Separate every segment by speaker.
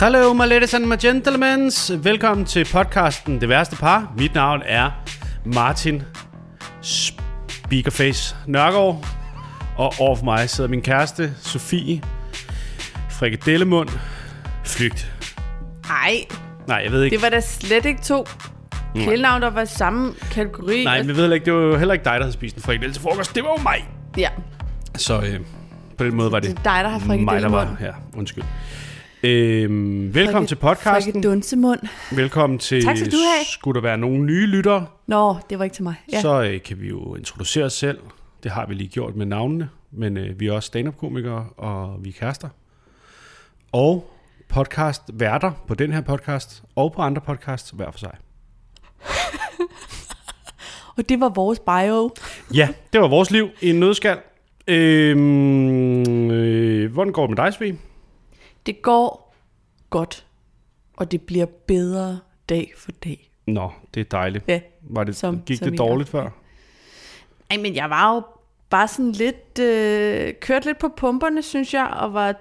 Speaker 1: Hello, my ladies and my gentlemen. Velkommen til podcasten Det Værste Par. Mit navn er Martin Speakerface Nørgaard. Og over for mig sidder min kæreste, Sofie Frikadellemund Flygt.
Speaker 2: Nej,
Speaker 1: Nej, jeg ved ikke.
Speaker 2: det var da slet ikke to kælenavn, der var i samme kategori. Altså,
Speaker 1: Nej, men jeg ved heller ikke, det var jo heller ikke dig, der havde spist en frikadelle til frokost. Det var jo mig.
Speaker 2: Ja,
Speaker 1: Så øh, på den måde var det,
Speaker 2: Det er dig, der har frikadelle
Speaker 1: mig, der
Speaker 2: i
Speaker 1: var.
Speaker 2: munden.
Speaker 1: Ja, undskyld. Øhm, velkommen til podcasten.
Speaker 2: dunsemund.
Speaker 1: Velkommen til...
Speaker 2: Tak skal du have.
Speaker 1: Skulle der være nogle nye lyttere,
Speaker 2: Nå, det var ikke til mig.
Speaker 1: ja.
Speaker 2: Ja.
Speaker 1: så øh, kan vi jo introducere os selv. Det har vi lige gjort med navnene, men øh, vi er også stand-up-komikere, og vi er kærester. Og podcast værter på den her podcast, og på andre podcasts hver for sig.
Speaker 2: Og det var vores bio.
Speaker 1: Ja, det var vores liv i en nødskal. Øhm, øh, hvordan går det med dig, Svig?
Speaker 2: Det går godt, og det bliver bedre dag for dag.
Speaker 1: Nå, det er dejligt.
Speaker 2: Ja.
Speaker 1: Var det,
Speaker 2: Som-
Speaker 1: som, gik
Speaker 2: som
Speaker 1: som det
Speaker 2: i
Speaker 1: dårligt før?
Speaker 2: Ej, men jeg var jo bare sådan lidt... Øh, kørt lidt på pumperne, synes jeg, og var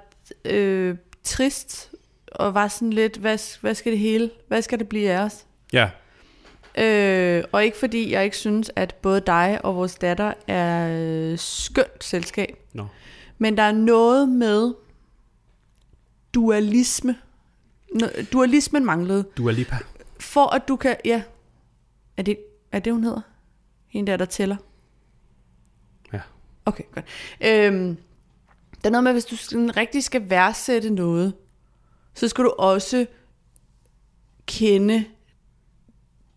Speaker 2: øh, trist. Og var sådan lidt, hvad, hvad skal det hele? Hvad skal det blive af os?
Speaker 1: Ja,
Speaker 2: Øh, og ikke fordi jeg ikke synes, at både dig og vores datter er øh, skønt selskab.
Speaker 1: nå.
Speaker 2: Men der er noget med dualisme. Nå, dualismen manglede.
Speaker 1: Du er lige par.
Speaker 2: For at du kan... Ja. Er det, er det hun hedder? Hende der, der tæller?
Speaker 1: Ja.
Speaker 2: Okay, godt. Øhm, der er noget med, at hvis du sådan rigtig skal værdsætte noget, så skal du også kende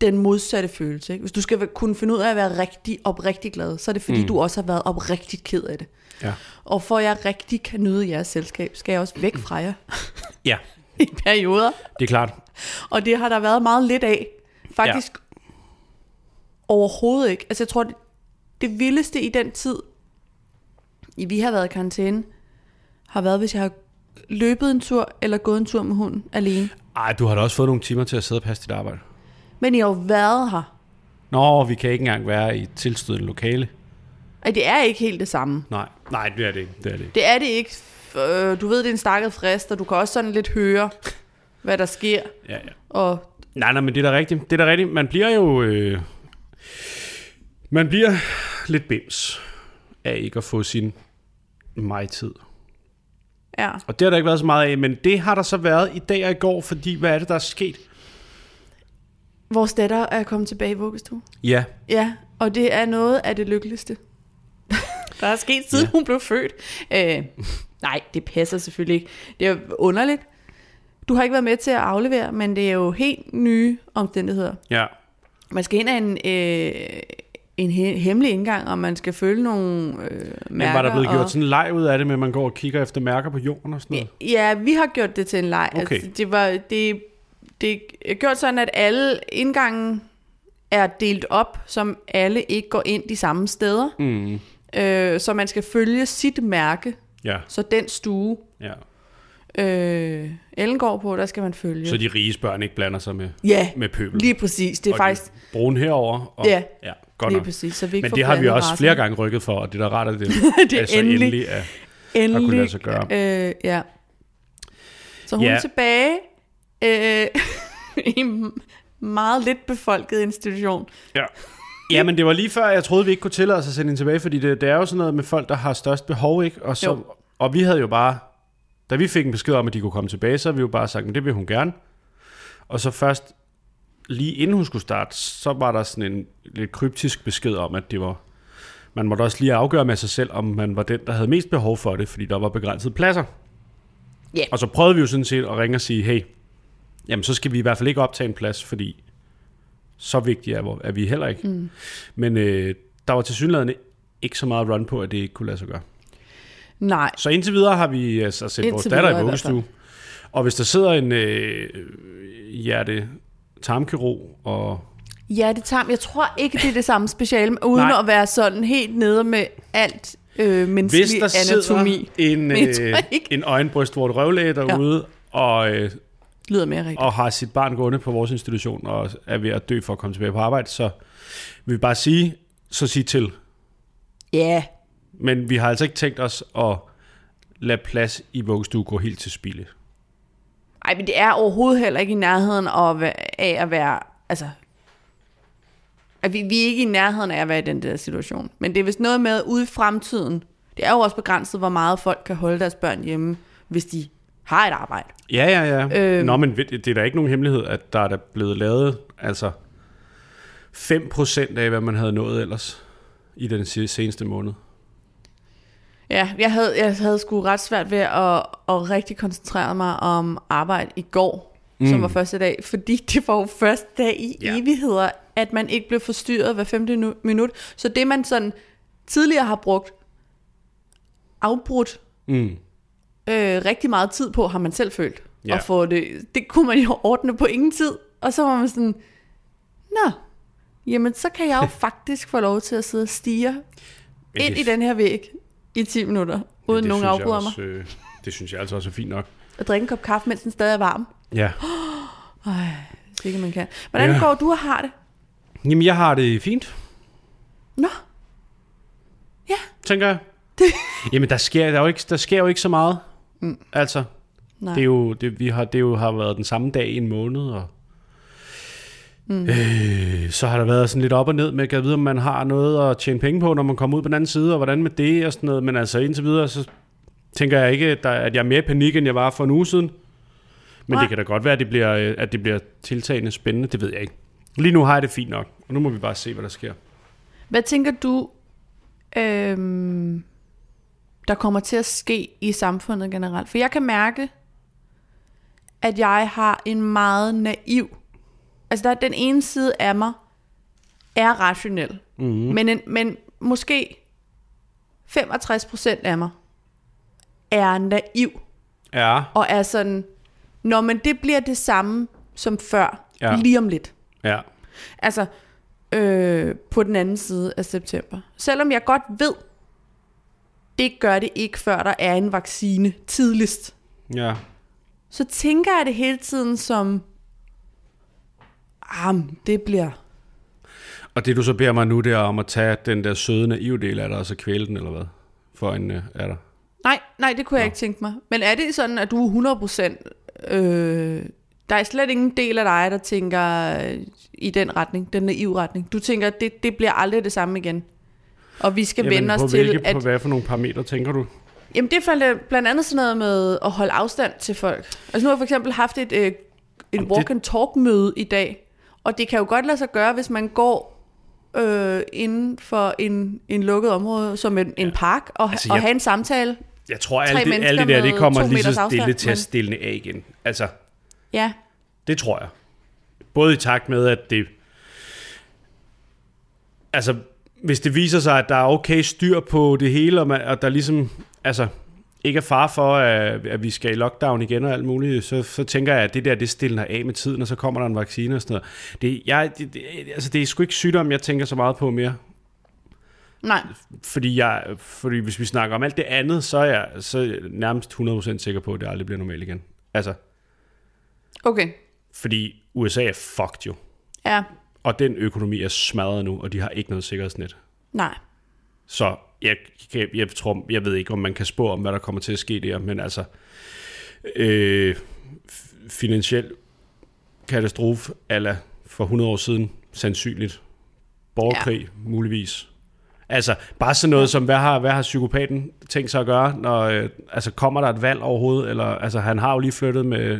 Speaker 2: den modsatte følelse. Ikke? Hvis du skal være- kunne finde ud af at være rigtig oprigtig glad, så er det fordi, mm. du også har været oprigtigt ked af det.
Speaker 1: Ja.
Speaker 2: Og for at jeg rigtig kan nyde jeres selskab, skal jeg også væk fra jer
Speaker 1: ja,
Speaker 2: i perioder.
Speaker 1: det er klart.
Speaker 2: Og det har der været meget lidt af. Faktisk ja. overhovedet ikke. Altså jeg tror, det, det vildeste i den tid, i vi har været i karantæne, har været, hvis jeg har løbet en tur eller gået en tur med hunden alene.
Speaker 1: Ej, du har da også fået nogle timer til at sidde og passe dit arbejde.
Speaker 2: Men jeg har jo været her.
Speaker 1: Nå, vi kan ikke engang være i et tilstødende lokale.
Speaker 2: Og det er ikke helt det samme.
Speaker 1: Nej, nej, det er det ikke. Det er det ikke.
Speaker 2: Det er det ikke. Øh, Du ved, det er en stakket frist, og du kan også sådan lidt høre, hvad der sker.
Speaker 1: Ja, ja.
Speaker 2: Og
Speaker 1: Nej, nej, men det er da rigtigt. Det er da rigtigt. Man bliver jo... Øh, man bliver lidt bims af ikke at få sin mig-tid.
Speaker 2: ja.
Speaker 1: Og det har der ikke været så meget af, men det har der så været i dag og i går, fordi hvad er det, der er sket?
Speaker 2: Vores datter er kommet tilbage i vuggestue.
Speaker 1: Ja,
Speaker 2: Ja, og det er noget af det lykkeligste, der er sket, siden
Speaker 1: Ja.
Speaker 2: ja. hun blev født. Øh, nej, det passer selvfølgelig ikke. Det er jo underligt. Du har ikke været med til at aflevere, men det er jo helt nye omstændigheder.
Speaker 1: ja,
Speaker 2: Man skal ind ad en, øh, en he- hemmelig indgang, og man skal følge nogle øh, mærker.
Speaker 1: Men var der blevet gjort
Speaker 2: og...
Speaker 1: sådan en leg ud af det, med at man går og kigger efter mærker på jorden og sådan noget?
Speaker 2: Ja, vi har gjort det til en leg.
Speaker 1: Okay.
Speaker 2: Altså, det, var, det, det er gjort sådan, at alle indgangen er delt op, som alle ikke går ind de samme steder.
Speaker 1: Mm.
Speaker 2: Øh, så man skal følge sit mærke,
Speaker 1: Ja,
Speaker 2: så den stue,
Speaker 1: ja.
Speaker 2: øh, Ellen går på, der skal man følge.
Speaker 1: Så de rige børn ikke blander sig med,
Speaker 2: ja,
Speaker 1: med pøbel.
Speaker 2: lige præcis. Det er
Speaker 1: og
Speaker 2: faktisk
Speaker 1: de brune herover. Og,
Speaker 2: Ja,
Speaker 1: ja, godt
Speaker 2: lige
Speaker 1: nok.
Speaker 2: præcis. Så vi ikke
Speaker 1: Men
Speaker 2: får
Speaker 1: det har vi
Speaker 2: blandet
Speaker 1: også
Speaker 2: racerne.
Speaker 1: flere gange rykket for, og det er da rart, at det,
Speaker 2: Det er
Speaker 1: altså
Speaker 2: endelig.
Speaker 1: endelig er.
Speaker 2: Endelig.
Speaker 1: lade sig gøre.
Speaker 2: Øh, ja. Så hun
Speaker 1: Ja.
Speaker 2: er tilbage øh, i en meget lidt befolket institution.
Speaker 1: Ja. ja, men det var lige før, jeg troede, vi ikke kunne tillade os at sende hende tilbage, fordi det, det er jo sådan noget med folk, der har størst behov, ikke? Og, så,
Speaker 2: Jo.
Speaker 1: og vi havde jo bare, da vi fik en besked om, at de kunne komme tilbage, så havde vi jo bare sagt, men det vil hun gerne. Og så først, lige inden hun skulle starte, så var der sådan en lidt kryptisk besked om, at det var, man måtte også lige afgøre med sig selv, om man var den, der havde mest behov for det, fordi der var begrænsede pladser.
Speaker 2: Ja.
Speaker 1: Og så prøvede vi jo sådan set at ringe og sige, hey, jamen så skal vi i hvert fald ikke optage en plads, fordi så vigtige er, vor- er vi heller ikke. Mm. Men øh, der var til synligheden ikke så meget run på, at det ikke kunne lade sig gøre.
Speaker 2: Nej,
Speaker 1: Så indtil videre har vi altså sendt vores
Speaker 2: Indtil
Speaker 1: datter
Speaker 2: videre
Speaker 1: i
Speaker 2: i hvert fald.
Speaker 1: vuggestue. Og hvis der sidder en øh, hjerte tarmkirurg og...
Speaker 2: Ja, det tager, jeg tror ikke, det er det samme speciale, uden
Speaker 1: Nej.
Speaker 2: Nej. at være sådan helt nede med alt øh, menneskelig
Speaker 1: Hvis der
Speaker 2: anatomi.
Speaker 1: sidder en,
Speaker 2: Men jeg tror
Speaker 1: øh,
Speaker 2: ikke.
Speaker 1: en øjenbrystvorte røvlæge derude, ja. og, øh,
Speaker 2: Lyder mere rigtigt.
Speaker 1: og har sit barn gående på vores institution, og er ved at dø for at komme tilbage på arbejde, så vil vi bare sige, så sig til.
Speaker 2: Ja,
Speaker 1: Men vi har altså ikke tænkt os at lade plads i vuggestue gå helt til spilde.
Speaker 2: Ej, Ej, men det er overhovedet heller ikke i nærheden af, af at være, altså, at vi, vi er ikke i nærheden af at være i den der situation. Men det er vist noget med ude i fremtiden. Det er jo også begrænset, hvor meget folk kan holde deres børn hjemme, hvis de har et arbejde.
Speaker 1: Ja, ja, ja.
Speaker 2: Øhm.
Speaker 1: Nå, men ved- det er da ikke nogen hemmelighed, at der er da blevet lavet altså 5% af, hvad man havde nået ellers i den se- seneste måned.
Speaker 2: Ja, jeg havde, jeg havde sgu ret svært ved at, at rigtig koncentrere mig om arbejde i går, mm. som var første dag, fordi det var jo første dag i
Speaker 1: Ja.
Speaker 2: ja. evigheder, at man ikke blev forstyrret hver femte nu- minut. Så det, man sådan tidligere har brugt afbrudt
Speaker 1: Mm.
Speaker 2: øh, rigtig meget tid på, har man selv følt.
Speaker 1: Ja.
Speaker 2: Ja. Og få det, det kunne man jo ordne på ingen tid. Og så var man sådan, nå, jamen så kan jeg jo faktisk få lov til at sidde og stige
Speaker 1: Men
Speaker 2: ind
Speaker 1: det-
Speaker 2: i den her væg i 10 minutter,
Speaker 1: men
Speaker 2: uden
Speaker 1: det
Speaker 2: nogen
Speaker 1: synes jeg
Speaker 2: afbryder mig.
Speaker 1: også, øh, Det synes jeg altså også er fint nok.
Speaker 2: Og drikke en kop kaffe, mens den stadig er varm.
Speaker 1: Ja.
Speaker 2: Hvis ikke man kan. Hvordan
Speaker 1: Ja.
Speaker 2: ja. går du og har det?
Speaker 1: Jamen, jeg har det fint,
Speaker 2: Nå,
Speaker 1: tænker jeg. Jamen, der sker, der, er jo ikke, der sker jo ikke så meget. Mm. Altså,
Speaker 2: nej.
Speaker 1: det er jo, det, vi har, det jo har været den samme dag i en måned, og mm. øh, så har der været sådan lidt op og ned med, at vide, om man har noget at tjene penge på, når man kommer ud på den anden side, og hvordan med det og sådan noget. Men altså, indtil videre, så tænker jeg ikke, at der- at jeg er mere i panik, end jeg var for en uge siden. Men
Speaker 2: Nej.
Speaker 1: det kan da godt være, at det bliver, øh, at det bliver tiltagende spændende. Det ved jeg ikke. Lige nu har jeg det fint nok, og nu må vi bare se, hvad der sker.
Speaker 2: Hvad tænker du, øhm, der kommer til at ske i samfundet generelt? For jeg kan mærke, at jeg har en meget naiv... Altså, der er den ene side af mig er rationel. Mm-hmm. Men, en, men måske 65 procent af mig er naiv.
Speaker 1: Ja,
Speaker 2: og er sådan, når men det bliver det samme som før,
Speaker 1: Ja.
Speaker 2: ja. lige om lidt.
Speaker 1: ja,
Speaker 2: Altså, øh, på den anden side af september. Selvom jeg godt ved, det gør det ikke, før der er en vaccine tidligst.
Speaker 1: ja.
Speaker 2: Så tænker jeg det hele tiden som, ah, men det bliver...
Speaker 1: Og det du så beder mig nu, det er om at tage den der søde naive del af dig, og så kvæle den, eller hvad? For en øh, er der.
Speaker 2: Nej, nej, det kunne jeg ikke tænke mig. Men er det sådan, at du er 100%... Øh, der er slet ingen del af dig, der tænker øh, i den retning, den naive retning. Du tænker, at det, det bliver aldrig det samme igen. Og vi skal vende
Speaker 1: på
Speaker 2: os til,
Speaker 1: hvilke,
Speaker 2: at...
Speaker 1: På hvad for nogle parametre tænker du?
Speaker 2: Jamen det er blandt- blandt andet sådan noget med at holde afstand til folk. Altså nu har jeg for eksempel haft et, øh, et
Speaker 1: det-
Speaker 2: walk and talk møde i dag, og det kan jo godt lade sig gøre, hvis man går øh, inden for en, en lukket område, som en, en park, og,
Speaker 1: Altså,
Speaker 2: altså, og
Speaker 1: jeg-
Speaker 2: have en samtale.
Speaker 1: Jeg tror,
Speaker 2: Tre
Speaker 1: alt det, alt
Speaker 2: mennesker
Speaker 1: det der, det
Speaker 2: med
Speaker 1: kommer
Speaker 2: to
Speaker 1: lige så
Speaker 2: meters
Speaker 1: stille
Speaker 2: afstand,
Speaker 1: til at
Speaker 2: men-
Speaker 1: stille af igen. Altså,
Speaker 2: Ja,
Speaker 1: det tror jeg. Både i takt med, at det... Altså, hvis det viser sig, at der er okay styr på det hele, og, man, og der ligesom... Altså, ikke er far for, at, at vi skal i lockdown igen og alt muligt, så, så tænker jeg, at det der, det stiller af med tiden, og så kommer der en vaccine og sådan noget. Det, jeg, det, det, altså, det er sgu ikke sygdom, jeg tænker så meget på mere.
Speaker 2: nej.
Speaker 1: Fordi, jeg, fordi hvis vi snakker om alt det andet, så er jeg så er jeg nærmest 100% sikker på, at det aldrig bliver normalt igen. Altså,
Speaker 2: Okay,
Speaker 1: fordi USA er fucked jo.
Speaker 2: ja,
Speaker 1: Og den økonomi er smadret nu, og de har ikke noget sikkerhedsnet.
Speaker 2: nej.
Speaker 1: Så jeg, jeg, jeg, tror, jeg ved ikke, om man kan spå om, hvad der kommer til at ske der, men altså, øh, f- finansiel katastrofe ala for 100 år siden, sandsynligt. Borgerkrig, ja. muligvis. Altså, bare sådan noget som, hvad har, hvad har psykopaten tænkt sig at gøre, når, øh, altså, kommer der et valg overhovedet, eller, altså, han har jo lige flyttet med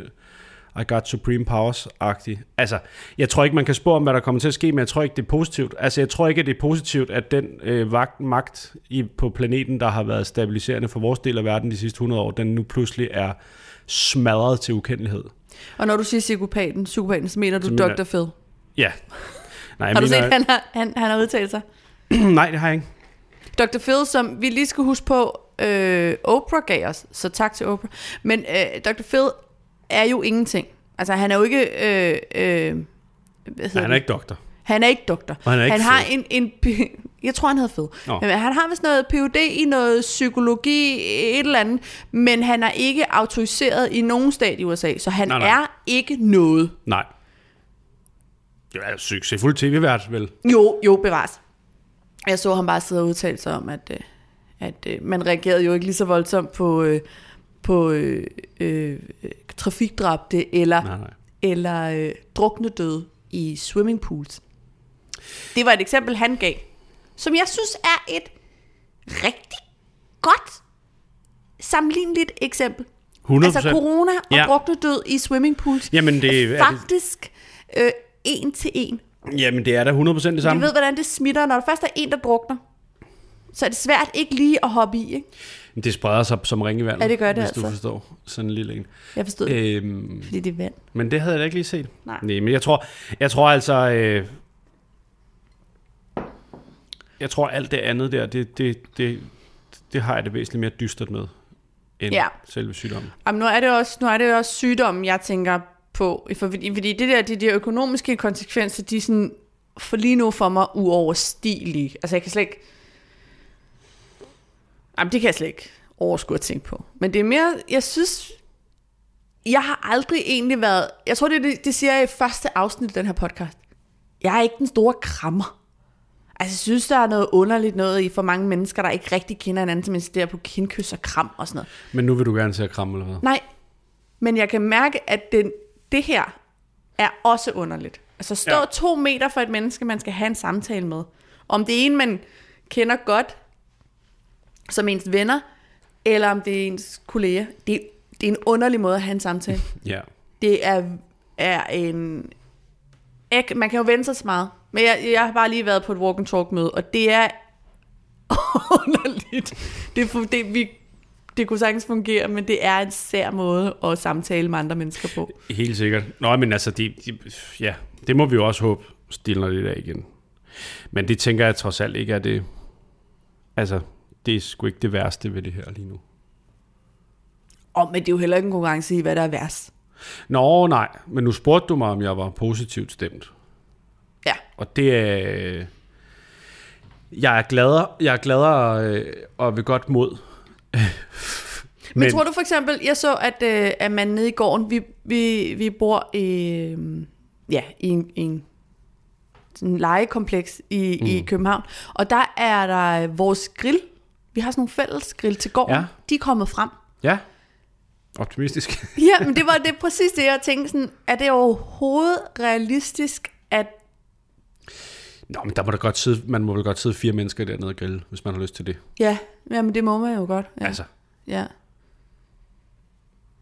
Speaker 1: I got supreme powers-agtigt. Altså, jeg tror ikke, man kan spå om, hvad der kommer til at ske, men jeg tror ikke, det er positivt. Altså, jeg tror ikke, at det er positivt, at den øh, vagt, magt i, på planeten, der har været stabiliserende for vores del af verden de sidste 100 år, den nu pludselig er smadret til ukendelighed.
Speaker 2: Og når du siger psykopaten, psykopaten så mener du
Speaker 1: Så mener-
Speaker 2: Dr. Phil.
Speaker 1: Ja. Nej, jeg
Speaker 2: Har du
Speaker 1: mener,
Speaker 2: set, han har, han, han har udtalt sig?
Speaker 1: Nej, det har jeg ikke.
Speaker 2: Dr. Phil, som vi lige skal huske på, øh, Oprah gav os, så tak til Oprah. Men øh, Dr. Phil er jo ingenting. Altså, han er jo ikke... Øh, øh, hvad hedder
Speaker 1: Nej, han er ikke doktor.
Speaker 2: det? han er ikke doktor.
Speaker 1: Og han er ikke
Speaker 2: han har
Speaker 1: fed.
Speaker 2: en, en... p- Jeg tror, han havde fed.
Speaker 1: Nå.
Speaker 2: Men han har vist noget PhD i noget psykologi, et eller andet. Men han er ikke autoriseret i nogen stat i USA, så han
Speaker 1: Nej,
Speaker 2: nej,
Speaker 1: nej.
Speaker 2: nej. er ikke noget.
Speaker 1: Nej. Det er succesfuld tv-vært, vel?
Speaker 2: Jo, jo, bevares. Jeg så ham bare sidde og udtale sig om, at, øh, at øh, man reagerede jo ikke lige så voldsomt på, øh, på øh, øh, trafikdræbte eller,
Speaker 1: Nej, nej.
Speaker 2: eller øh, drukne døde i swimmingpools. Det var et eksempel, han gav, som jeg synes er et rigtig godt sammenligneligt eksempel.
Speaker 1: 100%.
Speaker 2: Altså corona og
Speaker 1: Ja.
Speaker 2: ja. drukne død i swimmingpools
Speaker 1: Jamen, det er-
Speaker 2: er faktisk øh, en til en.
Speaker 1: Jamen, det er da 100% det
Speaker 2: Vi
Speaker 1: samme.
Speaker 2: ved, hvordan det smitter, når der først er en, der drukner. Så er det svært ikke lige at hoppe i, ikke?
Speaker 1: Det spreder sig som ringe i vandet,
Speaker 2: Ja, det gør det
Speaker 1: hvis du
Speaker 2: altså.
Speaker 1: forstår sådan en lille en.
Speaker 2: Jeg forstod det,
Speaker 1: Øhm,
Speaker 2: fordi det er vand.
Speaker 1: men det havde jeg da ikke lige set.
Speaker 2: Nej.
Speaker 1: Nej men jeg tror, jeg tror altså... Øh, jeg tror, alt det andet der, det, det, det, det har jeg det væsentligt mere dystert med, end ja.
Speaker 2: Ja.
Speaker 1: selve sygdommen.
Speaker 2: Jamen, nu er det også, nu er det også sygdommen, jeg tænker på. For- Fordi, fordi det der, de der økonomiske konsekvenser, de er sådan for lige nu for mig uoverstigelige. Altså, jeg kan slet ikke... Jamen, det kan jeg slet ikke overskue at tænke på. Men det er mere, jeg synes... Jeg har aldrig egentlig været... Jeg tror, det, er det, det siger jeg i første afsnit af den her podcast. Jeg er ikke den store krammer. Altså, jeg synes, der er noget underligt noget i for mange mennesker, der ikke rigtig kender hinanden, som insisterer på kindkys og kram og sådan noget.
Speaker 1: Men nu vil du gerne se at kramme, eller hvad?
Speaker 2: Nej, men jeg kan mærke, at den, det her er også underligt. Altså stå
Speaker 1: Ja.
Speaker 2: ja. to meter for et menneske, man skal have en samtale med. Om det er en, man kender godt, som ens venner, eller om det er ens kolleger. Det, det er en underlig måde at have en samtale.
Speaker 1: Ja.
Speaker 2: Det er, er en... Ek, man kan jo vende sig så meget. Men jeg, jeg har bare lige været på et walk and talk møde, og det er underligt. Det, fu- det, vi, det kunne sagtens fungere, men det er en sær måde at samtale med andre mennesker på.
Speaker 1: Helt sikkert. Nå, men altså, de, de, ja, det må vi jo også håbe stiller lidt af igen. Men det tænker jeg trods alt ikke er det... Altså, det er sgu ikke det værste ved det her lige nu.
Speaker 2: Og men det er jo heller ikke en konkurrence i, hvad der er værst.
Speaker 1: Nå, nej, men nu spurgte du mig, om jeg var positivt stemt.
Speaker 2: Ja,
Speaker 1: Og det er... Jeg er gladere, jeg er gladere øh, og ved godt mod.
Speaker 2: men, men tror du for eksempel, jeg så, at, øh, at man nede i gården, vi, vi, vi bor øh, ja, i en, i en sådan en legekompleks i, mm. i København, og der er der øh, vores grill, vi har sådan nogle fælles grill til gården,
Speaker 1: Ja.
Speaker 2: ja. de er kommet frem.
Speaker 1: Ja, optimistisk.
Speaker 2: Ja, men det var det præcis det, jeg tænkte sådan, er det overhovedet realistisk, at
Speaker 1: Nå, men der må da godt sidde, man må vel godt sidde fire mennesker dernede og grille, hvis man har lyst til det.
Speaker 2: Ja, jamen det må man jo godt. Ja.
Speaker 1: Ja. Altså,
Speaker 2: Ja.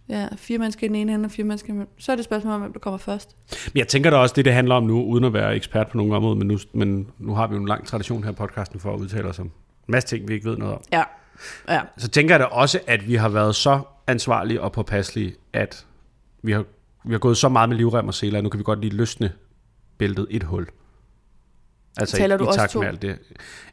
Speaker 2: Ja, fire mennesker i den ene ende, og fire mennesker i den anden. Så er det et spørgsmål om, hvem der kommer først.
Speaker 1: Men jeg tænker da også, det det handler om nu, uden at være ekspert på nogen område, men nu, men nu har vi jo en lang tradition her i podcasten for at udtale os om en masse ting, vi ikke ved noget om.
Speaker 2: Ja. Ja.
Speaker 1: Så tænker jeg da også, at vi har været så ansvarlige og påpasselige, at vi har, vi har gået så meget med livrem og seler, at nu kan vi godt lige løsne bæltet et hul. Altså
Speaker 2: Taler
Speaker 1: i,
Speaker 2: du
Speaker 1: i
Speaker 2: også
Speaker 1: takt
Speaker 2: to?
Speaker 1: med alt det.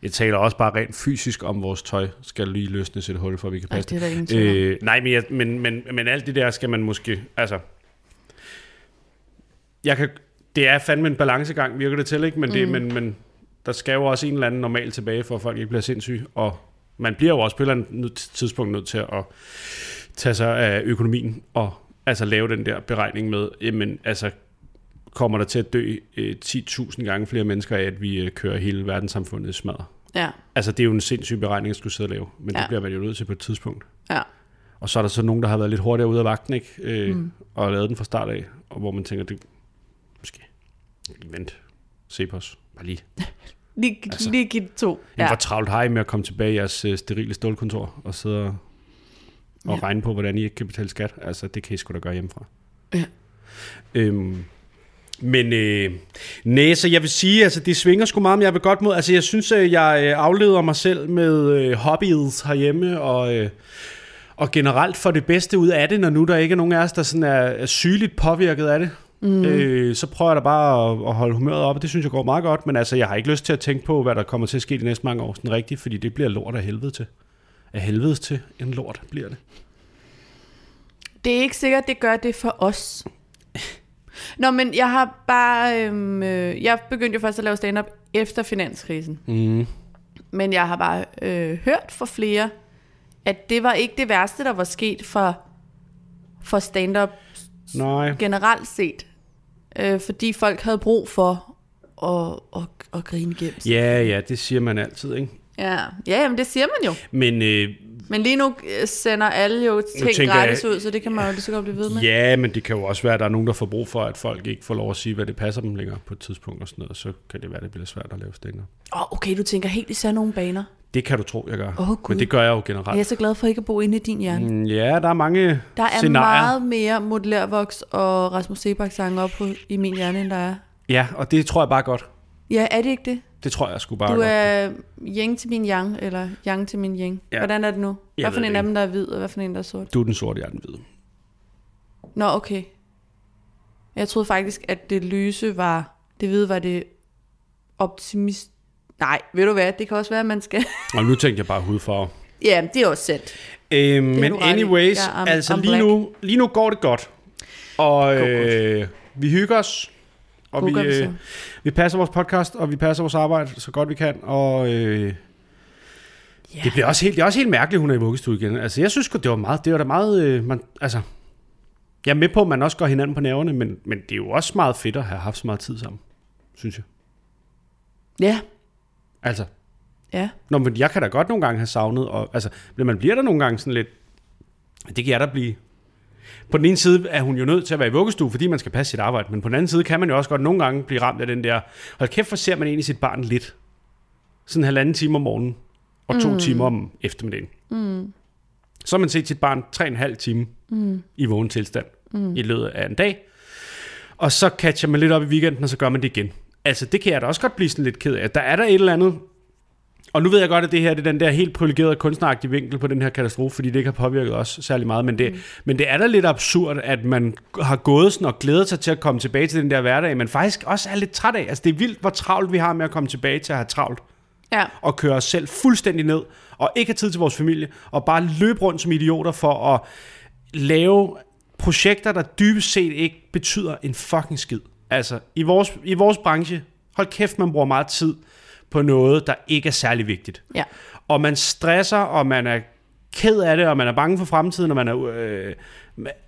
Speaker 1: Jeg taler også bare rent fysisk om, vores tøj skal lige løsnes et hul, for at vi kan
Speaker 2: Ej,
Speaker 1: passe
Speaker 2: det er der ingen tvivl om.
Speaker 1: Øh, nej, men, jeg, men, men, men alt det der skal man måske... Altså, jeg kan, det er fandme en balancegang, virker det til, ikke? Men, det, mm. men, men der skal jo også en eller anden normal tilbage, for at folk ikke bliver sindssyge. Og man bliver jo også på et eller andet nød- tidspunkt nødt til at tage sig af økonomien og altså lave den der beregning med, jamen altså kommer der til at dø øh, 10.000 gange flere mennesker af, at vi øh, kører hele verdenssamfundet i smadret.
Speaker 2: Ja.
Speaker 1: Altså, det er jo en sindssyg beregning, at skulle sidde og lave, men ja. det
Speaker 2: Ja.
Speaker 1: bliver man jo nødt til på et tidspunkt.
Speaker 2: Ja.
Speaker 1: Og så er der så nogen, der har været lidt hurtigere ude af vagten, ikke? Øh, mm. og lavet den fra start af, og hvor man tænker, det måske, vent, se på os, bare lige.
Speaker 2: Lige,
Speaker 1: Altså.
Speaker 2: altså. lige give det to.
Speaker 1: Ja.
Speaker 2: Ja.
Speaker 1: Hvor travlt har I med at komme tilbage i jeres øh, sterile stålkontor og sidde og, og ja. regne på, hvordan I ikke kan betale skat? Altså, det kan I sgu da gøre hjemmefra.
Speaker 2: Ja.
Speaker 1: Øhm, men øh, nej, så jeg vil sige, altså det svinger sgu meget, men jeg vil godt mod, altså jeg synes, øh, jeg øh, afleder mig selv med øh, hobbyet herhjemme, og, øh, og generelt for det bedste ud af det, når nu der ikke er nogen af os, der sådan er, er sygeligt påvirket af det. Mm.
Speaker 2: Mhm.
Speaker 1: Øh, så prøver jeg da bare at, at holde humøret op, og det synes jeg går meget godt, men altså jeg har ikke lyst til at tænke på, hvad der kommer til at ske de næste mange år sådan rigtigt, fordi det bliver lort af helvede til. Af helvede til en lort bliver det.
Speaker 2: Det er ikke sikkert, det gør det for os. Nå, men jeg har bare... Øhm, øh, jeg begyndte jo først at lave stand-up efter finanskrisen.
Speaker 1: Mm.
Speaker 2: Men jeg har bare øh, hørt fra flere, at det var ikke det værste, der var sket for, for stand-up
Speaker 1: Nej.
Speaker 2: generelt set, øh, fordi folk havde brug for at, at, at grine gennem sig.
Speaker 1: Ja, ja, det siger man altid, ikke?
Speaker 2: Ja, ja jamen, det siger man jo.
Speaker 1: Men øh,
Speaker 2: Men lige nu øh, sender alle jo ting
Speaker 1: tænker
Speaker 2: gratis
Speaker 1: jeg-
Speaker 2: ud, så det kan man jo lige så godt blive ved med.
Speaker 1: Ja, men det kan jo også være, at der er nogen, der får brug for, at folk ikke får lov at sige, hvad det passer dem længere på et tidspunkt og sådan noget, og så kan det være, det bliver svært at lave stand
Speaker 2: Åh, oh, okay, du tænker helt især nogle baner.
Speaker 1: Det kan du tro, jeg gør.
Speaker 2: Åh, Gud.
Speaker 1: men det gør jeg jo
Speaker 2: Jeg er
Speaker 1: generelt.
Speaker 2: så glad for ikke at bo inde i din hjerne. Mm.
Speaker 1: Mm, Ja, der er mange
Speaker 2: Der er
Speaker 1: scenarier.
Speaker 2: meget mere modellærvoks og Rasmus Sebak sange op på, i min hjerne, end der er.
Speaker 1: Ja, og det tror jeg bare godt.
Speaker 2: Ja, er det ikke det?
Speaker 1: Det tror jeg sgu bare
Speaker 2: Du øh,
Speaker 1: godt.
Speaker 2: er yang til min yang, eller yang til min yang. Ja.
Speaker 1: Ja.
Speaker 2: Hvordan er det nu? Hvad
Speaker 1: Jeg
Speaker 2: for
Speaker 1: ved
Speaker 2: en
Speaker 1: det
Speaker 2: af dem, der er hvid, og hvad for en, der er sort?
Speaker 1: du er den sorte, jeg er den hvide.
Speaker 2: Nå, okay. Jeg troede faktisk, at det lyse var... Det hvide var det optimist... Nej, ved du hvad? Det kan også være, at man skal...
Speaker 1: Og nu tænkte jeg bare hudfarve.
Speaker 2: ja, det er også sandt.
Speaker 1: Øhm, men
Speaker 2: du ret i.
Speaker 1: anyways,
Speaker 2: Jeg er am-
Speaker 1: altså
Speaker 2: am
Speaker 1: lige
Speaker 2: black.
Speaker 1: nu, lige nu går det godt. Og øh, vi hygger os. Og
Speaker 2: God
Speaker 1: vi,
Speaker 2: gør vi så.
Speaker 1: øh, vi passer vores podcast, og vi passer vores arbejde så godt vi kan. Og øh,
Speaker 2: Ja.
Speaker 1: det, bliver også helt, det er også helt mærkeligt, hun er i vuggestue igen. Altså jeg synes godt, det var meget, det var da meget, øh, man, altså... Jeg er med på, at man også går hinanden på nerverne, men, men det er jo også meget fedt at have haft så meget tid sammen, synes jeg.
Speaker 2: Ja,
Speaker 1: Altså,
Speaker 2: ja.
Speaker 1: Nå, men jeg kan da godt nogle gange have savnet, og, altså, men man bliver der nogle gange sådan lidt, det kan jeg da blive. På den ene side er hun jo nødt til at være i vuggestue, fordi man skal passe sit arbejde, men på den anden side kan man jo også godt nogle gange blive ramt af den der, hold kæft, for ser man egentlig sit barn lidt. Sådan en halvanden time om morgenen, og to mm. timer om eftermiddagen. Mm. Så har man set sit barn tre og en halv time mm. i vågen tilstand mm. i løbet af en dag, og så catcher man lidt op i weekenden, og så gør man det igen. Altså, det kan jeg da også godt blive sådan lidt ked af. Der er der et eller andet, og nu ved jeg godt, at det her det er den der helt privilegerede kunstneragtige vinkel på den her katastrofe, fordi det ikke har påvirket os særlig meget. Men det, mm. men det er da lidt absurd, at man har gået sådan og glædet sig til at komme tilbage til den der hverdag, men faktisk også er lidt træt af. Altså det er vildt, hvor travlt vi har med at komme tilbage til at have travlt
Speaker 2: Ja,
Speaker 1: og køre os selv fuldstændig ned, og ikke have tid til vores familie, og bare løbe rundt som idioter for at lave projekter, der dybest set ikke betyder en fucking skid. Altså, i vores, i vores branche, hold kæft, man bruger meget tid på noget, der ikke er særlig vigtigt
Speaker 2: ja.
Speaker 1: og man stresser, og man er ked af det, og man er bange for fremtiden, og man er, øh,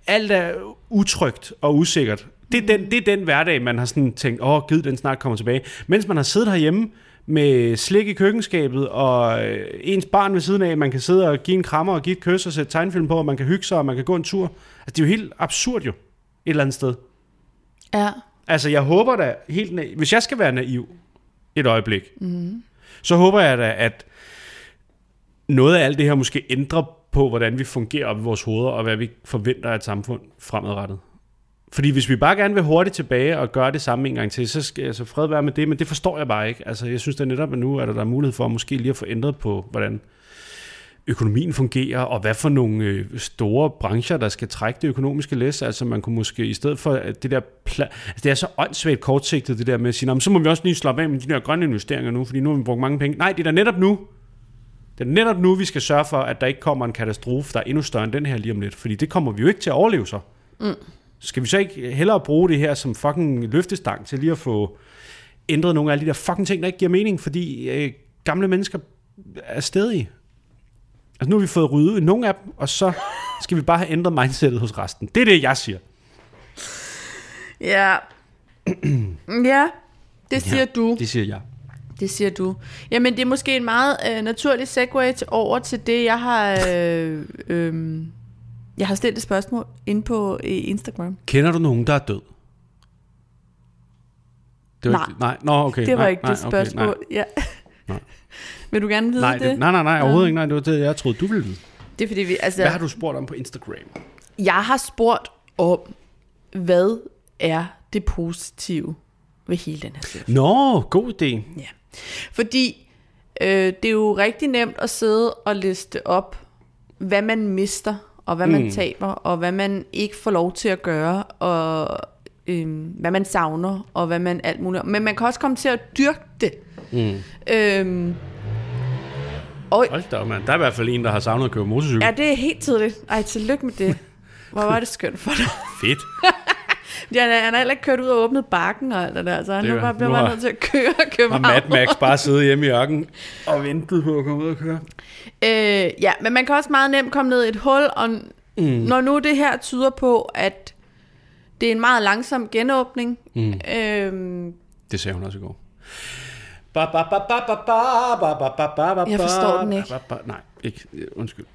Speaker 1: alt er utrygt og usikkert. Det er, den, det er den hverdag, man har sådan tænkt, åh, gid, den snart kommer tilbage. Mens man har siddet herhjemme med slik i køkkenskabet, og øh, ens barn ved siden af, man kan sidde og give en krammer og give et kys og sætte tegnfilm på, og man kan hygge sig, og man kan gå en tur. Altså, det er jo helt absurd jo, et eller andet sted.
Speaker 2: Ja,
Speaker 1: Altså, jeg håber da helt na- Hvis jeg skal være naiv et øjeblik, mm. så håber jeg da, at noget af alt det her måske ændrer på, hvordan vi fungerer op i vores hoveder, og hvad vi forventer af et samfund fremadrettet. Fordi hvis vi bare gerne vil hurtigt tilbage og gøre det samme en gang til, så skal altså fred være med det, men det forstår jeg bare ikke. Altså, jeg synes da netop, at nu er der, der er mulighed for måske lige at få ændret på, hvordan økonomien fungerer, og hvad for nogle øh, store brancher, der skal trække det økonomiske læs. Altså man kunne måske, i stedet for at det der... Pla- altså, det er så åndssvagt kortsigtet, det der med at sige, "Nå, men så må vi også lige slappe af med de der grønne investeringer nu, fordi nu har vi brugt mange penge. Nej, det er da netop nu. Det er netop nu, vi skal sørge for, at der ikke kommer en katastrofe, der er endnu større end den her lige om lidt. Fordi det kommer vi jo ikke til at overleve så. Mm. Skal vi så ikke hellere bruge det her som fucking løftestang til lige at få ændret nogle af de der fucking ting, der ikke giver mening, fordi øh, gamle mennesker er stedige. Altså nu har vi fået ryddet ud i nogle af dem, og så skal vi bare have ændret mindsetet hos resten. Det er det, jeg siger.
Speaker 2: ja. ja. Det siger ja. du.
Speaker 1: Det siger jeg.
Speaker 2: Det siger du. Jamen, det er måske en meget øh, naturlig segue til, over til det, jeg har... Øh, øh, jeg har stillet et spørgsmål inde på øh, Instagram.
Speaker 1: Kender du nogen, der er død? Det
Speaker 2: Nej.
Speaker 1: Ikke, nej, nå, okay.
Speaker 2: Det var
Speaker 1: nej,
Speaker 2: ikke
Speaker 1: nej,
Speaker 2: det spørgsmål.
Speaker 1: Okay,
Speaker 2: Okay, nej. Ja.
Speaker 1: Nej.
Speaker 2: Vil du gerne vide
Speaker 1: nej. Nej,
Speaker 2: det?
Speaker 1: det, nej, nej, nej, overhovedet ikke. Nej, det var det, jeg troede, du ville vide.
Speaker 2: Det er fordi, vi, altså,
Speaker 1: Hvad har du spurgt om på Instagram?
Speaker 2: jeg har spurgt om, hvad er det positive ved hele den her serie?
Speaker 1: Nå, god idé.
Speaker 2: Ja. Fordi øh, det er jo rigtig nemt at sidde og liste op, hvad man mister, og hvad
Speaker 1: Mm.
Speaker 2: man taber, og hvad man ikke får lov til at gøre, og øh, hvad man savner, og hvad man alt muligt. Men man kan også komme til at dyrke det. Mm. Øh, og
Speaker 1: Hold da op, mand. Der er i hvert fald en, der har savnet at køre motorcykel.
Speaker 2: ja, det er helt tidligt. Ej, tillykke med det. Hvor var det skønt for dig.
Speaker 1: Fedt.
Speaker 2: Ja, han, er- han har heller ikke kørt ud og åbnet bakken og alt det der, så han
Speaker 1: Det
Speaker 2: nu
Speaker 1: er-
Speaker 2: bare bliver
Speaker 1: nu
Speaker 2: bare
Speaker 1: har-
Speaker 2: nødt til at køre og køre
Speaker 1: Og Mad Max bare sidde hjemme i ørkenen og ventede på at komme ud og køre.
Speaker 2: Øh, ja, men man kan også meget nemt komme ned i et hul, og mm. når nu det her tyder på, at det er en meget langsom genåbning, mm. øh,
Speaker 1: Det sagde hun også i går. Ba, ba, ba, ba, ba, ba, ba, ba, ba, ba, ba,
Speaker 2: Jeg forstår den
Speaker 1: ba,
Speaker 2: ikke.
Speaker 1: ba, ba. Nej, ikke. Øh, Undskyld.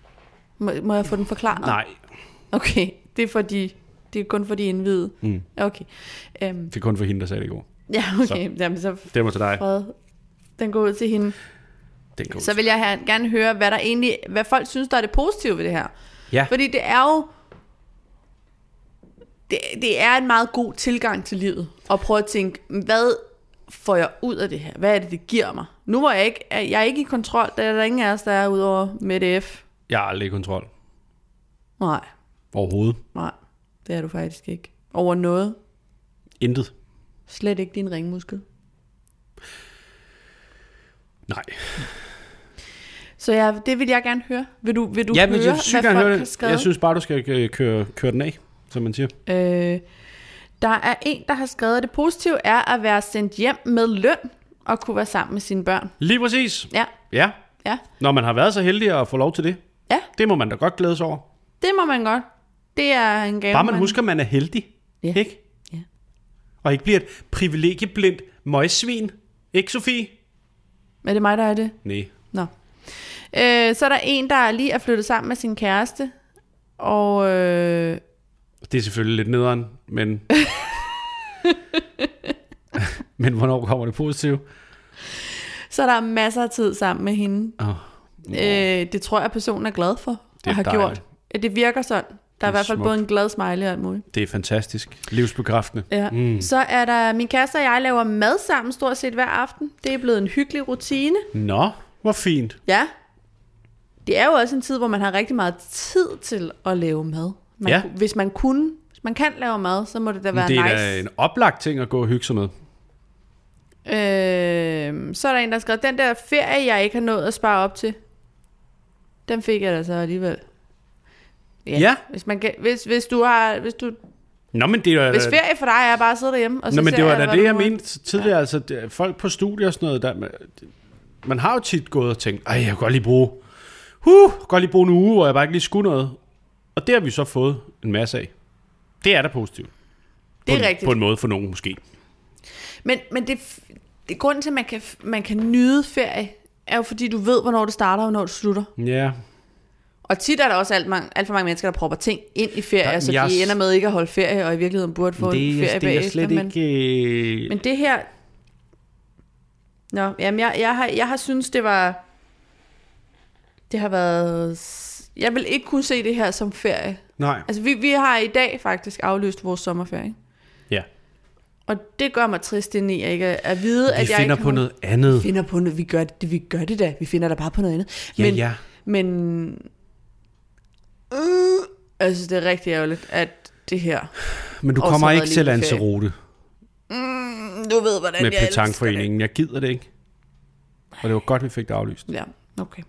Speaker 2: Må, må jeg få den forklaret?
Speaker 1: Nej,
Speaker 2: Okay, det er, fordi, det er kun for de indvidede.
Speaker 1: Mm.
Speaker 2: Okay. Øhm,
Speaker 1: det er kun for hende, der sagde det i går.
Speaker 2: ja, okay. Så. Jamen, så
Speaker 1: Det var til dig.
Speaker 2: fred. Den går ud til hende.
Speaker 1: Den går.
Speaker 2: Så vil jeg have, gerne høre, hvad, der egentlig, hvad folk synes, der er det positive ved det her.
Speaker 1: Ja,
Speaker 2: Fordi det er jo... Det, det er en meget god tilgang til livet. At prøve at tænke, hvad får jeg ud af det her? Hvad er det, det giver mig? Nu var jeg ikke, jeg er ikke i kontrol. Der er der ingen af os, der er udover med F.
Speaker 1: jeg har aldrig i kontrol.
Speaker 2: Nej,
Speaker 1: Overhovedet.
Speaker 2: nej. Det er du faktisk ikke. Over noget.
Speaker 1: Intet.
Speaker 2: Slet ikke din ringmuskel.
Speaker 1: Nej.
Speaker 2: Så jeg, det vil jeg gerne høre. Vil du, vil du
Speaker 1: ja,
Speaker 2: høre,
Speaker 1: men jeg synes, jeg,
Speaker 2: hvad folk
Speaker 1: høre
Speaker 2: har
Speaker 1: det.
Speaker 2: skrevet?
Speaker 1: jeg synes bare, du skal øh, køre, køre den af, som man siger.
Speaker 2: Øh, der er en, der har skrevet, at det positive er at være sendt hjem med løn og kunne være sammen med sine børn.
Speaker 1: Lige præcis.
Speaker 2: Ja,
Speaker 1: Ja.
Speaker 2: ja,
Speaker 1: Når man har været så heldig at få lov til det,
Speaker 2: ja.
Speaker 1: det må man da godt glædes over.
Speaker 2: Det må man godt. Det er en gave.
Speaker 1: Bare man husker, at man er heldig.
Speaker 2: Ja.
Speaker 1: Ikke?
Speaker 2: Ja.
Speaker 1: Og ikke bliver et privilegieblindt møgsvin. Ikke, Sofie?
Speaker 2: Er det mig, der er det?
Speaker 1: Nej.
Speaker 2: Nå. Øh, så er der en, der lige er flyttet sammen med sin kæreste. Og øh,
Speaker 1: Det er selvfølgelig lidt nederen, men... men hvornår kommer det positive?
Speaker 2: så er der masser af tid sammen med hende.
Speaker 1: Oh,
Speaker 2: Øh, det tror jeg, personen er glad for
Speaker 1: er
Speaker 2: og har
Speaker 1: dejligt.
Speaker 2: gjort. Ja, det virker sådan. Der er,
Speaker 1: er
Speaker 2: i hvert fald
Speaker 1: smukt.
Speaker 2: både en glad smiley og alt muligt.
Speaker 1: det er fantastisk. Livsbekræftende.
Speaker 2: Ja. Mm. Så er der, min kæreste og jeg laver mad sammen stort set hver aften. Det er blevet en hyggelig rutine.
Speaker 1: Nå, hvor fint.
Speaker 2: Ja. Det er jo også en tid, hvor man har rigtig meget tid til at lave mad. Man,
Speaker 1: Ja.
Speaker 2: ku- Hvis man kunne, hvis man kan lave mad, så må det da være
Speaker 1: Men det er da
Speaker 2: nice.
Speaker 1: en oplagt ting at gå og hygge sig med.
Speaker 2: Øh, så er der en, der har skrevet, den der ferie, jeg ikke har nået at spare op til, den fik jeg da så alligevel.
Speaker 1: Ja.
Speaker 2: Hvis, man kan, hvis, hvis du har, hvis, du,
Speaker 1: Nå, men det er
Speaker 2: hvis ferie for dig er bare at sidde derhjemme, og så
Speaker 1: Nå, men
Speaker 2: ser
Speaker 1: det var
Speaker 2: jeg,
Speaker 1: da
Speaker 2: hvad
Speaker 1: det,
Speaker 2: der
Speaker 1: jeg
Speaker 2: nu er.
Speaker 1: mente tidligere. Altså, det- folk på studier og sådan noget, der, man, man har jo tit gået og tænkt, ej, jeg kan godt lige bruge, huh, jeg kan godt lige bruge en uge, hvor jeg bare ikke lige skulle noget. Og det har vi så fået en masse af. Det er da positivt.
Speaker 2: Det
Speaker 1: på,
Speaker 2: er
Speaker 1: en-
Speaker 2: rigtigt.
Speaker 1: På en måde for nogen måske.
Speaker 2: Men, men det, f- det grunden til, at man kan, f- man kan nyde ferie, er jo fordi, du ved, hvornår det starter og hvornår det slutter.
Speaker 1: Ja.
Speaker 2: Og tit er der også alt, mange, alt for mange mennesker, der propper ting ind i ferie,
Speaker 1: Der-
Speaker 2: så
Speaker 1: jeg
Speaker 2: de
Speaker 1: s-
Speaker 2: ender med ikke at holde ferie, og i virkeligheden burde få en ferie bagefter. men,
Speaker 1: ikke... øh,
Speaker 2: men det her... Nå, jamen jeg, jeg, har, jeg har synes det var... Det har været... s- Jeg vil ikke kunne se det her som ferie.
Speaker 1: Nej.
Speaker 2: Altså, vi, vi har i dag faktisk aflyst vores sommerferie. ikke?
Speaker 1: Ja.
Speaker 2: Og det gør mig trist ind i, ikke? At vide,
Speaker 1: Vi
Speaker 2: at jeg
Speaker 1: finder
Speaker 2: ikke
Speaker 1: på
Speaker 2: har...
Speaker 1: noget andet.
Speaker 2: finder på noget. Vi gør det, vi gør det da. Vi finder da bare på noget andet.
Speaker 1: Ja,
Speaker 2: men,
Speaker 1: ja.
Speaker 2: Men... Øh, jeg synes, det er rigtig ærgerligt, at det her...
Speaker 1: Men du
Speaker 2: Og så
Speaker 1: kommer
Speaker 2: været
Speaker 1: ikke
Speaker 2: lige
Speaker 1: til
Speaker 2: på ferie.
Speaker 1: Lanzarote
Speaker 2: Mm, du ved, hvordan
Speaker 1: med
Speaker 2: jeg elsker det.
Speaker 1: Petankforeningen. Jeg gider det ikke. Og det var godt, vi fik det aflyst.
Speaker 2: Ja, okay.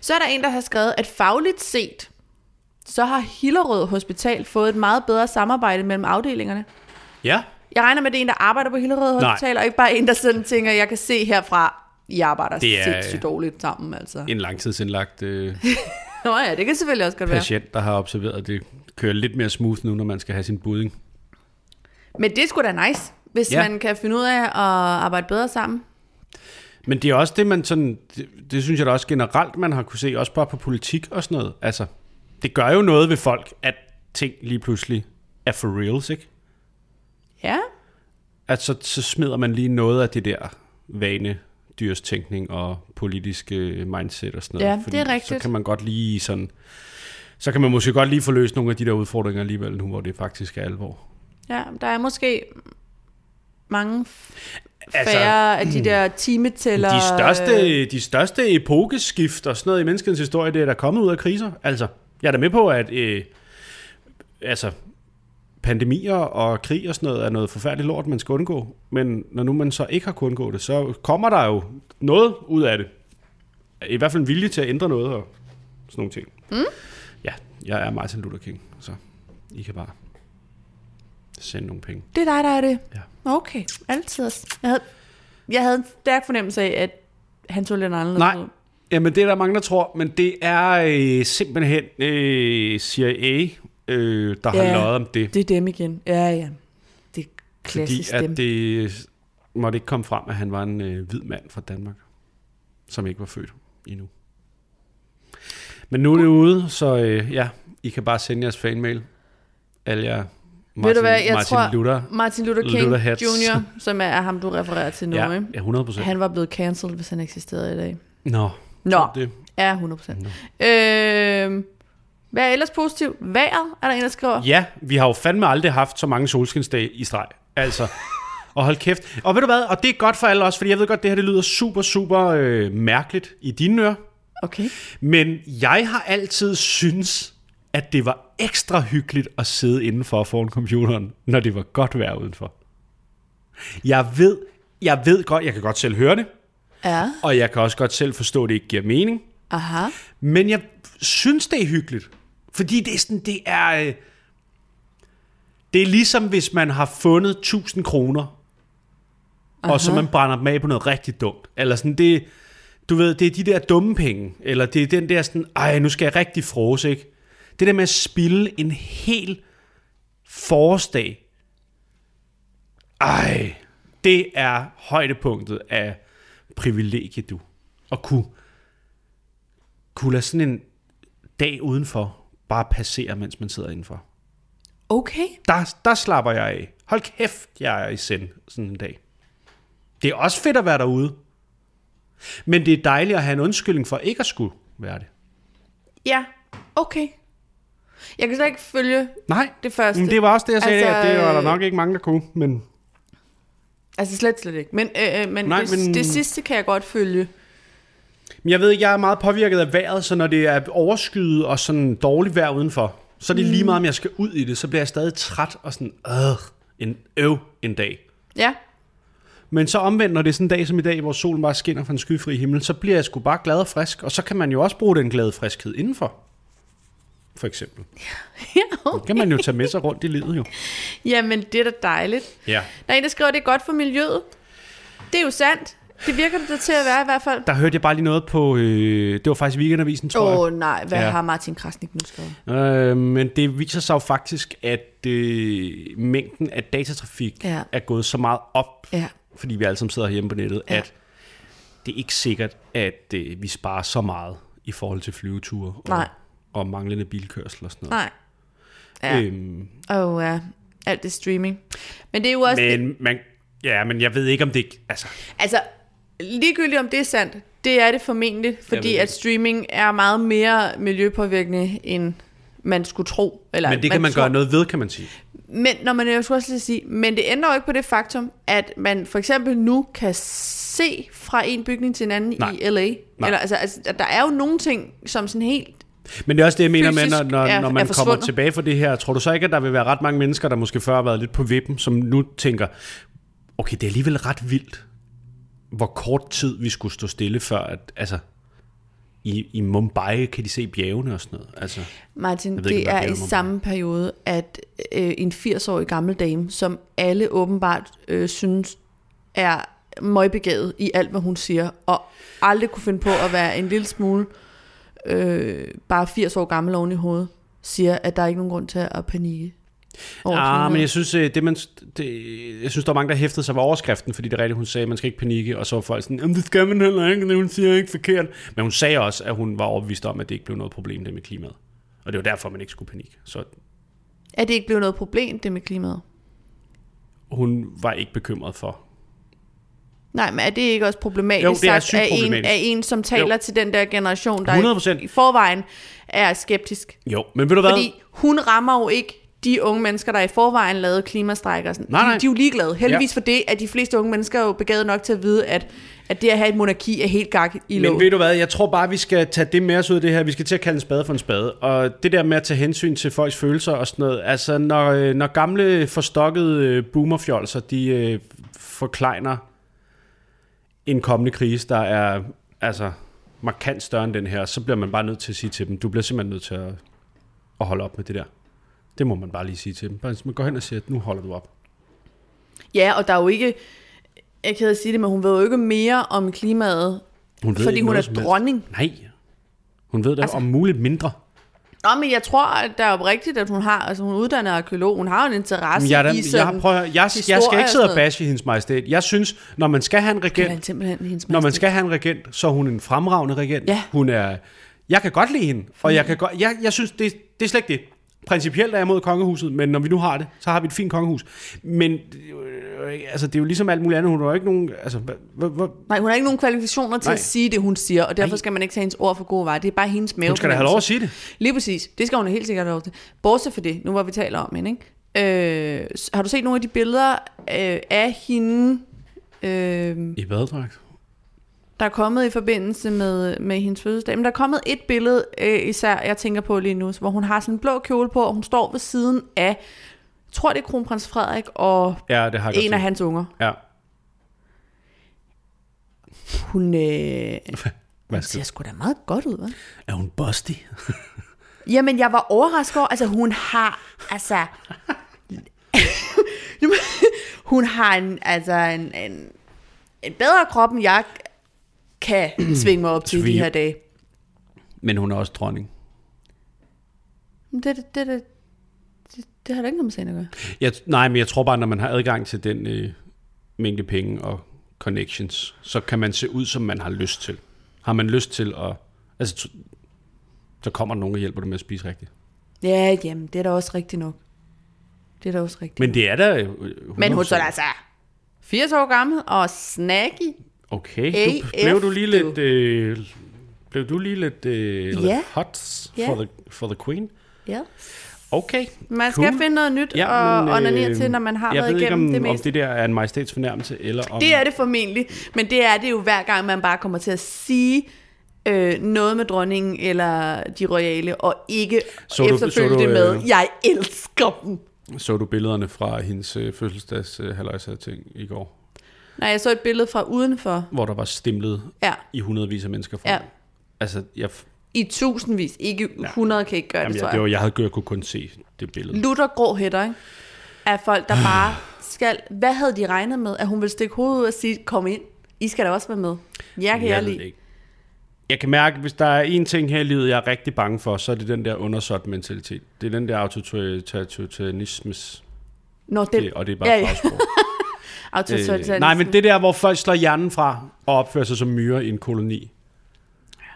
Speaker 2: Så er der en, der har skrevet, at fagligt set, så har Hillerød Hospital fået et meget bedre samarbejde mellem afdelingerne.
Speaker 1: Ja.
Speaker 2: Jeg regner med, at det er en, der arbejder på Hillerød
Speaker 1: Nej.
Speaker 2: Hospital, og ikke bare en, der sådan tænker, jeg kan se herfra, I arbejder
Speaker 1: Det er-
Speaker 2: sindssygt dårligt sammen, altså.
Speaker 1: En langtidsindlagt... Øh...
Speaker 2: Nå ja, det kan selvfølgelig også godt være.
Speaker 1: patient, der har observeret, at det kører lidt mere smooth nu, når man skal have sin budding.
Speaker 2: Men det er sgu da nice, hvis
Speaker 1: Ja.
Speaker 2: ja. man kan finde ud af at arbejde bedre sammen.
Speaker 1: Men det er også det, man sådan, det, det synes jeg da også generelt, man har kunne se, også bare på politik og sådan noget. Altså, det gør jo noget ved folk, at ting lige pludselig er for reals, ikke?
Speaker 2: Ja,
Speaker 1: At så, så smider man lige noget af det der vane dyrstænkning og politiske mindset og sådan noget.
Speaker 2: Ja, det er
Speaker 1: Så
Speaker 2: rigtigt.
Speaker 1: kan man godt lige sådan... Så kan man måske godt lige få løst nogle af de der udfordringer alligevel nu, hvor det faktisk er alvor.
Speaker 2: ja der er måske mange
Speaker 1: Altså,
Speaker 2: færre altså, af de der timetæller.
Speaker 1: De største, de største epokeskift og sådan noget i menneskets historie, det er der kommet ud af kriser. Altså, jeg er da med på, at øh, altså, pandemier og krig og sådan noget er noget forfærdeligt lort, man skal undgå. Men når nu man så ikke har kunnet undgå det, så kommer der jo noget ud af det. I hvert fald en vilje til at ændre noget og sådan nogle ting. Mm. Ja, jeg er Martin Luther King, så I kan bare sende nogle penge.
Speaker 2: Det er dig, der er det.
Speaker 1: Ja.
Speaker 2: Okay, altid. også. Jeg havde, jeg havde en stærk fornemmelse af, at han tog lidt anderledes
Speaker 1: Nej,
Speaker 2: ud.
Speaker 1: jamen det er der mange, der tror, men det er øh, simpelthen øh, CIA, øh, der har
Speaker 2: Ja.
Speaker 1: løjet om det.
Speaker 2: Det er dem igen. Ja, ja. Det er
Speaker 1: Fordi
Speaker 2: klassisk dem.
Speaker 1: at det øh, måtte ikke komme frem, at han var en øh, hvid mand fra Danmark, som ikke var født endnu. Men nu er det
Speaker 2: Uh.
Speaker 1: ude, så øh, ja, I kan bare sende jeres fanmail. Alle jer Martin,
Speaker 2: Ved du hvad, jeg
Speaker 1: Martin
Speaker 2: tror-
Speaker 1: Luther.
Speaker 2: Martin Luther King
Speaker 1: Luther
Speaker 2: Luther
Speaker 1: hats.
Speaker 2: Jr., som er ham, du refererer til nu,
Speaker 1: Ja,
Speaker 2: ikke?
Speaker 1: ja, 100 procent.
Speaker 2: han var blevet cancelled, hvis han eksisterede i dag.
Speaker 1: Nå,
Speaker 2: Nå,
Speaker 1: det,
Speaker 2: ja, 100%. Øhm, hvad er ellers positivt? Vejret er der en, der skriver.
Speaker 1: Ja, vi har jo fandme aldrig haft så mange solskinsdage i streg. Altså, og hold kæft. Og ved du hvad, og det er godt for alle os, fordi jeg ved godt, det her det lyder super, super øh, mærkeligt i dine ører.
Speaker 2: Okay.
Speaker 1: Men jeg har altid synes, at det var ekstra hyggeligt at sidde indenfor foran computeren, når det var godt vejr udenfor. Jeg ved, jeg ved godt, jeg kan godt selv høre det,
Speaker 2: Ja,
Speaker 1: og jeg kan også godt selv forstå, at det ikke giver mening.
Speaker 2: aha.
Speaker 1: Men jeg synes, det er hyggeligt. Fordi det er sådan, det er... øh, Det er ligesom, hvis man har fundet 1000 kroner, og så man brænder dem af på noget rigtig dumt. Eller sådan, det, du ved, det er de der dumme penge. Eller det er den der sådan, ej, nu skal jeg rigtig frose, ikke? Det der med at spille en hel forårsdag. Ej, det er højdepunktet af privilegie, du. At kunne kunne lade sådan en dag udenfor bare passere, mens man sidder indenfor.
Speaker 2: Okay.
Speaker 1: Der, der slapper jeg af. Hold kæft, jeg er i send sådan en dag. Det er også fedt at være derude. Men det er dejligt at have en undskyldning for ikke at skulle være det.
Speaker 2: Ja, okay. Jeg kan slet ikke følge
Speaker 1: Nej,
Speaker 2: det første.
Speaker 1: men det var også det, jeg sagde, altså,
Speaker 2: Altså,
Speaker 1: at det var der
Speaker 2: øh,
Speaker 1: nok ikke mange, der kunne. Men
Speaker 2: Altså slet, slet ikke. Men, øh, øh,
Speaker 1: Nej,
Speaker 2: men, Nej, det,
Speaker 1: men-
Speaker 2: men det sidste kan jeg godt følge.
Speaker 1: Men jeg ved ikke, jeg er meget påvirket af vejret, så når det er overskyet og sådan dårligt vejr udenfor, så er det
Speaker 2: Mm.
Speaker 1: lige meget, om jeg skal ud i det, så bliver jeg stadig træt og sådan, øh, en øv en dag.
Speaker 2: Ja,
Speaker 1: Men så omvendt, når det er sådan en dag som i dag, hvor solen bare skinner fra en skyfri himmel, så bliver jeg sgu bare glad og frisk, og så kan man jo også bruge den glade friskhed indenfor. For eksempel.
Speaker 2: ja.
Speaker 1: Det kan man jo tage med sig rundt i livet jo.
Speaker 2: Jamen, det er da dejligt.
Speaker 1: Ja.
Speaker 2: Der er en, der skriver, at det er godt for miljøet. Det er jo sandt. Det virker det da til at være i hvert fald.
Speaker 1: Der hørte jeg bare lige noget på, øh, det var faktisk Weekendavisen, tror jeg.
Speaker 2: Åh oh, nej, hvad
Speaker 1: Ja.
Speaker 2: ja. har Martin Krasnik nu skrevet?
Speaker 1: Øh, men det viser sig jo faktisk, at øh, mængden af datatrafik ja.
Speaker 2: Ja.
Speaker 1: er gået så meget op,
Speaker 2: Ja.
Speaker 1: fordi vi alle sammen sidder hjemme på nettet, ja.
Speaker 2: Ja.
Speaker 1: at det er ikke sikkert, at øh, vi sparer så meget i forhold til flyveture og,
Speaker 2: Nej.
Speaker 1: og manglende bilkørsel og sådan noget.
Speaker 2: Nej. Ja.
Speaker 1: Øhm,
Speaker 2: Åh oh, ja, alt det streaming. Men Altså, det er jo også... Men...
Speaker 1: men man, ja, men jeg ved ikke, om det ikke... Altså,
Speaker 2: Altså, ligegyldigt om det er sandt, det er det formentlig, fordi
Speaker 1: det.
Speaker 2: at streaming er meget mere miljøpåvirkende, end man skulle tro. Eller
Speaker 1: men det kan man
Speaker 2: tror.
Speaker 1: gøre noget ved, kan man sige.
Speaker 2: Men, når man, jeg skulle også lige sige, men det ændrer jo ikke på det faktum, at man for eksempel nu kan se fra en bygning til en anden
Speaker 1: Nej.
Speaker 2: i L.A. Eller, altså, altså, der er jo nogle ting, som sådan helt...
Speaker 1: Men det er også det, jeg mener med, når,
Speaker 2: Fysisk
Speaker 1: når,
Speaker 2: er-
Speaker 1: når
Speaker 2: er
Speaker 1: man kommer
Speaker 2: forsvundet.
Speaker 1: tilbage fra det her. Tror du så ikke, at der vil være ret mange mennesker, der måske før har været lidt på vippen, som nu tænker, okay, det er alligevel ret vildt, hvor kort tid vi skulle stå stille før, at altså, i, i Mumbai kan de se bjergene og sådan noget. Altså,
Speaker 2: Martin,
Speaker 1: Jeg
Speaker 2: det
Speaker 1: ved ikke, om der er
Speaker 2: er
Speaker 1: flere
Speaker 2: i
Speaker 1: numre.
Speaker 2: samme periode, at øh, en 80-årig gammel dame, som alle åbenbart øh, synes er møgbegavet i alt, hvad hun siger, og aldrig kunne finde på at være en lille smule øh, bare 80 år gammel oven i hovedet, siger, at der er ikke nogen grund til at panikke. over
Speaker 1: Ja, ah,
Speaker 2: klimaet.
Speaker 1: men jeg synes, øh, det, man, det, jeg synes, der var mange, der hæftede sig ved overskriften, fordi det er rigtigt, hun sagde, at man skal ikke panikke, og så var folk sådan, jamen det skal man heller ikke, det hun siger ikke forkert. Men hun sagde også, at hun var overbevist om, at det ikke blev noget problem det med klimaet. Og det var derfor, man ikke skulle panikke. Så
Speaker 2: Er det ikke blevet noget problem, det med klimaet?
Speaker 1: hun var ikke bekymret for.
Speaker 2: Nej, men er det ikke også problematisk,
Speaker 1: Jo, det er
Speaker 2: sagt
Speaker 1: sygt
Speaker 2: af, en,
Speaker 1: problematisk.
Speaker 2: af en, som taler
Speaker 1: Jo.
Speaker 2: jo. til den der generation, der
Speaker 1: 100%.
Speaker 2: i forvejen er skeptisk?
Speaker 1: Jo, men ved du hvad?
Speaker 2: Fordi hun rammer jo ikke de unge mennesker, der i forvejen lavede klimastrækker. og Sådan.
Speaker 1: Nej, nej.
Speaker 2: De, de er jo ligeglade. Heldigvis
Speaker 1: Ja.
Speaker 2: ja. for det, at de fleste unge mennesker er jo begavet nok til at vide, at, at det at have et monarki er helt gak i
Speaker 1: men
Speaker 2: loven.
Speaker 1: ved du hvad, jeg tror bare, vi skal tage det med os ud af det her. Vi skal til at kalde en spade for en spade. Og det der med at tage hensyn til folks følelser og sådan noget. Altså, når, øh, når gamle, forstokkede øh, boomerfjolser, de øh, forklejner en kommende krise, der er altså markant større end den her, så bliver man bare nødt til at sige til dem, du bliver simpelthen nødt til at, at holde op med det der. Det må man bare lige sige til dem. Bare, man går hen og siger, at nu holder du op.
Speaker 2: Ja, og der er jo ikke... Jeg kan sige det, men hun ved jo ikke mere om klimaet,
Speaker 1: Hun ved
Speaker 2: fordi
Speaker 1: ikke
Speaker 2: hun er
Speaker 1: noget som helst.
Speaker 2: dronning.
Speaker 1: Nej. Hun ved da altså, om muligt mindre.
Speaker 2: Nå, men jeg tror, at det er jo rigtigt, at hun har... Altså, hun er uddannet arkeolog. Hun har jo en interesse
Speaker 1: Men jeg, er da-
Speaker 2: i sådan...
Speaker 1: jeg, har, prøv at høre, jeg, jeg skal
Speaker 2: historie
Speaker 1: ikke
Speaker 2: og
Speaker 1: sidde og
Speaker 2: sådan noget.
Speaker 1: bashe hendes majestæt. Jeg synes, når man skal have en
Speaker 2: Det er
Speaker 1: regent,
Speaker 2: simpelthen hendes
Speaker 1: når man
Speaker 2: majestæt.
Speaker 1: skal have en regent, så er hun en fremragende regent.
Speaker 2: Ja. Mm.
Speaker 1: Hun er Jeg kan godt lide hende, og jeg, kan godt, jeg, jeg synes, det, det er slet ikke det. Principielt er jeg mod kongehuset, men når vi nu har det, så har vi et fint kongehus. Men øh, altså, det er jo ligesom alt muligt andet. Hun har jo ikke nogen... Altså, hvad, hvad, hvad-
Speaker 2: Nej, hun har ikke nogen kvalifikationer til
Speaker 1: Nej.
Speaker 2: at sige det, hun siger, og derfor
Speaker 1: Nej.
Speaker 2: skal man ikke tage hendes ord for gode varer. Det er altså- bare hendes mave.
Speaker 1: hun skal da have lov at sige det.
Speaker 2: Lige præcis. Det skal hun helt sikkert have lov til. Bortset for det, nu hvor vi taler om hende, ikke? Øh, s- har du set nogle af de billeder øh, af hende, øh,
Speaker 1: I badedragt.
Speaker 2: der er kommet i forbindelse med, med hendes fødselsdag? Men der er kommet et billede, øh, især jeg tænker på lige nu, hvor hun har sådan en blå kjole på, og hun står ved siden af, jeg tror det er kronprins Frederik og
Speaker 1: Ja, det har jeg
Speaker 2: en af
Speaker 1: godt set.
Speaker 2: hans unger.
Speaker 1: Ja,
Speaker 2: Hun, øh,
Speaker 1: hvad skal
Speaker 2: hun ser sgu da meget godt ud, hva'?
Speaker 1: Er hun busty?
Speaker 2: Jamen, jeg var overrasket over, altså hun har, altså... Jamen, hun har en, altså en, en, en bedre krop, end jeg kan svinge mig op til i de
Speaker 1: Svinge.
Speaker 2: her dage.
Speaker 1: Men hun er også dronning.
Speaker 2: Men Det, det, det, det, det, det har da ikke noget med sagen at gøre.
Speaker 1: Jeg, nej, men jeg tror bare, når man har adgang til den øh, mængde penge og connections, så kan man se ud, som man har lyst til. Har man lyst til at... Altså, t- så kommer der nogen og hjælper dig med at spise rigtigt.
Speaker 2: Ja, jamen, det er da også rigtigt nok. Det er da også rigtigt.
Speaker 1: Men det er da... øh,
Speaker 2: Men hun er
Speaker 1: 100%.
Speaker 2: da altså 80 år gammel og snacky.
Speaker 1: Okay,
Speaker 2: AF,
Speaker 1: du, blev du lige
Speaker 2: du.
Speaker 1: lidt... Øh, blev du lige lidt øh,
Speaker 2: Ja.
Speaker 1: hot
Speaker 2: Ja.
Speaker 1: for, the, for the queen?
Speaker 2: Ja.
Speaker 1: Okay,
Speaker 2: Man skal
Speaker 1: cool. øh,
Speaker 2: finde noget nyt ja, øh, og onanere til, når man har
Speaker 1: jeg
Speaker 2: været
Speaker 1: ved ikke,
Speaker 2: igennem
Speaker 1: om,
Speaker 2: det
Speaker 1: om
Speaker 2: meste.
Speaker 1: det der er en majestæts fornærmelse, eller om...
Speaker 2: Det er det formentlig, men det er det jo hver gang, man bare kommer til at sige øh, noget med dronningen eller de royale, og ikke
Speaker 1: Så
Speaker 2: så
Speaker 1: du-
Speaker 2: efterfølge
Speaker 1: så du,
Speaker 2: det med,
Speaker 1: øh,
Speaker 2: jeg elsker dem.
Speaker 1: Så du billederne fra hendes øh, fødselsdags øh, halløjsa ting i går,
Speaker 2: Nej, jeg så et billede fra udenfor.
Speaker 1: hvor der var stimlet
Speaker 2: Ja,
Speaker 1: i hundredvis af mennesker fra.
Speaker 2: Ja.
Speaker 1: Altså, jeg,
Speaker 2: i tusindvis. Ikke 100 kan ikke gøre
Speaker 1: jamen,
Speaker 2: det,
Speaker 1: jeg,
Speaker 2: tror
Speaker 1: det
Speaker 2: jeg.
Speaker 1: var, jeg havde jeg kunne kun se det billede.
Speaker 2: Lutter grå hætter, ikke? Af folk, der
Speaker 1: Ah.
Speaker 2: bare skal... Hvad havde de regnet med? At hun ville stikke hovedet ud og sige, kom ind, I skal da også være med. Jeg kan jeg,
Speaker 1: ved det
Speaker 2: lide.
Speaker 1: ikke. Jeg kan mærke, hvis der er en ting her i livet, jeg er rigtig bange for, så er det den der undersåt mentalitet. Det er den der autoritanismes,
Speaker 2: Nå, den,
Speaker 1: og det er bare
Speaker 2: Ja,
Speaker 1: ja,
Speaker 2: ja.
Speaker 1: ja.
Speaker 2: autoritære-
Speaker 1: øh, Nej, men det der, hvor folk slår hjernen fra og opfører sig som myrer i en koloni.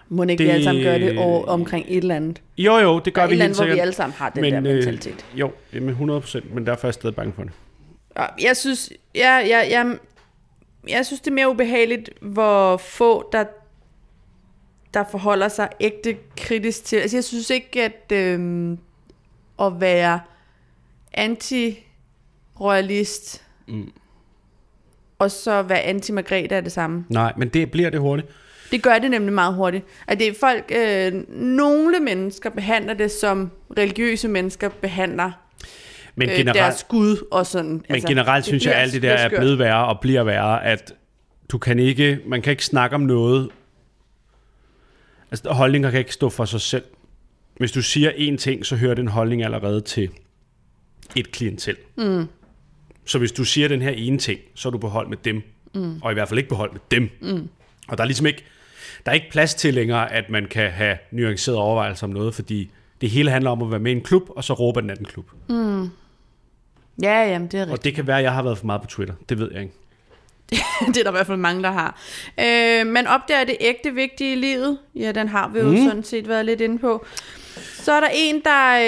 Speaker 2: Må ikke det...
Speaker 1: det-
Speaker 2: vi alle sammen gøre det over, omkring et eller andet?
Speaker 1: Jo, jo, det gør
Speaker 2: Der er
Speaker 1: vi
Speaker 2: et eller
Speaker 1: helt
Speaker 2: andet, hvor vi
Speaker 1: sikkert.
Speaker 2: alle sammen har den men, der mentalitet.
Speaker 1: Øh, jo, jamen 100 procent, men derfor er jeg stadig bange for det.
Speaker 2: Øh, jeg synes, jeg, jeg, jeg, jeg synes, det er mere ubehageligt, hvor få, der, der forholder sig ægte kritisk til. Altså, jeg synes ikke, at øhm, at være anti-royalist mm. og så være anti-Margrethe er det samme.
Speaker 1: Nej, men det bliver det hurtigt.
Speaker 2: Det gør det nemlig meget hurtigt. At det er folk, øh, nogle mennesker behandler det, som religiøse mennesker behandler
Speaker 1: Men
Speaker 2: øh,
Speaker 1: generelt,
Speaker 2: deres Gud og sådan. altså,
Speaker 1: men generelt synes jeg, at
Speaker 2: bliver-
Speaker 1: alt altså, det der
Speaker 2: bliver
Speaker 1: er
Speaker 2: skørt.
Speaker 1: blevet værre og bliver værre, at du kan ikke, man kan ikke snakke om noget. Altså, holdninger kan ikke stå for sig selv. Hvis du siger én ting, så hører den holdning allerede til et klientel. Mm. Så hvis du siger den her ene ting, så er du på hold med dem. Mm. Og i hvert fald ikke på hold med dem. Mm. Og der er ligesom ikke, der er ikke plads til længere, at man kan have nuancerede overvejelser om noget, fordi det hele handler om at være med i en klub, og så råber den anden klub.
Speaker 2: Ja, jamen, det er rigtigt.
Speaker 1: Og det kan være, at jeg har været for meget på Twitter. Det ved jeg ikke.
Speaker 2: Det er der i hvert fald mange, der har. Øh, man opdager det ægte vigtige i livet. Ja, den har vi jo
Speaker 1: Mhm.
Speaker 2: mm. sådan set været lidt inde på. Så er der en, der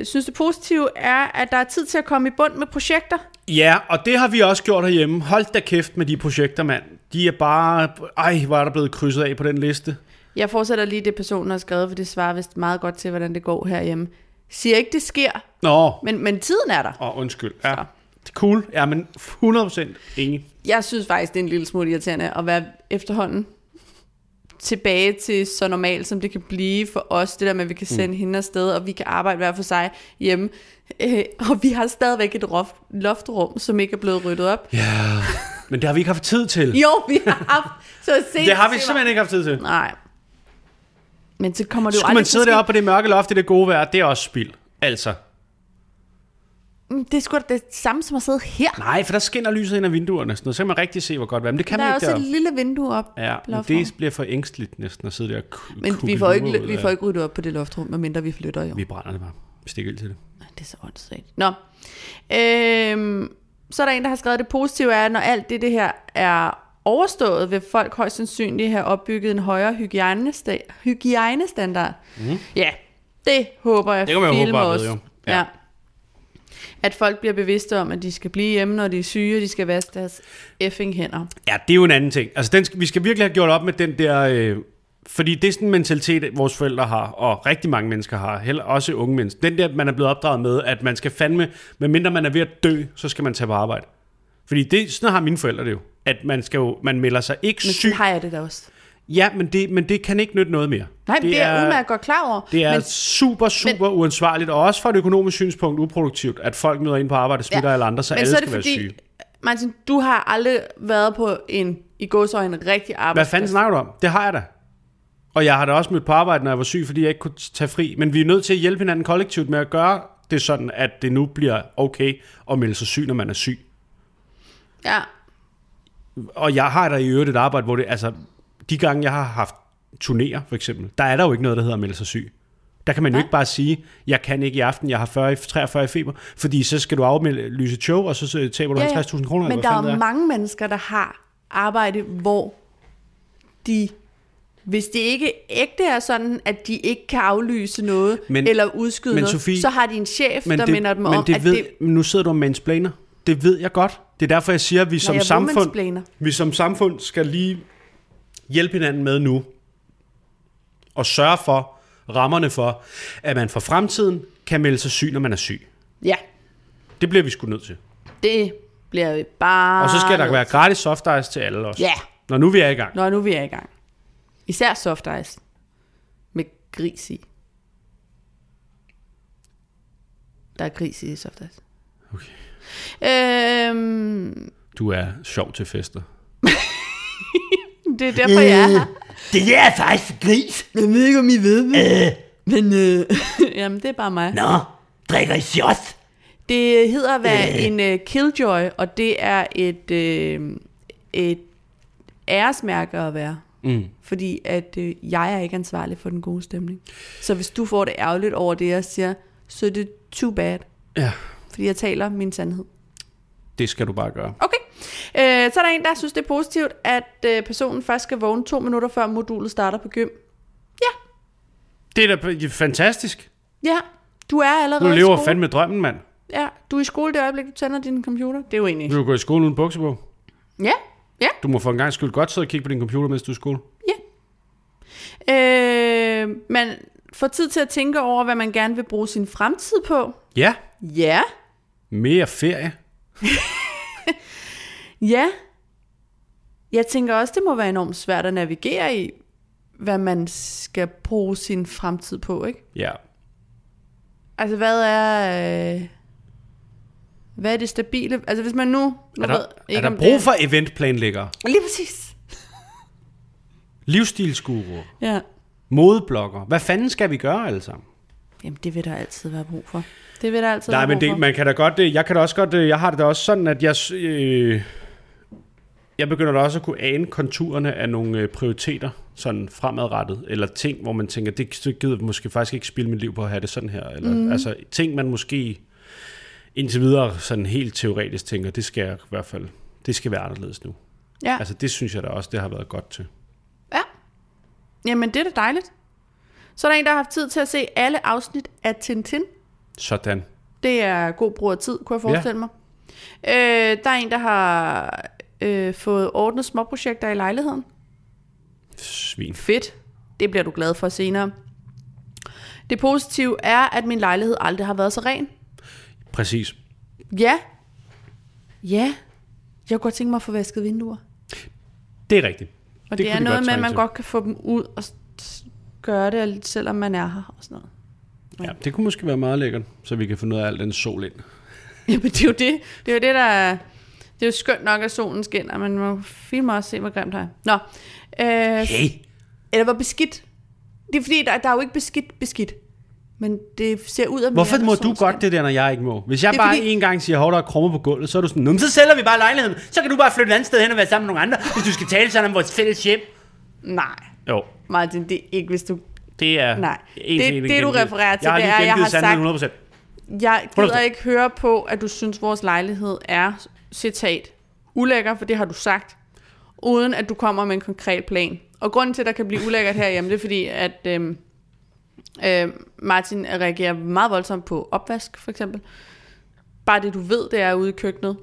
Speaker 2: øh, synes det positive er, at der er tid til at komme i bund med projekter.
Speaker 1: Ja, og det har vi også gjort herhjemme. Hold da kæft med de projekter, mand. De er bare... Ej, hvor er der blevet krydset af på den liste.
Speaker 2: Jeg fortsætter lige det, personen har skrevet, for det svarer vist meget godt til, hvordan det går herhjemme. Siger ikke, det sker,
Speaker 1: Nå,
Speaker 2: men, men tiden er der.
Speaker 1: og undskyld. Ja, det er cool. Ja, men 100% enig.
Speaker 2: Jeg synes faktisk, det er en lille smule irriterende at være efterhånden tilbage til så normalt, som det kan blive for os. Det der med, at vi kan sende mm. hende afsted, og vi kan arbejde hver for sig hjemme. Øh, og vi har stadigvæk et rof- loftrum, som ikke er blevet ryddet op. Ja.
Speaker 1: Men det har vi ikke haft tid til.
Speaker 2: Jo, vi har haft så sent.
Speaker 1: det har vi simpelthen ikke haft tid til.
Speaker 2: Nej. Men så kommer det jo
Speaker 1: Skulle
Speaker 2: aldrig
Speaker 1: man
Speaker 2: til
Speaker 1: sidde
Speaker 2: at ske.
Speaker 1: deroppe på det mørke loft i det gode vejr, det er også spild. Altså.
Speaker 2: Mm, Det er sgu da det samme som at sidde her.
Speaker 1: Nej, for der skinner lyset ind af vinduerne, og sådan noget. så kan man rigtig se, hvor godt det er. Men det kan
Speaker 2: Der
Speaker 1: man ikke
Speaker 2: er også et
Speaker 1: deroppe.
Speaker 2: lille vindue op.
Speaker 1: Ja, men
Speaker 2: loftrum.
Speaker 1: det bliver for ængstligt næsten at sidde der og ku-
Speaker 2: Men vi
Speaker 1: kugle
Speaker 2: får,
Speaker 1: lurer
Speaker 2: ikke,
Speaker 1: ud
Speaker 2: vi
Speaker 1: af-
Speaker 2: får ikke ryddet op på det loftrum, medmindre vi flytter jo.
Speaker 1: Vi brænder det bare. Vi stikker ild til det.
Speaker 2: Det er så åndssvagt. Nå. Øhm, så er der en, der har skrevet, at det positive er, at når alt det, det her er overstået, vil folk højst sandsynligt have opbygget en højere hygiejnesta- hygiejnestandard. Mm. Ja, det håber jeg
Speaker 1: Mhm. Det kan man jo
Speaker 2: film
Speaker 1: håbe bare ved,
Speaker 2: også.
Speaker 1: jo. Ja.
Speaker 2: Ja. ja. At folk bliver bevidste om, at de skal blive hjemme, når de er syge, og de skal vaske deres effing hænder.
Speaker 1: Ja, det er jo en anden ting. Altså, den, skal- vi skal virkelig have gjort op med den der... Øh, fordi det er sådan en mentalitet, vores forældre har, og rigtig mange mennesker har, heller også unge mennesker. Den der, man er blevet opdraget med, at man skal fandme, medmindre man er ved at dø, så skal man tage på arbejde. Fordi det, sådan har mine forældre det jo. At man, skal jo, man melder sig ikke
Speaker 2: Men
Speaker 1: syg.
Speaker 2: sådan har jeg det da også.
Speaker 1: Ja, men det, men det kan ikke nytte noget mere.
Speaker 2: Nej, det, det er jeg udmærket godt klar over.
Speaker 1: Det er men,
Speaker 2: men
Speaker 1: super, super men, uansvarligt, og også fra et økonomisk synspunkt uproduktivt, at folk møder ind på arbejde og smitter ja, alle andre, så alle skal være syge.
Speaker 2: Martin, du har aldrig været på en, i en rigtig
Speaker 1: Hvad
Speaker 2: arbejdsplads.
Speaker 1: fanden snakker du om? Det har jeg da. Og jeg har da også mødt på arbejde, når jeg var syg, fordi jeg ikke kunne tage fri. Men vi er nødt til at hjælpe hinanden kollektivt med at gøre det sådan, at det nu bliver okay at melde sig syg, når man er syg.
Speaker 2: Ja,
Speaker 1: Og jeg har da i øvrigt et arbejde, hvor det, altså, de gange jeg har haft turnéer for eksempel, der er der jo ikke noget, der hedder at melde sig syg. Der kan man jo
Speaker 2: Nej.
Speaker 1: ikke bare sige, jeg kan ikke i aften, jeg har 40, i- 43 i feber, fordi så skal du aflyse et show, og så så taber du
Speaker 2: ja, ja.
Speaker 1: 50.000 kroner.
Speaker 2: Men
Speaker 1: eller hvad
Speaker 2: der er
Speaker 1: fanden det
Speaker 2: jo mange mennesker, der har arbejde, hvor de, hvis det ikke ægte er sådan, at de ikke kan aflyse noget
Speaker 1: Men-
Speaker 2: men, eller udskyde
Speaker 1: men
Speaker 2: noget,
Speaker 1: Sofie-
Speaker 2: så har de en chef, der minder dem
Speaker 1: men
Speaker 2: om,
Speaker 1: det
Speaker 2: at
Speaker 1: ved,
Speaker 2: det...
Speaker 1: men Nu sidder du og mansplaner. Det ved jeg godt. Det er derfor, jeg siger, at vi som,
Speaker 2: jeg
Speaker 1: samfund,
Speaker 2: womansplainer.
Speaker 1: vi som samfund skal lige hjælpe hinanden med nu. Og sørge for, rammerne for, at man for fremtiden kan melde sig syg, når man er syg.
Speaker 2: Ja,
Speaker 1: Det bliver vi sgu nødt til.
Speaker 2: det bliver bare...
Speaker 1: Og så skal der være gratis soft ice til alle også.
Speaker 2: Ah, Ja.
Speaker 1: Når nu vi er i gang.
Speaker 2: Nå, nu er vi i gang. Især soft ice. Med gris i. Der er gris i soft ice.
Speaker 1: Okay.
Speaker 2: Øhm,
Speaker 1: Du er sjov til fester.
Speaker 2: det er derfor, jeg er her.
Speaker 1: Øh, Det der er faktisk gris.
Speaker 2: Jeg ved ikke, om I ved det. Men øh, jamen, det er bare mig.
Speaker 1: Nå, drikker I sjovt?
Speaker 2: Det hedder at være en øh, killjoy, og det er et, øh, et æresmærke at være. Mm. Fordi at øh, jeg er ikke ansvarlig for den gode stemning. Så hvis du får det ærgerligt over det, jeg siger, så er det too bad.
Speaker 1: Ja,
Speaker 2: Fordi jeg taler min sandhed.
Speaker 1: det skal du bare gøre.
Speaker 2: Okay. Øh, så er der en, der synes, det er positivt, at øh, personen først skal vågne to minutter, før modulet starter på gym. Ja,
Speaker 1: Det er da fantastisk.
Speaker 2: ja. Du er allerede
Speaker 1: Du
Speaker 2: i
Speaker 1: lever
Speaker 2: skole.
Speaker 1: fandme drømmen, mand.
Speaker 2: Ja, du er i skole det øjeblik, du tænder din computer. Det er jo egentlig...
Speaker 1: Du kan gå i skole uden bukser på.
Speaker 2: Ja, ja,
Speaker 1: Du må for en gang skyld godt sidde og kigge på din computer, mens du er i skole.
Speaker 2: ja. Øh, man får tid til at tænke over, hvad man gerne vil bruge sin fremtid på.
Speaker 1: Ja,
Speaker 2: Ja,
Speaker 1: mere ferie.
Speaker 2: ja. Jeg tænker også, det må være enormt svært at navigere i, hvad man skal bruge sin fremtid på, ikke?
Speaker 1: Ja.
Speaker 2: Altså, hvad er... Øh, hvad er det stabile? Altså, hvis man nu... nu
Speaker 1: Er der,
Speaker 2: ved,
Speaker 1: er
Speaker 2: om
Speaker 1: der
Speaker 2: det
Speaker 1: brug for eventplanlæggere,
Speaker 2: Lige præcis.
Speaker 1: livsstilsguruer,
Speaker 2: Ja.
Speaker 1: modeblogger? Hvad fanden skal vi gøre alle sammen?
Speaker 2: Jamen, det vil der altid være brug for. Det vil der altid
Speaker 1: Nej,
Speaker 2: være
Speaker 1: men
Speaker 2: brug for.
Speaker 1: det, man kan da godt, øh, jeg kan da også godt, øh, jeg har det da også sådan, at jeg, s- øh, jeg begynder da også at kunne ane konturerne af nogle øh, prioriteter, sådan fremadrettet, eller ting, hvor man tænker, det det gider jeg måske faktisk ikke spille mit liv på at have det sådan her, eller
Speaker 2: Mhm.
Speaker 1: mm. altså ting, man måske indtil videre sådan helt teoretisk tænker, det skal jeg i hvert fald, det skal være anderledes nu.
Speaker 2: Ja.
Speaker 1: Altså det synes jeg da også, det har været godt til.
Speaker 2: Ja. Jamen, det er da dejligt. Så er der en, der har haft tid til at se alle afsnit af Tintin.
Speaker 1: Sådan.
Speaker 2: Det er god brug af tid, kunne jeg forestille mig. Øh, der er en, der har øh, fået ordnet småprojekter i lejligheden.
Speaker 1: Svin.
Speaker 2: Fedt. Det bliver du glad for senere. Det positive er, at min lejlighed aldrig har været så ren.
Speaker 1: Præcis.
Speaker 2: Ja. Ja. Jeg kunne godt tænke mig at få vasket vinduer.
Speaker 1: Det er rigtigt.
Speaker 2: Og det, det
Speaker 1: kunne
Speaker 2: er
Speaker 1: de
Speaker 2: noget med, at
Speaker 1: trænge
Speaker 2: man
Speaker 1: til.
Speaker 2: godt kan få dem ud og s- s- gøre det, selvom man er her og sådan noget.
Speaker 1: Ja, det kunne måske være meget lækkert, så vi kan få noget af al den sol ind.
Speaker 2: Jamen, det er jo det. Det er jo det, der er- Det er jo skønt nok, at solen skinner, men man må filme også se, hvor grimt det er. Nå. Øh,
Speaker 1: Hey,
Speaker 2: eller hvor beskidt. Det er fordi, der, der er jo ikke beskidt beskidt. Men det ser ud af mere,
Speaker 1: Hvorfor
Speaker 2: når
Speaker 1: må du
Speaker 2: solen
Speaker 1: godt det der, når jeg ikke må? Hvis jeg
Speaker 2: Det er
Speaker 1: bare
Speaker 2: fordi-
Speaker 1: en gang siger, hov, der er krummer på gulvet, så er du sådan, "Nå, men så sælger vi bare lejligheden, så kan du bare flytte et andet sted hen og være sammen med nogle andre, hvis du skal tale sådan om vores fælles hjem.
Speaker 2: skinner. Nej,
Speaker 1: Jo,
Speaker 2: Martin, det er ikke, hvis du...
Speaker 1: det er...
Speaker 2: Nej.
Speaker 1: en
Speaker 2: Det-
Speaker 1: til en
Speaker 2: det, du
Speaker 1: gengivet.
Speaker 2: refererer til,
Speaker 1: jeg har
Speaker 2: det
Speaker 1: lige
Speaker 2: er, jeg
Speaker 1: gengivet
Speaker 2: har
Speaker 1: sandheden
Speaker 2: sagt-
Speaker 1: 100%.
Speaker 2: Jeg gider
Speaker 1: Understå.
Speaker 2: ikke høre på, at du synes, vores lejlighed er, citat, ulækker, for det har du sagt. uden at du kommer med en konkret plan. Og grunden til, at der kan blive ulækkert herhjemme, det er fordi, at øhm, øh, Martin reagerer meget voldsomt på opvask, for eksempel. Bare det, du ved, det er ude i køkkenet,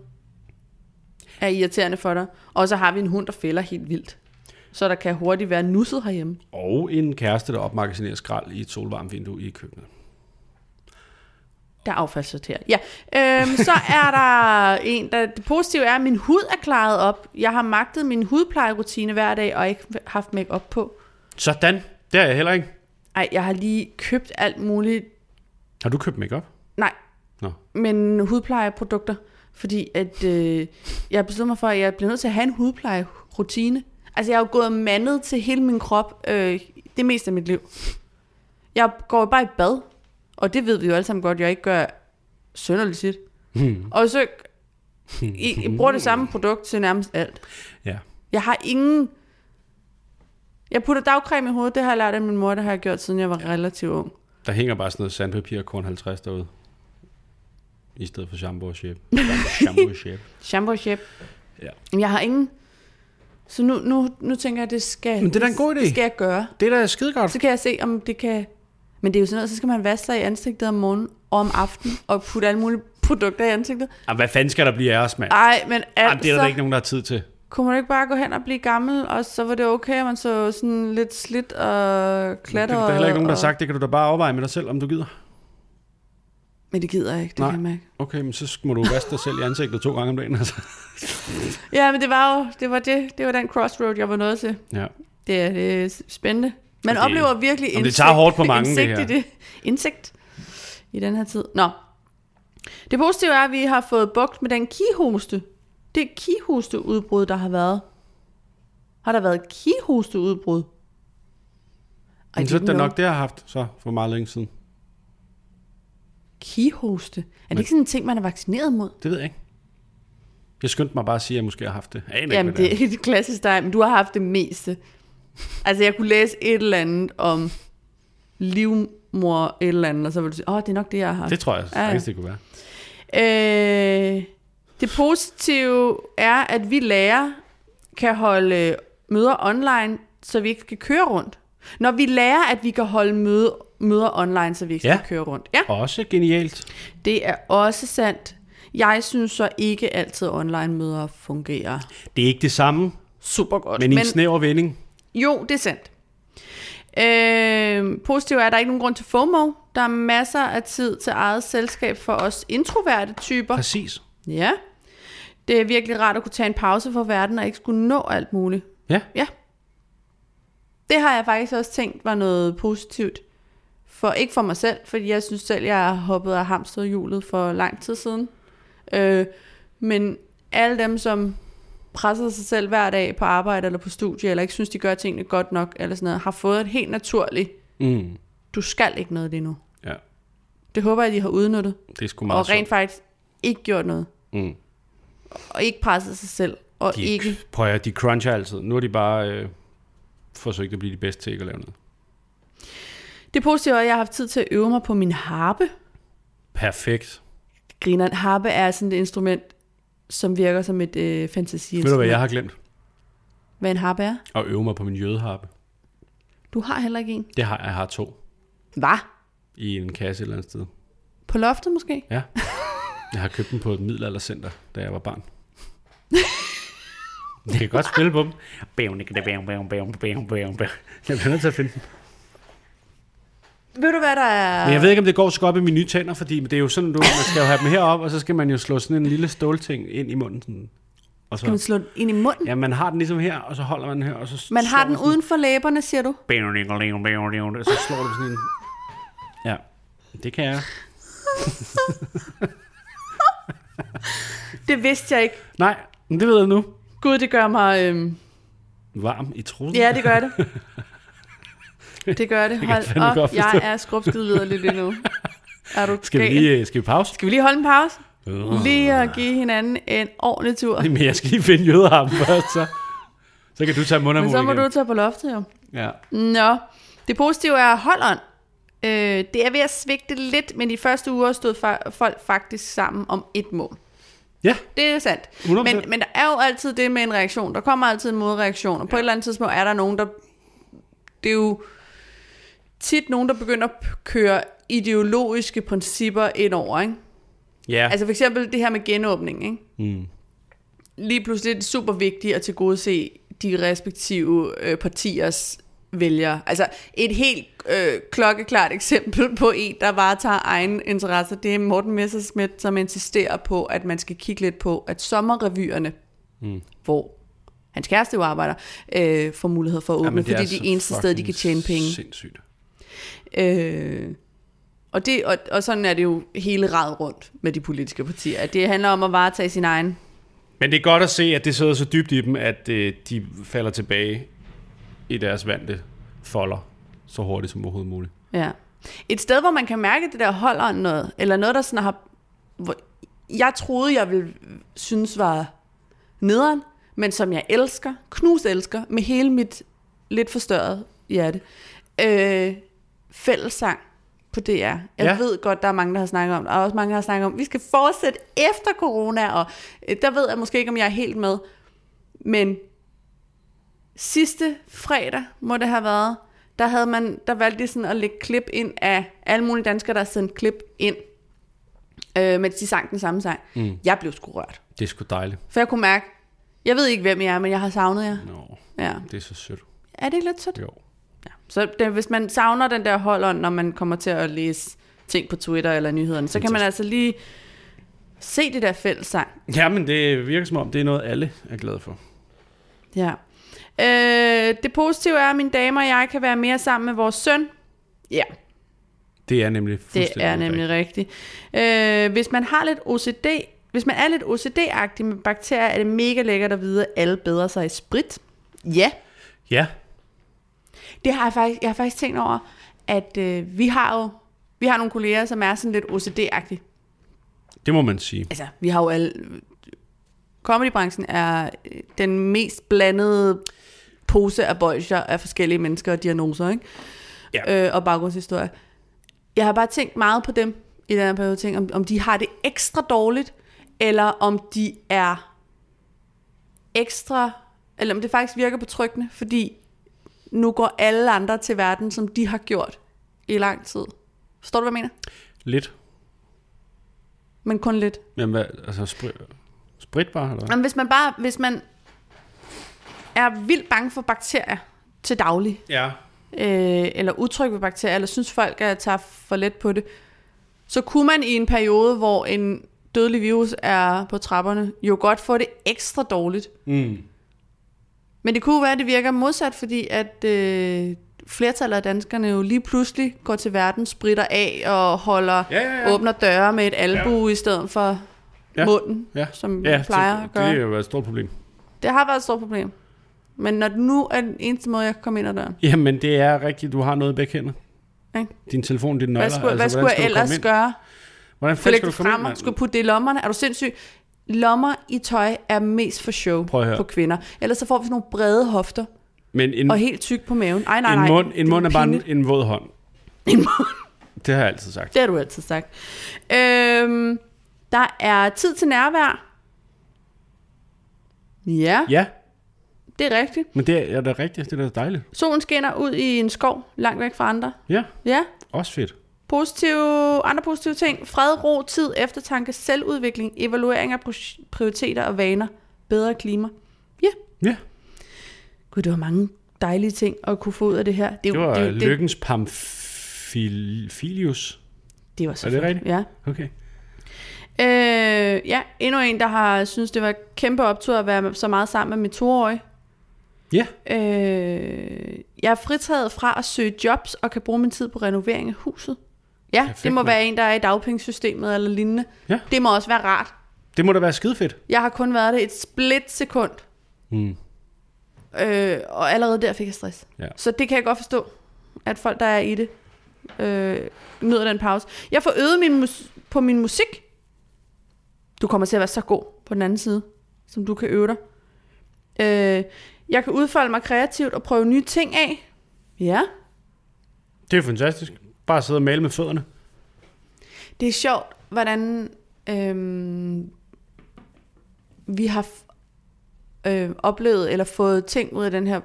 Speaker 2: er irriterende for dig. Og så har vi en hund, der fælder helt vildt. Så der kan hurtigt være nusset herhjemme.
Speaker 1: Og en kæreste, der opmagasinerer skrald i et solvarmt vindue i køkkenet.
Speaker 2: Der er affaldssorteret. Ja. Øhm, så er der en, der, det positive er, at min hud er klaret op. Jeg har magtet min hudplejerutine hver dag, og ikke haft make op på.
Speaker 1: Sådan. Det er jeg heller ikke.
Speaker 2: Ej, jeg har lige købt alt muligt.
Speaker 1: Har du købt makeup?
Speaker 2: Nej,
Speaker 1: Nå.
Speaker 2: men hudplejeprodukter. Fordi at, øh, jeg har besluttet mig for, at jeg bliver nødt til at have en hudplejerutine. Altså, jeg har jo gået mandet til hele min krop øh, det meste af mit liv. Jeg går jo bare i bad, og det ved vi jo alle sammen godt, jeg ikke gør sønderligt tit. Hmm. Og så I, I bruger det samme produkt til nærmest alt.
Speaker 1: Ja.
Speaker 2: Jeg har ingen... Jeg putter dagcreme i hovedet, det har jeg lært af min mor, det har jeg gjort, siden jeg var relativt ung.
Speaker 1: Der hænger bare sådan noget sandpapir og korn 50 derude. I stedet for shampoo og shape. Shampoo og shape.
Speaker 2: Shampoo chip.
Speaker 1: Ja.
Speaker 2: Jeg har ingen... Så nu, nu, nu tænker jeg, at det skal,
Speaker 1: Men det er da en god idé.
Speaker 2: det skal jeg gøre.
Speaker 1: Det er da skide godt.
Speaker 2: Så kan jeg se, om det kan... Men det er jo sådan noget, så skal man vaske sig i ansigtet om morgenen og om aftenen, og putte alle mulige produkter i ansigtet.
Speaker 1: Jamen, hvad fanden skal der blive af os, mand?
Speaker 2: Ej, men
Speaker 1: Jamen, det er
Speaker 2: altså,
Speaker 1: der da ikke nogen, der har tid til.
Speaker 2: kunne man ikke bare gå hen og blive gammel, og så var det okay, at man så sådan lidt slidt og
Speaker 1: Det
Speaker 2: klatter.
Speaker 1: er der heller ikke nogen, der
Speaker 2: og,
Speaker 1: har sagt. Det kan du da bare overveje med dig selv, om du gider.
Speaker 2: Men det gider jeg ikke, det
Speaker 1: Nej.
Speaker 2: kan jeg mærke.
Speaker 1: Okay, men så må du vaske dig selv i ansigtet to gange om dagen. Altså.
Speaker 2: Ja, men det var jo det var det. Det var den crossroad, jeg var nået til.
Speaker 1: Ja.
Speaker 2: Det er, det er spændende. Man
Speaker 1: Det-
Speaker 2: det, oplever virkelig
Speaker 1: Jamen,
Speaker 2: indsigt,
Speaker 1: det tager hårdt på mange, det
Speaker 2: indsigt
Speaker 1: her.
Speaker 2: I det. Indsigt i den her tid. Nå. Det positive er, at vi har fået bugt med den kihoste. Det kihosteudbrud, der har været. Har der været kihosteudbrud? Ej,
Speaker 1: Men
Speaker 2: det
Speaker 1: så
Speaker 2: er
Speaker 1: er det da
Speaker 2: ikke
Speaker 1: nok det, jeg har haft så for meget længe siden.
Speaker 2: Kihoste. Er det ikke sådan en ting, man er vaccineret mod?
Speaker 1: Det ved jeg ikke. Jeg skyndte mig bare at sige, at jeg måske har haft det. Jeg aner
Speaker 2: Jamen,
Speaker 1: ikke, hvad
Speaker 2: det er ikke et klassisk dig, men du har haft det meste. Altså, jeg kunne læse et eller andet om livmor et eller andet, og så ville du sige, åh, det er nok det, jeg har haft.
Speaker 1: det tror jeg
Speaker 2: Ja, ja.
Speaker 1: faktisk, det kunne være.
Speaker 2: Øh, det positive er, at vi lærer kan holde øh, møder online, så vi ikke skal køre rundt. Når vi lærer, at vi kan holde møde, møder online, så vi ikke skal
Speaker 1: Ja.
Speaker 2: køre rundt. Ja,
Speaker 1: Også genialt.
Speaker 2: det er også sandt. Jeg synes så ikke altid, online-møder fungerer
Speaker 1: Det er ikke det samme,
Speaker 2: super godt.
Speaker 1: men i en snæver vending.
Speaker 2: Jo, det er sandt. Øh, positivt er, at der ikke er nogen grund til FOMO. Der er masser af tid til eget selskab for os introverte typer.
Speaker 1: Præcis.
Speaker 2: Ja. Det er virkelig rart at kunne tage en pause fra verden og ikke skulle nå alt muligt.
Speaker 1: Ja.
Speaker 2: Ja. Det har jeg faktisk også tænkt var noget positivt. For ikke for mig selv, fordi jeg synes selv, jeg har hoppet af hamsterhjulet for lang tid siden. Øh, men alle dem, som presser sig selv hver dag på arbejde eller på studie, eller ikke synes, de gør tingene godt nok, eller sådan noget, har fået et helt naturligt,
Speaker 1: Mm.
Speaker 2: du skal ikke noget lige nu.
Speaker 1: Ja,
Speaker 2: Det håber jeg, de har udnyttet,
Speaker 1: det er sgu
Speaker 2: og
Speaker 1: meget
Speaker 2: rent faktisk ikke gjort noget
Speaker 1: sundt. Mm.
Speaker 2: og ikke presset sig selv, og
Speaker 1: De,
Speaker 2: de ikke...
Speaker 1: Prøv at, høre, de cruncher altid. Nu har de bare øh, forsøgt at blive de bedste til ikke at lave noget.
Speaker 2: Det positive er, at jeg har haft tid til at øve mig på min harpe.
Speaker 1: Perfekt.
Speaker 2: Griner, en harpe er sådan et instrument, som virker som et øh, fantasiinstrument.
Speaker 1: Ved du, hvad jeg har glemt?
Speaker 2: Hvad en harpe er?
Speaker 1: At øve mig på min jødeharpe.
Speaker 2: Du har heller ikke en.
Speaker 1: Det har jeg har to
Speaker 2: Hvad?
Speaker 1: i en kasse et eller andet sted.
Speaker 2: På loftet måske?
Speaker 1: Ja. Jeg har købt dem på et middelaldercenter, da jeg var barn. Jeg kan godt spille på dem. Bævn, ikke det, bævn, bævn, bævn, bævn, bævn, bævn. Jeg bliver nødt til at finde dem.
Speaker 2: Ved du, hvad der er...
Speaker 1: Men jeg ved ikke, om det går så godt med mine nye tænder, fordi det er jo sådan, du, man skal jo have dem herop, og så skal man jo slå sådan en lille stålting ind i munden. Sådan. Og
Speaker 2: Kan man
Speaker 1: så,
Speaker 2: slå den ind i munden? Ja.
Speaker 1: ja, man har den ligesom her, og så holder man den her, og så
Speaker 2: Man har
Speaker 1: slår
Speaker 2: den uden for læberne, siger du?
Speaker 1: Bævn, ikke, bævn, bævn, bævn, og så slår du sådan en... Ja, det kan jeg.
Speaker 2: Det vidste jeg ikke.
Speaker 1: Nej, men det ved jeg nu.
Speaker 2: Gud, det gør mig... Øhm...
Speaker 1: Varm i trusen.
Speaker 2: Ja, det gør det. Det gør det.
Speaker 1: kan
Speaker 2: Hold
Speaker 1: jeg fandme
Speaker 2: op.
Speaker 1: godt forstå.
Speaker 2: Jeg er skrubskidt videre lige nu. Er du
Speaker 1: Skal vi
Speaker 2: gal?
Speaker 1: lige øh, skal vi pause?
Speaker 2: Skal vi lige holde en pause?
Speaker 1: Øh.
Speaker 2: Lige at give hinanden en ordentlig tur.
Speaker 1: Men jeg skal lige finde jødeharpen først, så. Så kan du tage
Speaker 2: Men
Speaker 1: mundermul
Speaker 2: så må
Speaker 1: igen.
Speaker 2: du tage på loftet jo.
Speaker 1: Ja.
Speaker 2: Nå, det positive er holdånd. Øh, det er ved at svigte lidt, men de første uger stod fa- folk faktisk sammen om et mål.
Speaker 1: Ja,
Speaker 2: Det er sandt.
Speaker 1: 100%.
Speaker 2: Men, men der er jo altid det med en reaktion. Der kommer altid en modreaktion, og på ja. et eller andet tidspunkt er der nogen, der... Det er jo tit nogen, der begynder at køre ideologiske principper ind over, ikke?
Speaker 1: ja. Altså,
Speaker 2: Altså for eksempel det her med genåbning, ikke?
Speaker 1: mm.
Speaker 2: Lige pludselig er det super vigtigt at tilgodese de respektive øh, partiers vælgere. Altså et helt øh, klokkeklart eksempel på en, der varetager egen interesser, det er Morten Messerschmidt, som insisterer på, at man skal kigge lidt på, at sommerrevyerne, mm. hvor hans kæreste jo arbejder, øh, får mulighed for at åbne, Jamen,
Speaker 1: Jamen,
Speaker 2: fordi det er
Speaker 1: så
Speaker 2: de eneste steder, de
Speaker 1: fucking
Speaker 2: kan tjene penge.
Speaker 1: Sindssygt.
Speaker 2: Øh, og, det, og, og sådan er det jo hele rad rundt med de politiske partier. at Det handler om at varetage sin egen.
Speaker 1: Men det er godt at se, at det sidder så dybt i dem, at øh, de falder tilbage i deres vante folder så hurtigt som overhovedet muligt.
Speaker 2: Ja. Et sted, hvor man kan mærke, at det der holder noget, eller noget, der sådan har... Hvor jeg troede, jeg ville synes var nederen, men som jeg elsker, knus elsker, med hele mit lidt forstørret hjerte. Øh, fællessang på DR. Jeg ja.
Speaker 1: Ja.
Speaker 2: ved godt, der er mange, der har snakket om det, og også mange, der har snakket om, vi skal fortsætte efter corona, og øh, der ved jeg måske ikke, om jeg er helt med, men sidste fredag, må det have været, der, havde man, der valgte de sådan at lægge klip ind af alle mulige danskere, der har sendt klip ind, øh, mens de sang den samme sang. Mm. Jeg blev sgu rørt.
Speaker 1: Det er sgu dejligt.
Speaker 2: For jeg kunne mærke, jeg ved ikke, hvem jeg er, men jeg har savnet jer.
Speaker 1: Nå,
Speaker 2: Ja.
Speaker 1: det er så sødt.
Speaker 2: Er det ikke lidt sødt?
Speaker 1: Jo.
Speaker 2: Ja. Så det, hvis man savner den der holdånd, når man kommer til at læse ting på Twitter eller nyhederne, så kan man altså lige se det der fællessang.
Speaker 1: Jamen, det virker som om, det er noget, alle er glade for.
Speaker 2: Ja. Øh, det positive er, at mine damer og jeg kan være mere sammen med vores søn. Ja,
Speaker 1: Det er nemlig
Speaker 2: det
Speaker 1: fuldstændig
Speaker 2: er nemlig rigtigt. Øh, hvis man har lidt OCD, hvis man er lidt OCD-agtig med bakterier, er det mega lækkert at vide, at alle bedre sig i sprit. Ja,
Speaker 1: rigtigt. Ja,
Speaker 2: Det har jeg faktisk, jeg har faktisk tænkt over, at øh, vi har jo vi har nogle kolleger, som er sådan lidt OCD-agtige.
Speaker 1: det må man sige.
Speaker 2: Altså, vi har jo alle... Comedybranchen er øh, den mest blandede pose af bolcher af forskellige mennesker og diagnoser, ikke?
Speaker 1: Ja.
Speaker 2: Øh, og baggrundshistorie. Jeg har bare tænkt meget på dem i den her periode. Tænkt, om, om de har det ekstra dårligt, eller om de er ekstra... Eller om det faktisk virker betryggende, fordi nu går alle andre til verden, som de har gjort i lang tid. Forstår du, hvad jeg mener?
Speaker 1: Lidt.
Speaker 2: Men kun lidt.
Speaker 1: Men hvad, altså, sprit, spritbar, eller hvad?
Speaker 2: Jamen, hvis man bare, hvis man er vildt bange for bakterier til daglig,
Speaker 1: Ja.
Speaker 2: øh, eller utryg ved bakterier, eller synes folk, at tager for let på det, så kunne man i en periode, hvor en dødelig virus er på trapperne, jo godt få det ekstra dårligt.
Speaker 1: Mm.
Speaker 2: Men det kunne være, at det virker modsat, fordi at øh, flertallet af danskerne jo lige pludselig går til verden, spritter af og holder,
Speaker 1: Ja, ja, ja.
Speaker 2: åbner døre med et albu ja. i stedet for ja.
Speaker 1: Ja.
Speaker 2: munden,
Speaker 1: Ja.
Speaker 2: som
Speaker 1: ja,
Speaker 2: ja, plejer
Speaker 1: det,
Speaker 2: at gøre.
Speaker 1: det er jo et stort problem.
Speaker 2: Det har været et stort problem. Men når det nu er den eneste måde, jeg kan komme ind ad døren.
Speaker 1: Jamen, det er rigtigt. Du har noget i begge hænder.
Speaker 2: Ikke?
Speaker 1: Din telefon, din nøgler.
Speaker 2: Hvad skulle, altså, hvad skulle
Speaker 1: hvordan
Speaker 2: jeg
Speaker 1: skal du komme ind?
Speaker 2: ellers gøre?
Speaker 1: Hvordan
Speaker 2: Skulle
Speaker 1: fanden skal du
Speaker 2: lægge det
Speaker 1: komme ind,
Speaker 2: frem,
Speaker 1: mand?
Speaker 2: skulle putte det i lommerne. Er du sindssyg? Lommer i tøj er mest for show
Speaker 1: Prøv at høre.
Speaker 2: på kvinder. Ellers så får vi sådan nogle brede hofter
Speaker 1: Men en,
Speaker 2: og helt tyk på maven. Ej, nej, nej.
Speaker 1: en mund, en
Speaker 2: det
Speaker 1: mund er bare
Speaker 2: pinligt.
Speaker 1: en, en våd hånd. En mund. Det har jeg altid sagt.
Speaker 2: Det har du altid sagt. Øhm, der er tid til nærvær. Ja,
Speaker 1: Ja,
Speaker 2: det er rigtigt.
Speaker 1: men det er, er da rigtigt. Det er da dejligt.
Speaker 2: Solen skinner ud i en skov, langt væk fra andre.
Speaker 1: Ja,
Speaker 2: Ja,
Speaker 1: også fedt.
Speaker 2: Positive, andre positive ting. Fred, ro, tid, eftertanke, selvudvikling, evaluering af proj- prioriteter og vaner, bedre klima. Ja,
Speaker 1: Ja,
Speaker 2: gud, det var mange dejlige ting at kunne få ud af det her. Det, er
Speaker 1: det
Speaker 2: jo-
Speaker 1: var
Speaker 2: det, er jo- det,
Speaker 1: lykkens pamfilius.
Speaker 2: det var så
Speaker 1: Er det
Speaker 2: fedt.
Speaker 1: rigtigt?
Speaker 2: Ja.
Speaker 1: Okay.
Speaker 2: Øh, ja, endnu en, der har synes det var et kæmpe optur at være så meget sammen med mit toårige.
Speaker 1: Ja,
Speaker 2: Øh, jeg er fritaget fra at søge jobs og kan bruge min tid på renovering af huset. Ja, Perfekt,
Speaker 1: Perfekt,
Speaker 2: det må
Speaker 1: mand.
Speaker 2: være en, der er i dagpengesystemet eller lignende.
Speaker 1: Ja.
Speaker 2: Det må også være rart.
Speaker 1: det må da være skide fedt.
Speaker 2: Jeg har kun været det et split sekund.
Speaker 1: Mm.
Speaker 2: Øh, og allerede der fik jeg stress.
Speaker 1: Ja.
Speaker 2: Så det kan jeg godt forstå, at folk, der er i det, øh, nyder den pause. Jeg får øget min mus- på min musik. Du kommer til at være så god på den anden side, som du kan øve dig. Øh, jeg kan udfolde mig kreativt og prøve nye ting af. Ja,
Speaker 1: Det er fantastisk. Bare sidde og male med fødderne.
Speaker 2: det er sjovt, hvordan øhm, vi har f- øh, oplevet eller fået ting ud af den her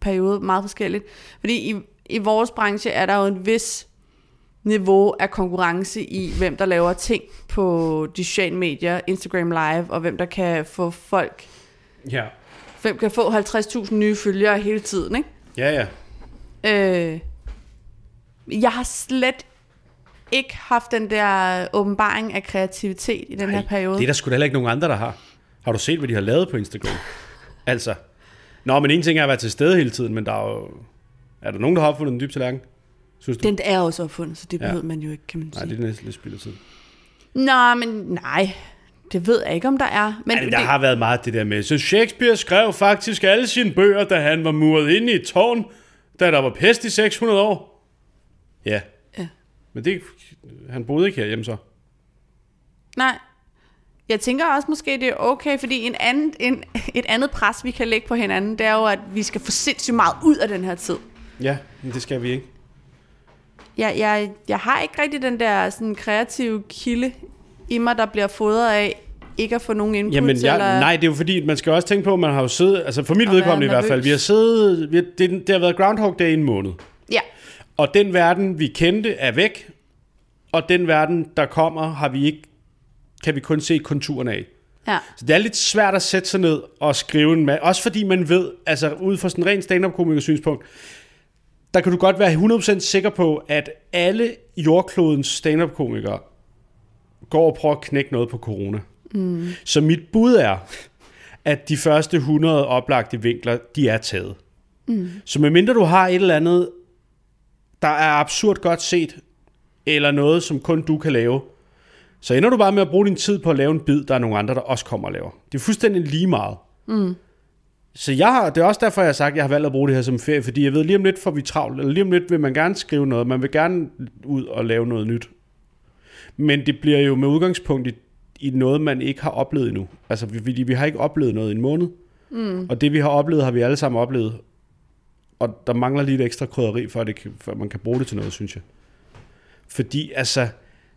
Speaker 2: periode meget forskelligt. Fordi i, i vores branche er der jo en vis niveau af konkurrence i, hvem der laver ting på de sociale medier, Instagram Live, og hvem der kan få folk,
Speaker 1: Ja.
Speaker 2: hvem kan få 50.000 nye følgere hele tiden, ikke?
Speaker 1: Ja, ja.
Speaker 2: Øh, jeg har slet ikke haft den der åbenbaring af kreativitet i den
Speaker 1: Ej,
Speaker 2: her periode.
Speaker 1: Det er der sgu da heller ikke nogen andre, der har. Har du set, hvad de har lavet på Instagram? altså. Nå, men en ting er at være til stede hele tiden, men der er jo... Er der nogen, der har opfundet den dybe tallerken? Synes du?
Speaker 2: Den er også opfundet, så det
Speaker 1: Ja.
Speaker 2: behøver man jo ikke, kan man
Speaker 1: Nej,
Speaker 2: sige.
Speaker 1: det er næsten lidt spild af tid.
Speaker 2: Nå, men nej. Det ved jeg ikke, om der er. Men
Speaker 1: Altså, der har været meget det der med, så Shakespeare skrev faktisk alle sine bøger, da han var muret inde i et tårn, da der var pest i 600 år. Ja.
Speaker 2: Ja.
Speaker 1: Men det, han boede ikke herhjemme så.
Speaker 2: Nej. Jeg tænker også måske, det er okay, fordi en anden, en, et andet pres, vi kan lægge på hinanden, det er jo, at vi skal få sindssygt meget ud af den her tid.
Speaker 1: Ja, men det skal vi ikke.
Speaker 2: Jeg, jeg, jeg har ikke rigtig den der sådan, kreative kilde i mig, der bliver fodret af ikke at få nogen input.
Speaker 1: Jamen,
Speaker 2: eller...
Speaker 1: jeg, nej, det er jo fordi, at man skal også tænke på, at man har jo siddet, altså for mit
Speaker 2: Og være
Speaker 1: vedkommende i hvert fald,
Speaker 2: nervøs.
Speaker 1: vi har siddet, vi har, det, det har været Groundhog Day i en måned.
Speaker 2: Ja,
Speaker 1: Og den verden, vi kendte, er væk. Og den verden, der kommer, har vi ikke, kan vi kun se konturerne af.
Speaker 2: ja.
Speaker 1: Så det er lidt svært at sætte sig ned og skrive en masse. Også fordi man ved, altså ud fra sådan en ren stand up synspunkt, der kan du godt være 100% sikker på, at alle jordklodens stand-up-komikere går og prøver at knække noget på corona. Mm. Så mit bud er, at de første 100 oplagte vinkler, de er taget. Mm. Så medmindre du har et eller andet, der er absurd godt set, eller noget, som kun du kan lave, så ender du bare med at bruge din tid på at lave en bid, der er nogle andre, der også kommer og laver. Det er fuldstændig lige meget. Mm. Så jeg har, det er også derfor, jeg har sagt, at jeg har valgt at bruge det her som ferie, fordi jeg ved, lige om lidt får vi travlt, eller lige om lidt vil man gerne skrive noget, man vil gerne ud og lave noget nyt. Men det bliver jo med udgangspunkt i, i noget, man ikke har oplevet endnu. Altså, vi- fordi vi har ikke oplevet noget i en måned, mm. og det vi har oplevet, har vi alle sammen oplevet. Og der mangler lige et ekstra krydderi, for at, det kan, for at man kan bruge det til noget, synes jeg. Fordi altså,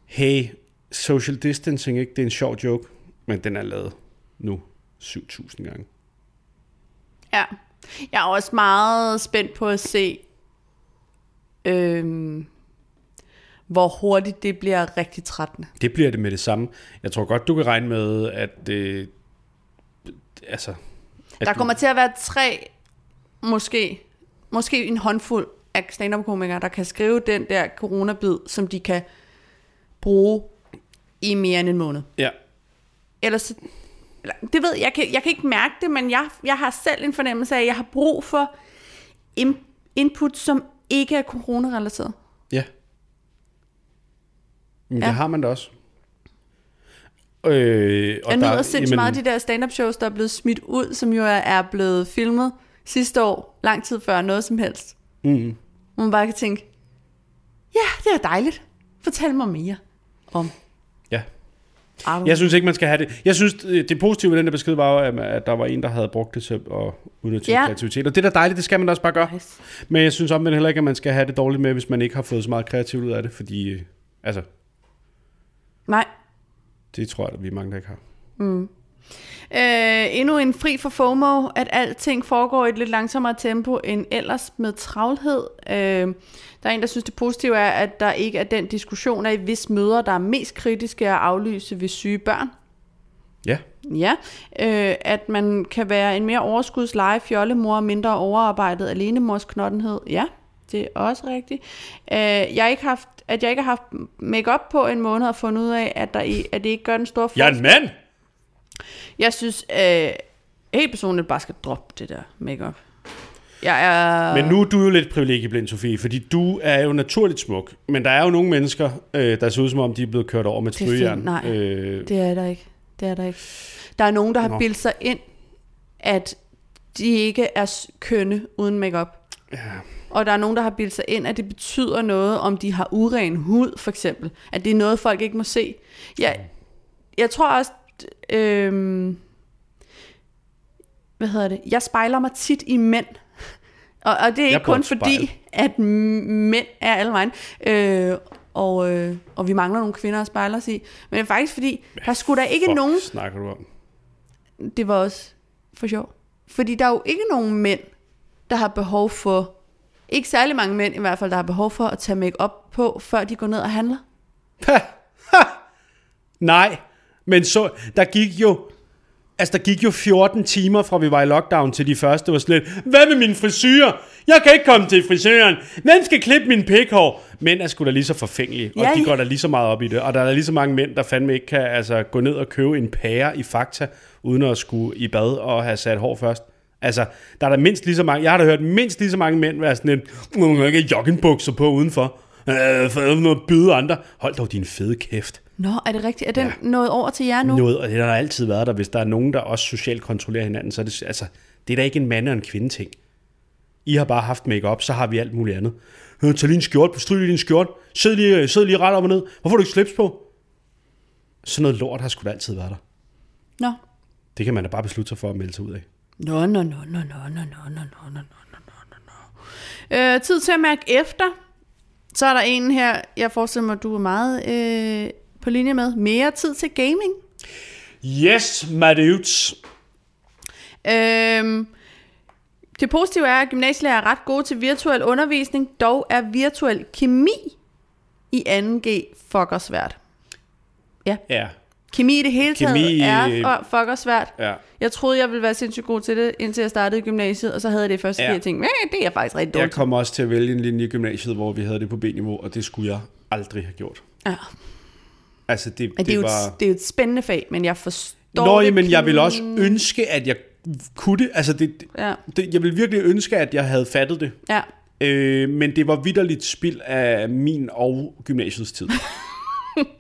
Speaker 1: hey, social distancing, ikke? Det er en sjov joke, men den er lavet nu 7.000 gange.
Speaker 2: Ja. Jeg er også meget spændt på at se, øhm, hvor hurtigt det bliver rigtig trættende.
Speaker 1: Det bliver det med det samme. Jeg tror godt, du kan regne med, at det... Altså... At
Speaker 2: Der
Speaker 1: du-
Speaker 2: kommer til at være tre, måske, måske en håndfuld af stand-up-komikere, der kan skrive den der coronabid, som de kan bruge i mere end en måned.
Speaker 1: Ja,
Speaker 2: Ellers, så- eller, det ved jeg, jeg, kan, jeg kan ikke mærke det, men jeg, jeg har selv en fornemmelse af, at jeg har brug for in, input, som ikke er coronarelateret.
Speaker 1: ja. Men ja.
Speaker 2: Ja.
Speaker 1: det har man da også. Øh, og
Speaker 2: Jeg
Speaker 1: der-
Speaker 2: nyder sindssygt
Speaker 1: jamen,
Speaker 2: meget de der stand-up shows, der er blevet smidt ud, som jo er- er blevet filmet sidste år, lang tid før noget som helst.
Speaker 1: Mhm.
Speaker 2: Hvor man bare kan tænke, ja, det er dejligt. Fortæl mig mere om
Speaker 1: Ja.
Speaker 2: Arlo.
Speaker 1: Jeg synes ikke, man skal have det. Jeg synes, øh, det positive ved den der besked var, jo, at- at der var en, der havde brugt det til at udnytte sin
Speaker 2: Ja.
Speaker 1: ja. kreativitet. Og det er da dejligt, det skal man da også bare gøre.
Speaker 2: Nice.
Speaker 1: Men jeg synes omvendt heller ikke, at man skal have det dårligt med, hvis man ikke har fået så meget kreativt ud af det, fordi øh, altså,
Speaker 2: Nej.
Speaker 1: det tror jeg, at vi er mange, der ikke har.
Speaker 2: Øh, endnu en fri for FOMO, at alting foregår i et lidt langsommere tempo end ellers med travlhed. Øh, der er en, der synes, det positive er, at der ikke er den diskussion af, hvis møder, der er mest kritiske at aflyse ved syge børn.
Speaker 1: Ja,
Speaker 2: Ja, øh, at man kan være en mere overskudsleje fjollemor og mindre overarbejdet alenemors knottenhed. Ja, det er også rigtigt. Øh, jeg har ikke haft, at jeg ikke har haft makeup på en måned og fundet ud af, at, der i, at det ikke gør den store forskel.
Speaker 1: jeg er en mand!
Speaker 2: Jeg synes øh, helt personligt bare skal droppe det der makeup. Jeg er...
Speaker 1: Men nu er du jo lidt privilegieblind, Sofie, fordi du er jo naturligt smuk. Men der er jo nogle mennesker, øh, der ser ud som om, de er blevet kørt over med et
Speaker 2: Det er fint,
Speaker 1: strygejern.
Speaker 2: nej.
Speaker 1: Øh,
Speaker 2: Det er der ikke. Det er der ikke. Der er nogen, der har
Speaker 1: Nå.
Speaker 2: bildt sig ind, at de ikke er s- kønne uden makeup.
Speaker 1: ja.
Speaker 2: Og der er nogen, der har bildt sig ind, at det betyder noget, om de har uren hud, for eksempel. At det er noget, folk ikke må se. Jeg, jeg tror også... Øh, hvad hedder det? Jeg spejler mig tit i mænd. Og, og det er ikke
Speaker 1: bruger
Speaker 2: kun
Speaker 1: et spejl.
Speaker 2: fordi, at m- mænd er alle vejen. Øh, og, øh, og vi mangler nogle kvinder at spejle os i. Men det er faktisk fordi, der skulle da ikke
Speaker 1: Fuck,
Speaker 2: nogen...
Speaker 1: snakker du om?
Speaker 2: det var også for sjov. Fordi der er jo ikke nogen mænd, der har behov for, ikke særlig mange mænd i hvert fald, der har behov for at tage make op på, før de går ned og handler.
Speaker 1: Nej, men så, der gik jo, altså der gik jo 14 timer fra vi var i lockdown til de første var slet, hvad med min frisyrer? Jeg kan ikke komme til frisøren. Hvem skal klippe min pikhår? Mænd er sgu da lige så forfængelige, og
Speaker 2: Ja,
Speaker 1: ja, de
Speaker 2: ja.
Speaker 1: går da lige så meget op i det. Og der er lige så mange mænd, der fandme ikke kan altså, gå ned og købe en pære i Fakta, uden at skulle i bad og have sat hår først. Altså, der er der mindst lige så mange, jeg har da hørt mindst lige så mange mænd være sådan en, nu må jeg ikke have joggingbukser på udenfor. Øh, for noget at byde andre. Hold dog din fede kæft.
Speaker 2: Nå, er det rigtigt? Er den ja. nået over til jer nu?
Speaker 1: Noget, og det har der altid været der. Hvis der er nogen, der også socialt kontrollerer hinanden, så er det, altså, det er da ikke en mand- og en kvinde-ting. I har bare haft makeup, så har vi alt muligt andet. Øh, Tag lige en skjort på, stryg lige din skjort, sid lige, sid lige ret op og ned. Hvorfor har du ikke slips på? Sådan noget lort har sgu da altid været der.
Speaker 2: Nå.
Speaker 1: Det kan man da bare beslutte sig for at melde sig ud af.
Speaker 2: Nå, nå, nå, nå, nå, nå, nå, nå, nå, nå, nå, nå, nå, nå. Øh, tid til at mærke efter. Så er der en her, jeg forestiller mig, du er meget øh, på linje med. Mere tid til gaming.
Speaker 1: Yes, my dudes.
Speaker 2: Øhm, det positive er, at gymnasielærer er ret gode til virtuel undervisning, dog er virtuel kemi i 2G fucker svært.
Speaker 1: Ja,
Speaker 2: Kemi i det hele taget
Speaker 1: Kemi,
Speaker 2: kemi... er
Speaker 1: øh,
Speaker 2: og fucker svært.
Speaker 1: ja.
Speaker 2: Jeg troede, jeg ville være sindssygt god til det, indtil jeg startede i gymnasiet, og så havde jeg det i første
Speaker 1: Ja.
Speaker 2: ja. jeg tænkte, "Eh, det er jeg faktisk rigtig dårlig
Speaker 1: Jeg kom også til at vælge en linje i gymnasiet, hvor vi havde det på B-niveau, og det skulle jeg aldrig have gjort.
Speaker 2: Ja.
Speaker 1: Altså, det,
Speaker 2: Men det, det, er jo
Speaker 1: var...
Speaker 2: et, det er jo et spændende fag, men jeg forstår
Speaker 1: Nå,
Speaker 2: det
Speaker 1: men jeg vil
Speaker 2: kn-
Speaker 1: også ønske, at jeg kunne det. Altså, det,
Speaker 2: Ja,
Speaker 1: det, jeg vil virkelig ønske, at jeg havde fattet det.
Speaker 2: ja.
Speaker 1: Øh, men det var vidderligt spild af min og gymnasiets tid.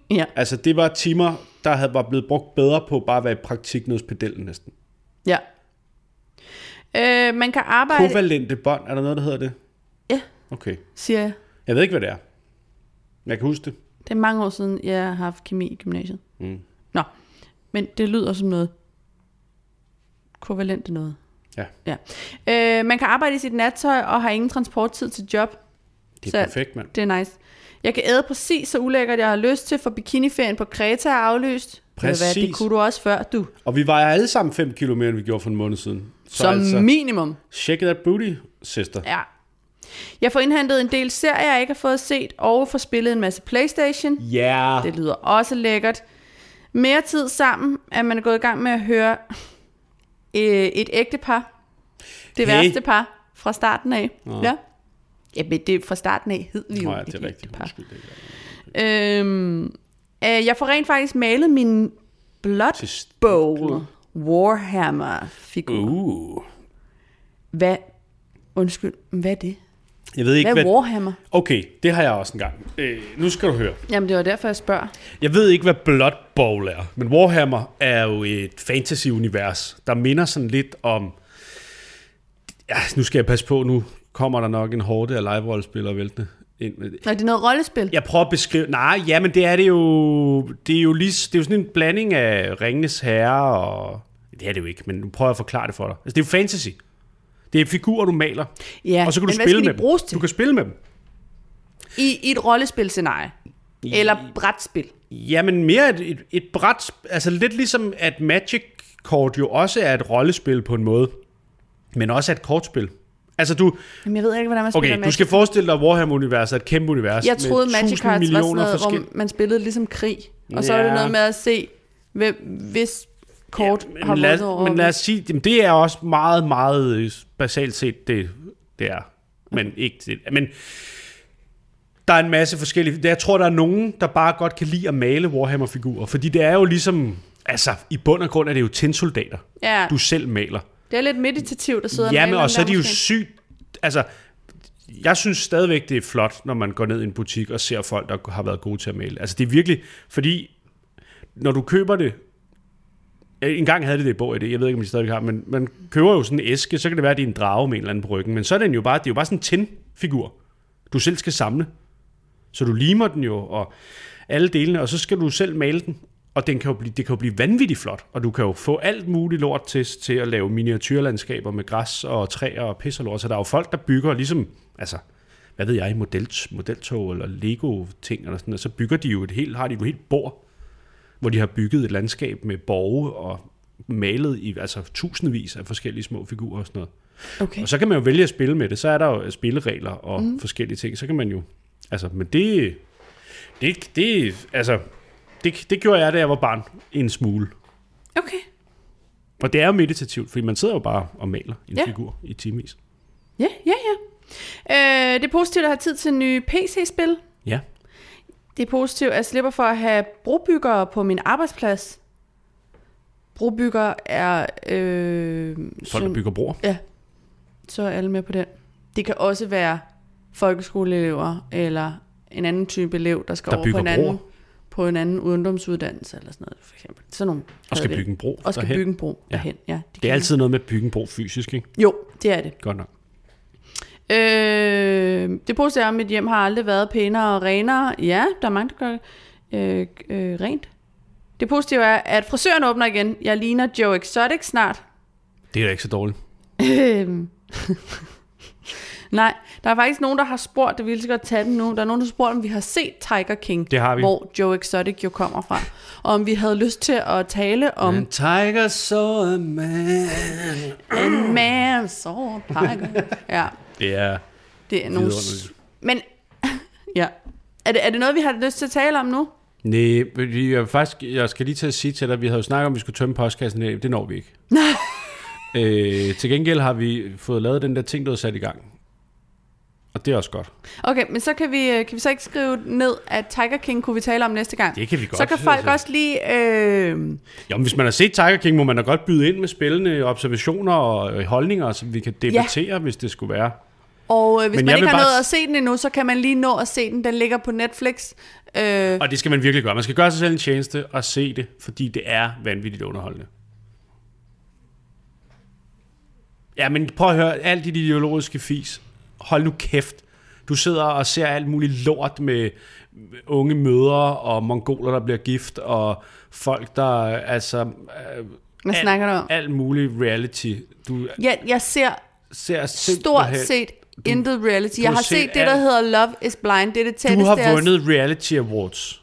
Speaker 2: Ja,
Speaker 1: altså, det var timer, der havde, var blevet brugt bedre på bare at være i praktik nede hos pedellen næsten.
Speaker 2: ja. Øh, man kan arbejde...
Speaker 1: Kovalente bånd, er der noget, der hedder det?
Speaker 2: Ja,
Speaker 1: Okay.
Speaker 2: siger jeg.
Speaker 1: Jeg ved ikke, hvad det er. Men Jeg kan huske det.
Speaker 2: Det er mange år siden, jeg har haft kemi i gymnasiet.
Speaker 1: Mm.
Speaker 2: Nå, men det lyder som noget kovalent noget.
Speaker 1: Ja.
Speaker 2: ja. Øh, man kan arbejde i sit nattøj og har ingen transporttid til job.
Speaker 1: Det er
Speaker 2: Så-
Speaker 1: perfekt, mand.
Speaker 2: Det er nice. Jeg kan æde præcis så ulækkert, jeg har lyst til, for bikiniferien på Kreta er aflyst. Ved du Hvad, det
Speaker 1: Præcis.
Speaker 2: kunne du også før, du.
Speaker 1: Og vi vejer alle sammen 5 kilo mere, end vi gjorde for en måned siden. Så
Speaker 2: Som altså. minimum.
Speaker 1: shake that booty, sister.
Speaker 2: Ja. Jeg får indhentet en del serier, jeg ikke har fået set, og får spillet en masse Playstation.
Speaker 1: Ja. Yeah.
Speaker 2: Det lyder også lækkert. Mere tid sammen, at man er gået i gang med at høre øh, et ægte par. Det
Speaker 1: Hey.
Speaker 2: værste par fra starten af. Nå. Ja. Jamen, det er fra starten af hed vi jo
Speaker 1: Nå, ja,
Speaker 2: et
Speaker 1: det er
Speaker 2: ægte
Speaker 1: rigtigt.
Speaker 2: par.
Speaker 1: Undskyld, det er ikke-
Speaker 2: Øhm, øh, jeg får rent faktisk malet min
Speaker 1: Til st-
Speaker 2: Bloodbowl Warhammer-figur. Uh.
Speaker 1: Uh.
Speaker 2: Hvad? Undskyld, hvad er det?
Speaker 1: Jeg ved ikke,
Speaker 2: Hvad
Speaker 1: hvad...
Speaker 2: er Warhammer?
Speaker 1: Okay, det har jeg også engang. Øh, nu skal du høre.
Speaker 2: Jamen, det var derfor, jeg spørger.
Speaker 1: Jeg ved ikke, hvad Blood Bowl er, men Warhammer er jo et fantasy-univers, der minder sådan lidt om... Ja, nu skal jeg passe på, nu kommer der nok en hårde af live-rollespillere væltende ind med det.
Speaker 2: Er det noget rollespil?
Speaker 1: Jeg prøver at beskrive... Nej, ja, men det er det jo... Det er jo, lige, det er jo sådan en blanding af Ringenes Herre og... Det er det jo ikke, men nu prøver jeg at forklare det for dig. Altså, det er jo fantasy. Det er figurer, du maler,
Speaker 2: Ja,
Speaker 1: og så kan du
Speaker 2: men hvad
Speaker 1: spille
Speaker 2: skal
Speaker 1: med
Speaker 2: de bruges
Speaker 1: dem.
Speaker 2: til?
Speaker 1: Du kan spille med dem.
Speaker 2: I, i et rollespilscenarie? Eller brætspil?
Speaker 1: Jamen mere et, et, et bræt, sp- altså lidt ligesom at Magic Kort jo også er et rollespil på en måde, men også er et kortspil. Altså du,
Speaker 2: Jamen, jeg ved ikke, hvordan man spiller
Speaker 1: okay, du
Speaker 2: Magic.
Speaker 1: skal forestille dig, at Warhammer-universet er et kæmpe univers.
Speaker 2: Jeg troede,
Speaker 1: med
Speaker 2: Magic
Speaker 1: 1000
Speaker 2: Cards var sådan
Speaker 1: millioner
Speaker 2: noget,
Speaker 1: forskellige-
Speaker 2: hvor man spillede ligesom krig. Og så er det
Speaker 1: Ja.
Speaker 2: noget med at se, hvem, hvis kort ja,
Speaker 1: men
Speaker 2: har vundet
Speaker 1: lad,
Speaker 2: over.
Speaker 1: men lad os sige, jamen, det er også meget, meget øh, basalt set det, det er. Men ikke det. Men der er en masse forskellige... Jeg tror, der er nogen, der bare godt kan lide at male Warhammer-figurer. Fordi det er jo ligesom... Altså, i bund og grund er det jo tændsoldater,
Speaker 2: ja,
Speaker 1: du selv maler.
Speaker 2: det er lidt meditativt at sidde og
Speaker 1: Jamen,
Speaker 2: male
Speaker 1: og
Speaker 2: dem
Speaker 1: så er
Speaker 2: der
Speaker 1: de jo
Speaker 2: måske.
Speaker 1: sygt... Altså, jeg synes stadigvæk, det er flot, når man går ned i en butik og ser folk, der har været gode til at male. Altså, det er virkelig... Fordi, når du køber det... Øh, En gang havde det det i bog, jeg ved ikke, om de stadig har, men man køber jo sådan en æske, så kan det være, at det er en drage med en eller anden på ryggen, men så er den jo bare, det er jo bare sådan en tinfigur, du selv skal samle. Så du limer den jo, og alle delene, og så skal du selv male den. Og den kan jo blive, det kan jo blive vanvittigt flot, og du kan jo få alt muligt lort til, til at lave miniatyrlandskaber med græs og træer og pis og lort. Så der er jo folk, der bygger ligesom, altså, hvad ved jeg, model, modeltog eller Lego-ting eller sådan noget. Så bygger de jo et helt, har de jo et helt bord, hvor de har bygget et landskab med borge og malet i altså tusindvis af forskellige små figurer og sådan noget.
Speaker 2: Okay.
Speaker 1: Og så kan man jo vælge at spille med det. Så er der jo spilleregler og
Speaker 2: Mhm.
Speaker 1: mm. forskellige ting. Så kan man jo... Altså, men det... Det, det, altså, det, det gjorde jeg, da jeg var barn. En smule.
Speaker 2: Okay.
Speaker 1: Og det er jo meditativt, fordi man sidder jo bare og maler en
Speaker 2: Ja.
Speaker 1: ja. figur i timevis.
Speaker 2: Ja, ja, ja. Øh, det er positivt at have tid til nye PC-spil.
Speaker 1: Ja.
Speaker 2: Det er positivt, at jeg slipper for at have brobyggere på min arbejdsplads. Brobyggere er... Øh,
Speaker 1: Folk, der
Speaker 2: som-
Speaker 1: bygger broer.
Speaker 2: Ja, så er alle med på den. Det kan også være folkeskoleelever eller en anden type elev, der skal
Speaker 1: Der
Speaker 2: over på
Speaker 1: bygger
Speaker 2: en, anden,
Speaker 1: broer.
Speaker 2: på en anden ungdomsuddannelse eller sådan noget, for eksempel. Sådan nogle.
Speaker 1: Og
Speaker 2: hedder
Speaker 1: skal
Speaker 2: det.
Speaker 1: bygge en bro
Speaker 2: Og skal
Speaker 1: derhen.
Speaker 2: bygge en bro
Speaker 1: Ja.
Speaker 2: derhen. Ja,
Speaker 1: Det
Speaker 2: kan
Speaker 1: er
Speaker 2: man.
Speaker 1: altid noget med at bygge en bro fysisk, ikke?
Speaker 2: Jo, det er det.
Speaker 1: Godt nok.
Speaker 2: Øh, det positive er, at mit hjem har aldrig været pænere og renere. Ja, der er mange, der gør det øh, øh, rent. Det positive er, at frisøren åbner igen. Jeg ligner Joe Exotic snart.
Speaker 1: Det er da ikke så dårligt.
Speaker 2: Øhm. Nej, der er faktisk nogen, der har spurgt, det vil lige så godt tage den nu, der er nogen, der har spurgt, om vi har set Tiger King,
Speaker 1: Det har vi.
Speaker 2: hvor Joe Exotic jo kommer fra, og om vi havde lyst til at tale om
Speaker 1: And tiger saw a man.
Speaker 2: en man saw a tiger. Ja,
Speaker 1: Det er...
Speaker 2: det er nogle...
Speaker 1: Vidunderligt.
Speaker 2: Men, ja. Er det, er det noget, vi har lyst til at tale om nu?
Speaker 1: Nej, fordi jeg, faktisk, jeg skal lige til at sige til dig, at vi havde jo snakket om, at vi skulle tømme postkassen af. Det når vi ikke. øh, til gengæld har vi fået lavet den der ting, der er sat i gang. Og det er også godt.
Speaker 2: Okay, men så kan vi, øh, kan vi så ikke skrive ned, at Tiger King kunne vi tale om næste gang?
Speaker 1: Det kan vi godt.
Speaker 2: Så kan folk også lige... Øh,
Speaker 1: Jo, men hvis man har set Tiger King, må man da godt byde ind med spillende observationer og øh, holdninger, så vi kan debattere, ja. hvis det skulle være.
Speaker 2: Og øh, hvis
Speaker 1: Men
Speaker 2: man
Speaker 1: jeg
Speaker 2: ikke
Speaker 1: vil
Speaker 2: har
Speaker 1: bare-
Speaker 2: nået at se den endnu, så kan man lige nå at se den. Den ligger på Netflix. Øh,
Speaker 1: Og det skal man virkelig gøre. Man skal gøre sig selv en tjeneste og se det, fordi det er vanvittigt underholdende. Ja, men prøv at høre, alt dit ideologiske fis. Hold nu kæft. Du sidder og ser alt muligt lort med unge mødre og mongoler, der bliver gift, og folk, der altså øh,
Speaker 2: hvad snakker du om?
Speaker 1: alt muligt reality. Du
Speaker 2: Jeg, jeg ser
Speaker 1: ser
Speaker 2: stort
Speaker 1: simpelthen...
Speaker 2: set intet reality. Jeg
Speaker 1: har
Speaker 2: har
Speaker 1: set
Speaker 2: set det, der
Speaker 1: alt.
Speaker 2: hedder Love is Blind. Det er
Speaker 1: Du
Speaker 2: det tætteste, jeg
Speaker 1: har
Speaker 2: har
Speaker 1: vundet reality awards.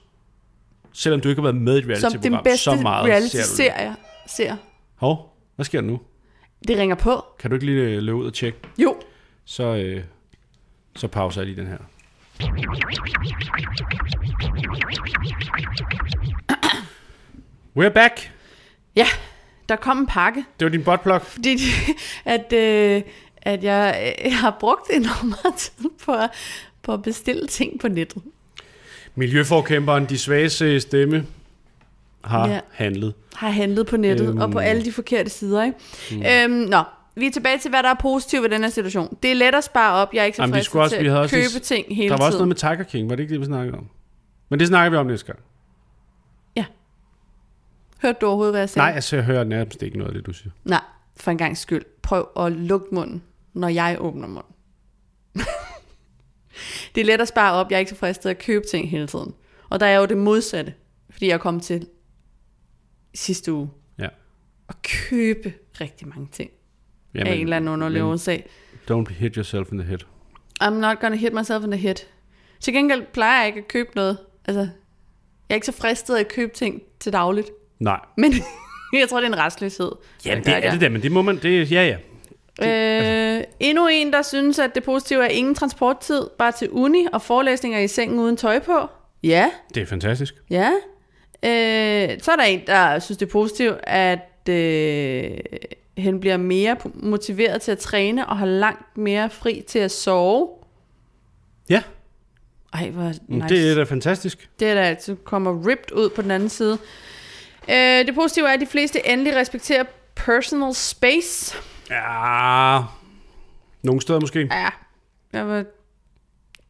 Speaker 1: Selvom du ikke har været med i et
Speaker 2: som den
Speaker 1: reality-program,
Speaker 2: bedste
Speaker 1: så meget ser du det.
Speaker 2: reality-serie. Ser.
Speaker 1: Hov, hvad sker der nu?
Speaker 2: Det ringer på.
Speaker 1: Kan du ikke lige øh, løbe ud og tjekke?
Speaker 2: Jo.
Speaker 1: Så, øh, så pauser jeg lige den her. We're back.
Speaker 2: Ja, der kom en pakke.
Speaker 1: Det var din botplug.
Speaker 2: Fordi de- at, øh, at jeg, øh, jeg har brugt enormt meget tid på at, på at bestille ting på nettet.
Speaker 1: Miljøforkæmperen, de svages øh, stemme, har
Speaker 2: Ja.
Speaker 1: ja. handlet.
Speaker 2: har handlet på nettet øhm.
Speaker 1: Øhm.
Speaker 2: og på alle de forkerte sider, ikke? Mm. Øhm, nå, vi er tilbage til, hvad der er positivt ved den her situation. Det er let at spare op. Jeg er ikke så
Speaker 1: Jamen, vi
Speaker 2: frisk til
Speaker 1: skulle også- vi havde
Speaker 2: at
Speaker 1: også
Speaker 2: købe
Speaker 1: lige-
Speaker 2: ting
Speaker 1: Der
Speaker 2: hele
Speaker 1: var også
Speaker 2: tiden.
Speaker 1: noget med Tiger King, var det ikke det, vi snakkede om? Men det snakker vi om næste gang.
Speaker 2: Hørte du overhovedet, hvad jeg sagde?
Speaker 1: Nej, altså, jeg hører nærmest ikke noget af det, du siger.
Speaker 2: Nej, for en gang skyld. Prøv at lukke munden, når jeg åbner munden. det er let at spare op. Jeg er ikke så frisk til at købe ting hele tiden. Og der er jo det modsatte, fordi jeg kom til sidste uge
Speaker 1: Ja.
Speaker 2: at købe rigtig mange ting Jamen, af en eller anden underlig
Speaker 1: men
Speaker 2: årsag.
Speaker 1: Don't hit yourself in the head.
Speaker 2: I'm not gonna hit myself in the head. Til gengæld plejer jeg ikke at købe noget. Altså, jeg er ikke så fristet af at købe ting til dagligt.
Speaker 1: Nej.
Speaker 2: Men jeg tror, det er en restløshed.
Speaker 1: Jamen, det er det der, men det må man... Det, ja, ja.
Speaker 2: Øh, endnu en, der synes, at det positive er ingen transporttid, bare til uni og forelæsninger i sengen uden tøj på. Ja,
Speaker 1: Det er fantastisk.
Speaker 2: ja. Øh, så er der en, der synes, det er positivt, at øh, han bliver mere motiveret til at træne og har langt mere fri til at sove.
Speaker 1: Ja,
Speaker 2: Ej, hvor
Speaker 1: nice.
Speaker 2: nice.
Speaker 1: Mm, det er da fantastisk.
Speaker 2: Det er der altid kommer ripped ud på den anden side. Øh, det positive er, at de fleste endelig respekterer personal space.
Speaker 1: Ja, nogle steder måske.
Speaker 2: Ja, jeg var...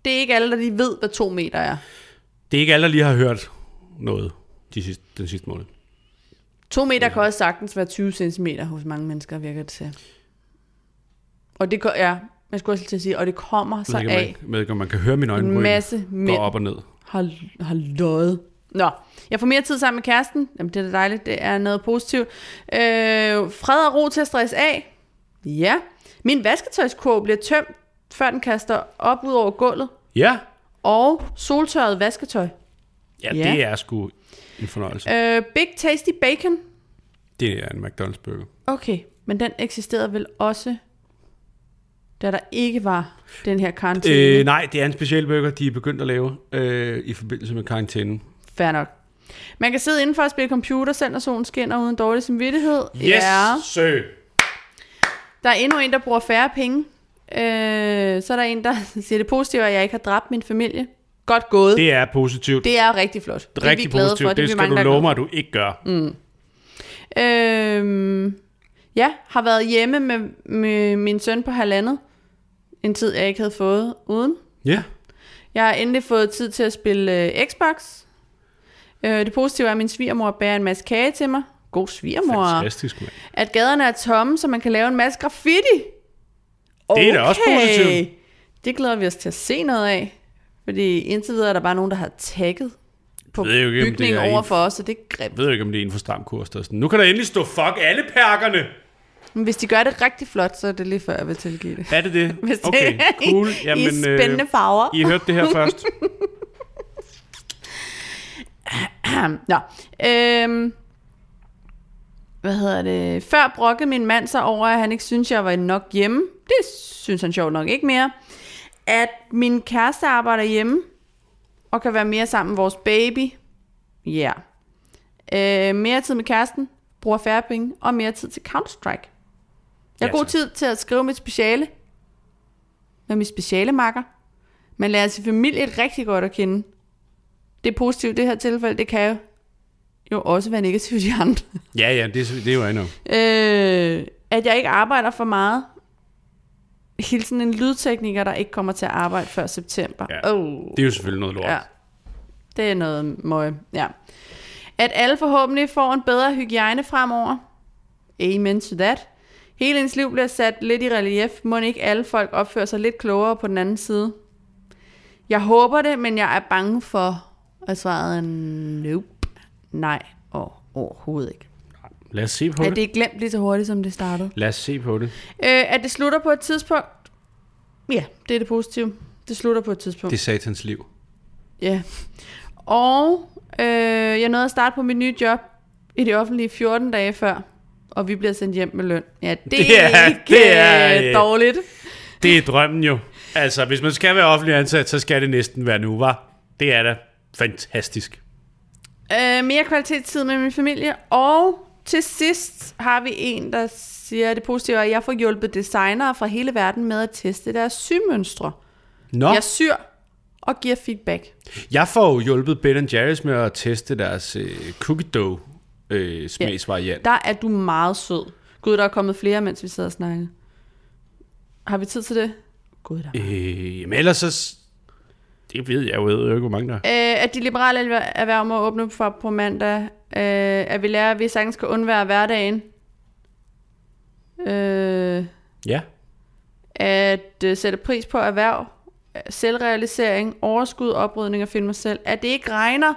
Speaker 2: det er ikke alle, der lige ved, hvad to meter er.
Speaker 1: Det er ikke alle, der lige har hørt noget de sidste, den sidste måned.
Speaker 2: To meter kan også sagtens være 20 cm hos mange mennesker, virker det til. Og det, ko- ja, jeg skulle også lige til at sige, og det kommer så
Speaker 1: Jeg ved
Speaker 2: af,
Speaker 1: ikke, om man, ved ikke, om man kan høre min
Speaker 2: en
Speaker 1: øjenbryn
Speaker 2: masse
Speaker 1: gå
Speaker 2: mænd
Speaker 1: op og ned.
Speaker 2: har, har løjet. Nå, jeg får mere tid sammen med kæresten. Jamen, det er da dejligt. Det er noget positivt. Øh, fred og ro til at stresse af. Ja. Min vasketøjskurv bliver tømt, før den kaster op ud over gulvet.
Speaker 1: Ja,
Speaker 2: Og soltørret vasketøj.
Speaker 1: ja,
Speaker 2: Ja.
Speaker 1: det er sgu en fornøjelse.
Speaker 2: Øh, Big Tasty Bacon
Speaker 1: Det er en McDonald's burger.
Speaker 2: Okay, men den eksisterede vel også, da der ikke var den her karantæne?
Speaker 1: Øh, nej, det er en speciel burger, de er begyndt at lave øh, i forbindelse med karantænen.
Speaker 2: Fair nok. Man kan sidde indenfor og spille computer, selv når solen skinner uden dårlig samvittighed.
Speaker 1: Yes,
Speaker 2: Ja.
Speaker 1: sø!
Speaker 2: Der er endnu en, der bruger færre penge. Øh, så er der en, der siger det positive, er, at jeg ikke har dræbt min familie. Godt gået. Det,
Speaker 1: Det er positivt. Det
Speaker 2: det er rigtig flot.
Speaker 1: er
Speaker 2: det er
Speaker 1: rigtig
Speaker 2: vi glade
Speaker 1: positivt.
Speaker 2: for.
Speaker 1: Det, det
Speaker 2: er vi
Speaker 1: skal
Speaker 2: mange,
Speaker 1: du
Speaker 2: der er
Speaker 1: love mig, at du ikke gør. Mm.
Speaker 2: Øhm, ja, har været hjemme med, med min søn på halvandet. En tid, jeg ikke havde fået uden.
Speaker 1: Ja.
Speaker 2: Jeg har endelig fået tid til at spille øh, Xbox. Øh, det positive er, at min svigermor bærer en masse kage til mig. God svigermor.
Speaker 1: Fantastisk, mand.
Speaker 2: At gaderne er tomme, så man kan lave en masse graffiti. Okay.
Speaker 1: Det er da også positivt.
Speaker 2: Det glæder vi os til at se noget af. Fordi indtil videre er der bare nogen, der har tagget på
Speaker 1: Ved jo ikke, om det
Speaker 2: bygningen
Speaker 1: er en-
Speaker 2: over for os, og det er grimt.
Speaker 1: Jeg ved jo ikke, om det er en for stram kurs. Der er sådan, nu kan der endelig stå fuck alle perkerne.
Speaker 2: Men hvis de gør det rigtig flot, så er det lige før, jeg vil tilgive det.
Speaker 1: Er det
Speaker 2: Hvis
Speaker 1: det? Okay,
Speaker 2: det er i-
Speaker 1: cool.
Speaker 2: I spændende farver.
Speaker 1: øh, I hørte det her først.
Speaker 2: Nå. Øhm, hvad hedder det? Før brokkede min mand sig over, at han ikke synes, jeg var nok hjemme. Det synes han sjovt nok ikke mere. At min kæreste arbejder hjemme og kan være mere sammen med vores baby. Ja. Yeah. Øh, mere tid med kæresten, bruger færre penge og mere tid til Counter-Strike.
Speaker 1: Ja,
Speaker 2: Jeg har god
Speaker 1: tak.
Speaker 2: tid til at skrive mit speciale med mit specialemakker. Man lærer sin familie rigtig godt at kende. Det positive i det her tilfælde, det kan jo, jo også være negativt i andre.
Speaker 1: Ja, ja, det, er- det er jo andet.
Speaker 2: Øh, at jeg ikke arbejder for meget. Hilsen en lydtekniker, der ikke kommer til at arbejde før september.
Speaker 1: Ja.
Speaker 2: Oh.
Speaker 1: Det er jo selvfølgelig noget lort.
Speaker 2: Ja. Det er noget møg. Ja. At alle forhåbentlig får en bedre hygiejne fremover. Amen to that. Hele ens liv bliver sat lidt i relief. Må ikke alle folk opfører sig lidt klogere på den anden side? Jeg håber det, men jeg er bange for, at svaret er nope. Nej, og overhovedet ikke.
Speaker 1: Lad os se på
Speaker 2: Okay.
Speaker 1: det.
Speaker 2: At det er glemt lige så hurtigt, som det startede.
Speaker 1: Lad os se på det.
Speaker 2: Øh, at det slutter på et tidspunkt. Ja, det er det positive. Det slutter på et tidspunkt.
Speaker 1: Det er satans liv.
Speaker 2: Ja. Og øh, jeg nåede at starte på mit nye job i det offentlige 14 dage før, og vi bliver sendt hjem med løn. Ja, det, det er ikke det er,
Speaker 1: øh,
Speaker 2: dårligt.
Speaker 1: Det er drømmen jo. Altså, hvis man skal være offentlig ansat, så skal det næsten være nu, var. Det er da fantastisk.
Speaker 2: Øh, mere kvalitetstid med min familie, og til sidst har vi en, der siger det positive, er, at jeg får hjulpet designere fra hele verden med at teste deres symønstre.
Speaker 1: Nå,
Speaker 2: Jeg syr og giver feedback.
Speaker 1: jeg får jo hjulpet Ben Jerry's med at teste deres øh, cookie dough øh, smagsvariant.
Speaker 2: Der er du meget sød. Gud, der er kommet flere, mens vi sidder og snakker. Har vi tid til det? Gud, der er
Speaker 1: Øh, jamen ellers så... s- Det ved jeg jo, jeg ved jo ikke, hvor mange der er.
Speaker 2: Øh, at de liberale erhver- erhverv må åbne for på mandag. Øh, at vi lærer, at vi sagtens skal undvære hverdagen. Øh,
Speaker 1: Ja.
Speaker 2: at øh, sætte pris på erhverv, øh, selvrealisering, overskud, oprydning og finde mig selv. At det ikke regner.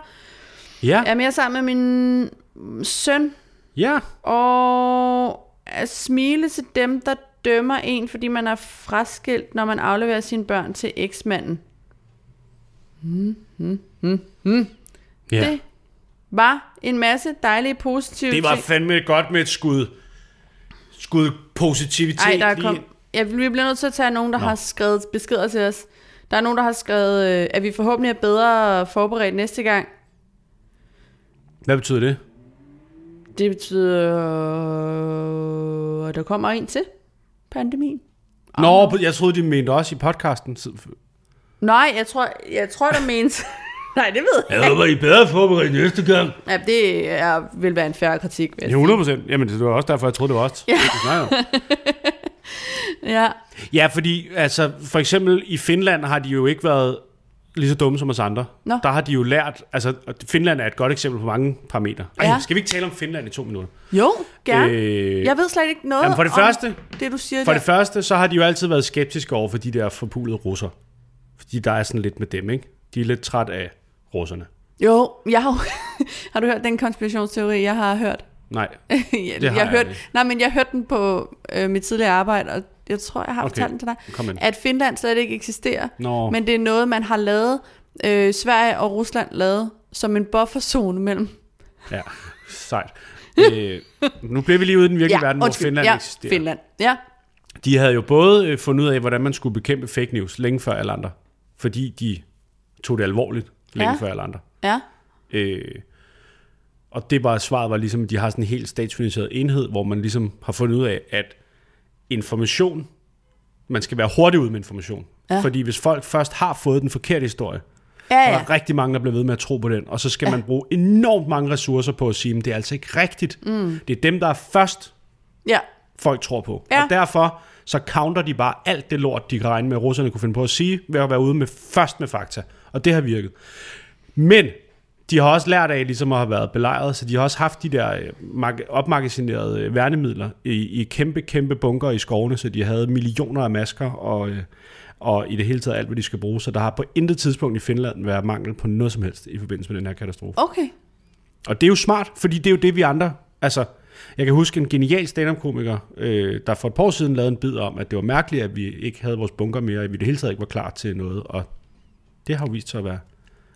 Speaker 1: Ja.
Speaker 2: Jeg er mere sammen med min mm, søn.
Speaker 1: Ja.
Speaker 2: Og at smile til dem, der dømmer en, fordi man er fraskilt, når man afleverer sine børn til eksmanden.
Speaker 1: ja.
Speaker 2: Det var en masse dejlige positive
Speaker 1: Det var
Speaker 2: ting.
Speaker 1: fandme godt med et skud, skud positivitet.
Speaker 2: Ej, der er
Speaker 1: lige-
Speaker 2: kom... Ja, vi bliver nødt til at tage nogen, der Nå. har skrevet beskeder til os. Der er nogen, der har skrevet, øh, at vi forhåbentlig er bedre forberedt næste gang.
Speaker 1: Hvad betyder det?
Speaker 2: Det betyder, øh, at der kommer en til pandemien.
Speaker 1: Nå, jeg troede, de mente også i podcasten. Så-
Speaker 2: Nej, jeg tror, jeg tror der menes... Nej, det ved jeg.
Speaker 1: Jeg håber, I er bedre forberedt næste gang.
Speaker 2: Ja, det er, vil være en færre kritik. Hvis.
Speaker 1: Ja, 100 procent. Jamen, det var også derfor, jeg troede, det var også. Ja.
Speaker 2: Ja.
Speaker 1: ja, fordi altså, for eksempel i Finland har de jo ikke været lige så dumme som os andre.
Speaker 2: Nå.
Speaker 1: Der har de jo lært, altså og Finland er et godt eksempel på mange parametre. Ej,
Speaker 2: Ja.
Speaker 1: skal vi ikke tale om Finland i to minutter?
Speaker 2: Jo, gerne. Øh,
Speaker 1: Øh,
Speaker 2: jeg ved slet ikke noget
Speaker 1: Jamen, for det
Speaker 2: om
Speaker 1: første-
Speaker 2: det, du siger
Speaker 1: For
Speaker 2: der.
Speaker 1: det første, så har de jo altid været skeptiske over for de der forpulede russer. Fordi der er sådan lidt med dem, ikke? De er lidt træt af russerne.
Speaker 2: Jo, jeg har, jo- har du hørt den konspirationsteori, jeg har hørt?
Speaker 1: Nej.
Speaker 2: jeg,
Speaker 1: Det
Speaker 2: jeg,
Speaker 1: har
Speaker 2: jeg
Speaker 1: jeg
Speaker 2: hørte,
Speaker 1: ikke.
Speaker 2: nej, men jeg hørte den på øh, mit tidligere arbejde, og jeg tror, jeg har
Speaker 1: Okay,
Speaker 2: fortalt den til dig,
Speaker 1: kom ind.
Speaker 2: at Finland slet ikke eksisterer,
Speaker 1: Nå.
Speaker 2: men det er noget, man har lavet, øh, Sverige og Rusland lavet, som en bufferzone mellem.
Speaker 1: Ja, sejt. øh, nu bliver vi lige ude i den virkelige ja, verden, hvor
Speaker 2: undskyld.
Speaker 1: Finland
Speaker 2: ja,
Speaker 1: eksisterer.
Speaker 2: Finland. Ja,
Speaker 1: De havde jo både øh, fundet ud af, hvordan man skulle bekæmpe fake news længe før alle andre, fordi de tog det alvorligt længe
Speaker 2: Ja.
Speaker 1: ja. før alle andre.
Speaker 2: ja.
Speaker 1: Øh, og det var svaret var ligesom, at de har sådan en helt statsfinansieret enhed, hvor man ligesom har fundet ud af, at information, man skal være hurtig ud med information.
Speaker 2: Ja.
Speaker 1: Ja. Fordi hvis folk først har fået den forkerte historie,
Speaker 2: Ja,
Speaker 1: ja. der
Speaker 2: ja.
Speaker 1: er rigtig mange, der bliver ved med at tro på den, og så skal ja. man bruge enormt mange ressourcer på at sige, at det er altså ikke rigtigt. Mm. Det er dem, der er først,
Speaker 2: ja.
Speaker 1: folk tror på.
Speaker 2: Ja.
Speaker 1: Ja. Og derfor så counter de bare alt det lort, de kan regne med, at russerne kunne finde på at sige, ved at være ude med først med fakta. Og det har virket. Men de har også lært af ligesom at have været belejret, så de har også haft de der øh, mag- opmagasinerede øh, værnemidler i, i kæmpe, kæmpe bunker i skovene, så de havde millioner af masker og, øh, og i det hele taget alt, hvad de skal bruge. Så der har på intet tidspunkt i Finland været mangel på noget som helst i forbindelse med den her katastrofe.
Speaker 2: Okay.
Speaker 1: Og det er jo smart, fordi det er jo det, vi andre... Altså, jeg kan huske en genial stand-up-komiker, øh, der for et par år siden lavede en bid om, at det var mærkeligt, at vi ikke havde vores bunker mere, at vi i det hele taget ikke var klar til noget, og det har jo vist sig at være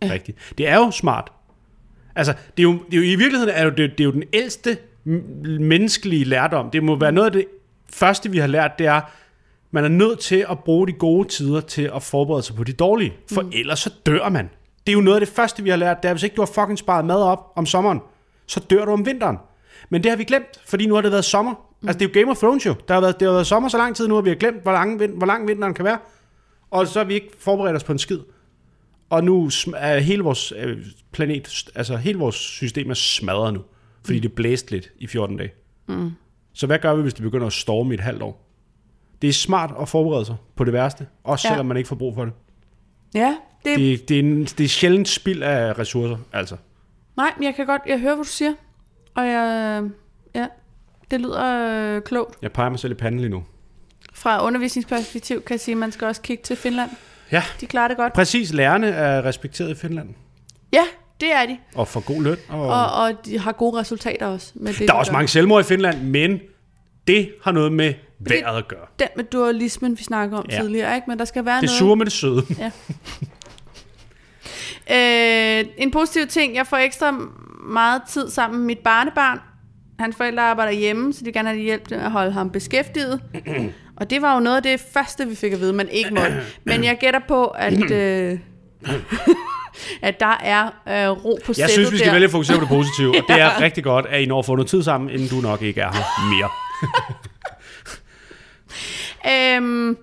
Speaker 1: ja. rigtigt. Det er jo smart. Altså, det er jo, det er jo i virkeligheden er jo, det, det er jo den ældste m- menneskelige lærdom. Det må være noget af det første, vi har lært, det er, man er nødt til at bruge de gode tider til at forberede sig på de dårlige, for mm. ellers så dør man. Det er jo noget af det første, vi har lært, det er, hvis ikke du har fucking sparet mad op om sommeren, så dør du om vinteren. Men det har vi glemt, fordi nu har det været sommer. Mm. Altså, det er jo Game of Thrones jo. Der har været, det har været sommer så lang tid nu, at vi har glemt, hvor lang, vin- hvor lang vinteren kan være. Og så har vi ikke forberedt os på en skid. Og nu sm- er hele vores øh, planet, altså hele vores system er smadret nu, fordi det blæste lidt i 14 dage. Mm. Så hvad gør vi, hvis det begynder at storme i et halvt år? Det er smart at forberede sig på det værste, også
Speaker 2: Ja.
Speaker 1: ja. selvom man ikke får brug for det.
Speaker 2: Ja, det, det...
Speaker 1: Det, det, er, en, det er sjældent spild af ressourcer, altså.
Speaker 2: Nej, men jeg kan godt... Jeg hører, hvad du siger. Og jeg... Ja, det lyder øh, klogt.
Speaker 1: Jeg peger mig selv i panden lige nu.
Speaker 2: Fra undervisningsperspektiv kan jeg sige, at man skal også kigge til Finland.
Speaker 1: Ja,
Speaker 2: De klarer det godt.
Speaker 1: præcis. Lærerne er respekteret i Finland,
Speaker 2: Ja, det er de.
Speaker 1: og får god løn. Og...
Speaker 2: Og, og de har gode resultater også. Med det,
Speaker 1: der er
Speaker 2: de
Speaker 1: også
Speaker 2: gør.
Speaker 1: mange selvmord i Finland, men det har noget med vejret at gøre.
Speaker 2: Den med dualismen, vi snakker om ja.
Speaker 1: Ja.
Speaker 2: tidligere, ikke? Men der skal være
Speaker 1: Det
Speaker 2: noget...
Speaker 1: sure med det søde.
Speaker 2: Øh, en positiv ting, jeg får ekstra meget tid sammen med mit barnebarn. Hans forældre arbejder hjemme, så de vil gerne have hjælp til at holde ham beskæftiget. Og det var jo noget af det første, vi fik at vide, man ikke måtte. Men jeg gætter på, at, øh, at der er øh, ro på
Speaker 1: Jeg
Speaker 2: sættet
Speaker 1: synes, vi skal
Speaker 2: der.
Speaker 1: vælge at fokusere på det positive, og det er rigtig godt, at I når at få noget tid sammen, inden du nok ikke er her mere.
Speaker 2: Øhm,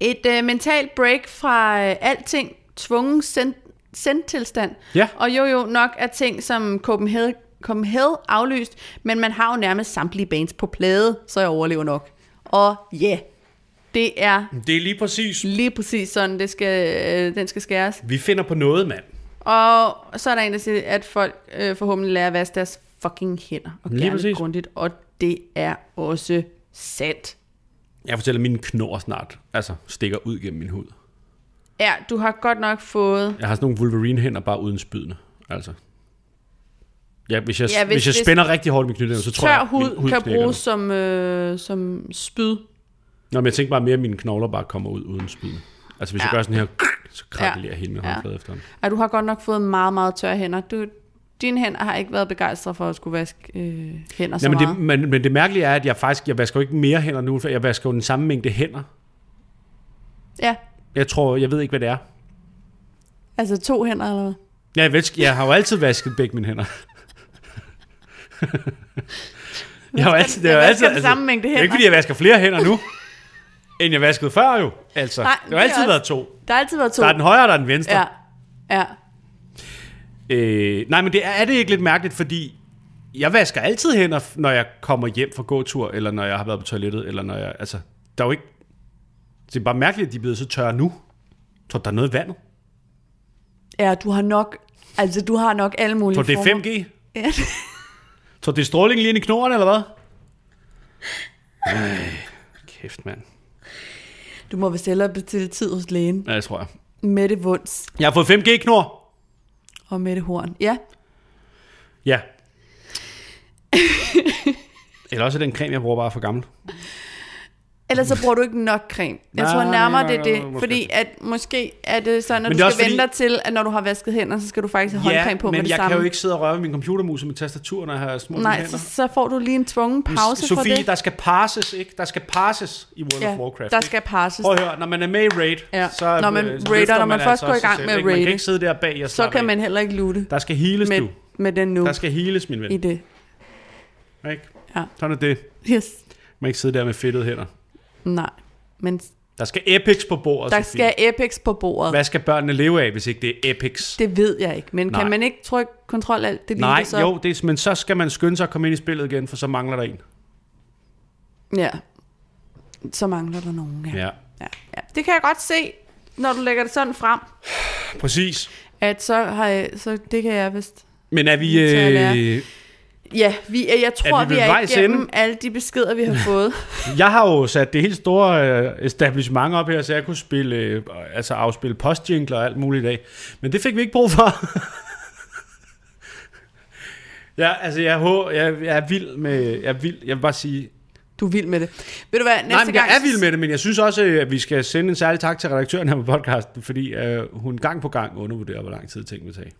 Speaker 2: et øh, mentalt break fra øh, alting, tvungen send, sendtilstand.
Speaker 1: Ja.
Speaker 2: Og jo jo nok er ting som Copenhagen, Copenhagen aflyst, men man har jo nærmest samtlige bands på plade, så jeg overlever nok. Og ja, yeah, det er
Speaker 1: Det er lige præcis.
Speaker 2: lige præcis sådan, det skal, øh, den skal skæres.
Speaker 1: Vi finder på noget, mand.
Speaker 2: Og så er der en, der siger, at folk øh, forhåbentlig lærer at vaske deres fucking hænder. Og
Speaker 1: Lige
Speaker 2: gerne
Speaker 1: præcis.
Speaker 2: grundigt, og det er også sandt.
Speaker 1: Jeg fortæller, at mine knor snart altså, stikker ud gennem min hud.
Speaker 2: Ja, du har godt nok fået
Speaker 1: Jeg har sådan nogle Wolverine-hænder, bare uden spydene. Altså. Ja, hvis jeg,
Speaker 2: Ja,
Speaker 1: ja,
Speaker 2: hvis-
Speaker 1: hvis, hvis jeg
Speaker 2: hvis-
Speaker 1: spænder rigtig hårdt i min knytnæve, så tror
Speaker 2: Tør
Speaker 1: jeg,
Speaker 2: hud,
Speaker 1: min hud
Speaker 2: kan
Speaker 1: knækker
Speaker 2: bruges som, øh, som spyd.
Speaker 1: nu. Nå, men jeg tænker bare mere, at mine knogler bare kommer ud uden spydene. Altså, hvis ja. jeg
Speaker 2: Ja.
Speaker 1: gør sådan her, så krakelerer ja. hele min
Speaker 2: Ja.
Speaker 1: håndflade efter ham.
Speaker 2: Ej, du har godt nok fået meget, meget tørre hænder. Du, dine hænder har ikke været begejstret for at skulle vaske øh, hænder så
Speaker 1: Ja, men, det,
Speaker 2: meget.
Speaker 1: men, men det mærkelige er, at jeg faktisk, jeg vasker jo ikke mere hænder nu, for jeg vasker jo den samme mængde hænder.
Speaker 2: Ja,
Speaker 1: Jeg tror, jeg ved ikke, hvad det er.
Speaker 2: altså to hænder eller hvad?
Speaker 1: Ja, jeg, vask, jeg har jo altid vasket begge mine hænder. jeg har jo altid, det er jo
Speaker 2: Jeg
Speaker 1: altid,
Speaker 2: vasker
Speaker 1: altså,
Speaker 2: den samme
Speaker 1: Det
Speaker 2: mængde
Speaker 1: er jo
Speaker 2: hænder.
Speaker 1: ikke, fordi jeg vasker flere hænder nu, end jeg vaskede før jo. Altså,
Speaker 2: Nej,
Speaker 1: Nej,
Speaker 2: men
Speaker 1: det har
Speaker 2: det er
Speaker 1: altid
Speaker 2: også-
Speaker 1: været to.
Speaker 2: Der har altid været to.
Speaker 1: Der er den højre, og der er den venstre.
Speaker 2: ja, ja.
Speaker 1: Øh, nej, men det er, er det ikke lidt mærkeligt, fordi jeg vasker altid hænder, når jeg kommer hjem fra gåtur, eller når jeg har været på toilettet, eller når jeg, altså, der er jo ikke, det er bare mærkeligt, at de er blevet så tørre nu. Jeg tror, der er noget i vandet.
Speaker 2: Ja, du har nok, altså du har nok alle mulige
Speaker 1: Jeg tror, det er 5G.
Speaker 2: former. Ja.
Speaker 1: Jeg tror, det er stråling lige ind i knoren, eller hvad? Ej, kæft, mand.
Speaker 2: Du må vist hellere bestille tid hos lægen.
Speaker 1: Ja, det tror jeg.
Speaker 2: Mette Vunds
Speaker 1: Jeg har fået 5G-knor.
Speaker 2: og Mette Horn. Ja,
Speaker 1: Ja. eller også er den creme, jeg bruger, bare for gammel.
Speaker 2: Ellers så bruger du ikke nok creme. Jeg
Speaker 1: Nej,
Speaker 2: tror nærmere,
Speaker 1: nej,
Speaker 2: det er det.
Speaker 1: nej, måske.
Speaker 2: Fordi at måske er det sådan, at
Speaker 1: Men
Speaker 2: du
Speaker 1: det er
Speaker 2: skal
Speaker 1: også
Speaker 2: vente
Speaker 1: fordi-
Speaker 2: dig til, at når du har vasket hænder, så skal du faktisk have håndcreme på
Speaker 1: men
Speaker 2: med det
Speaker 1: jeg
Speaker 2: samme.
Speaker 1: kan jo ikke sidde og røre ved min computermus og mit tastatur, når jeg har små
Speaker 2: Nej,
Speaker 1: hænder.
Speaker 2: så, så får du lige en tvungen pause
Speaker 1: Sofie,
Speaker 2: for det.
Speaker 1: der skal passes, ikke? Der skal passes i World ja, of Warcraft.
Speaker 2: der
Speaker 1: ikke?
Speaker 2: skal passes.
Speaker 1: Prøv at høre, når man er med i Raid,
Speaker 2: Ja.
Speaker 1: så,
Speaker 2: Når man
Speaker 1: øh, så
Speaker 2: raider,
Speaker 1: løfter
Speaker 2: når man først går i
Speaker 1: også sig
Speaker 2: gang
Speaker 1: selv,
Speaker 2: med at
Speaker 1: ikke? Man
Speaker 2: raide,
Speaker 1: kan ikke sidde der bag og
Speaker 2: Så
Speaker 1: slappe
Speaker 2: kan
Speaker 1: af.
Speaker 2: man heller ikke lute
Speaker 1: Der skal heales
Speaker 2: med,
Speaker 1: du.
Speaker 2: med den nu
Speaker 1: Der skal heales, min ven.
Speaker 2: i det.
Speaker 1: Ikke?
Speaker 2: Ja.
Speaker 1: Sådan er det.
Speaker 2: Yes.
Speaker 1: Man kan ikke sidde der med fedtede hænder.
Speaker 2: Nej, men
Speaker 1: Der skal epics på bordet,
Speaker 2: der
Speaker 1: Sofie.
Speaker 2: skal epics på bordet.
Speaker 1: Hvad skal børnene leve af, hvis ikke det er epics?
Speaker 2: Det ved jeg ikke, men Nej.
Speaker 1: Nej.
Speaker 2: kan man ikke trykke kontrol alt det lige
Speaker 1: Nej,
Speaker 2: så?
Speaker 1: jo, det er, men så skal man skynde sig at komme ind i spillet igen, for så mangler der en.
Speaker 2: Ja. Så mangler der nogen, ja.
Speaker 1: Ja,
Speaker 2: Ja, ja. Det kan jeg godt se, når du lægger det sådan frem,
Speaker 1: præcis.
Speaker 2: at så har jeg, så det kan jeg vist.
Speaker 1: Men er vi...
Speaker 2: Vi tager lærer.
Speaker 1: Øh,
Speaker 2: Ja, vi, jeg tror,
Speaker 1: Er
Speaker 2: er
Speaker 1: vi
Speaker 2: vi,
Speaker 1: ved
Speaker 2: vi er
Speaker 1: vejs
Speaker 2: igennem
Speaker 1: ende?
Speaker 2: alle de beskeder, vi har fået.
Speaker 1: jeg har jo sat det helt store øh, establishment op her, så jeg kunne spille, øh, altså afspille postjingler og alt muligt i dag. Men det fik vi ikke brug for. ja, altså jeg, hå- jeg, jeg er vild med... Jeg, er vild, jeg vil bare sige,
Speaker 2: Du er vild med det. Ved du hvad, næste
Speaker 1: Nej, men
Speaker 2: gang...
Speaker 1: jeg er vild med det, men jeg synes også, at vi skal sende en særlig tak til redaktøren her på podcasten, fordi øh, hun gang på gang undervurderer, hvor lang tid ting vil tage.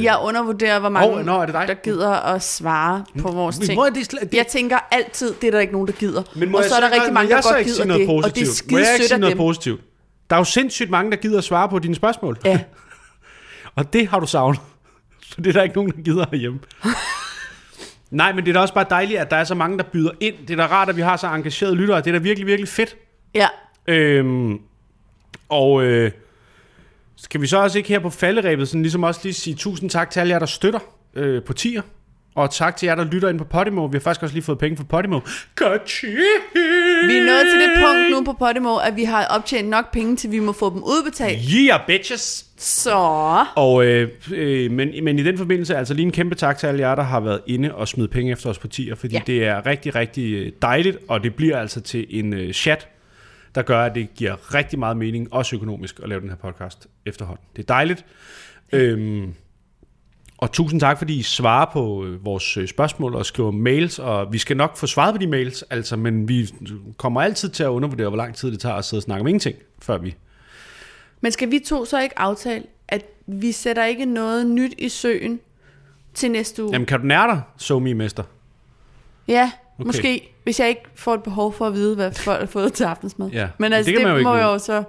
Speaker 2: Jeg undervurderer, hvor mange,
Speaker 1: Åh, Øh. nå, er det dig?
Speaker 2: der gider at svare på vores
Speaker 1: Men
Speaker 2: ting.
Speaker 1: må jeg, det, sl- det,
Speaker 2: Jeg tænker altid, det er der ikke nogen, der gider.
Speaker 1: men må
Speaker 2: og
Speaker 1: jeg
Speaker 2: så er der rigtig mange,
Speaker 1: må
Speaker 2: der
Speaker 1: jeg så
Speaker 2: godt
Speaker 1: ikke
Speaker 2: gider
Speaker 1: sige noget
Speaker 2: det.
Speaker 1: positivt?
Speaker 2: Og det er
Speaker 1: må jeg
Speaker 2: skide
Speaker 1: ikke
Speaker 2: sødt
Speaker 1: sige
Speaker 2: af
Speaker 1: noget
Speaker 2: dem.
Speaker 1: positivt? Der er jo sindssygt mange, der gider at svare på dine spørgsmål.
Speaker 2: Ja.
Speaker 1: Og det har du savnet. For det er der ikke nogen, der gider herhjemme. Nej, men det er da også bare dejligt, at der er så mange, der byder ind. Det er da rart, at vi har så engagerede lyttere. Det er da virkelig, virkelig fedt.
Speaker 2: ja,
Speaker 1: Øhm, og øh, skal vi så også ikke her på falderæbet sådan ligesom også lige sige tusind tak til alle jer, der støtter øh, på tier. Og tak til jer, der lytter ind på Podimo. Vi har faktisk også lige fået penge for Podimo. Ka-ching!
Speaker 2: vi er nået til det
Speaker 1: Øh.
Speaker 2: punkt nu på Podimo, at vi har optjent nok penge, til vi må få dem udbetalt.
Speaker 1: Yeah, bitches!
Speaker 2: Så
Speaker 1: Og, øh, øh, men, men i den forbindelse, altså lige en kæmpe tak til alle jer, der har været inde og smidt penge efter os på tier, fordi ja.
Speaker 2: Ja.
Speaker 1: det er rigtig, rigtig øh, dejligt, og det bliver altså til en øh, chat, der gør, at det giver rigtig meget mening, også økonomisk, at lave den her podcast efterhånden. Det er dejligt. Øhm, og tusind tak, fordi I svarer på øh, vores øh, spørgsmål og skriver mails, og vi skal nok få svaret på de mails, altså, men vi kommer altid til at undervurdere, hvor lang tid det tager at sidde og snakke om ingenting, før vi...
Speaker 2: Men skal vi to så ikke aftale, at vi sætter ikke noget nyt i søen til næste uge?
Speaker 1: Jamen, kan du nære dig, SoMe-mester?
Speaker 2: ja,
Speaker 1: okay.
Speaker 2: måske. Hvis jeg ikke får et behov for at vide, hvad folk har fået til aftensmad.
Speaker 1: Ja, men
Speaker 2: Men altså,
Speaker 1: det
Speaker 2: det,
Speaker 1: kan man jo
Speaker 2: det
Speaker 1: ikke
Speaker 2: må jeg
Speaker 1: vide.
Speaker 2: jo så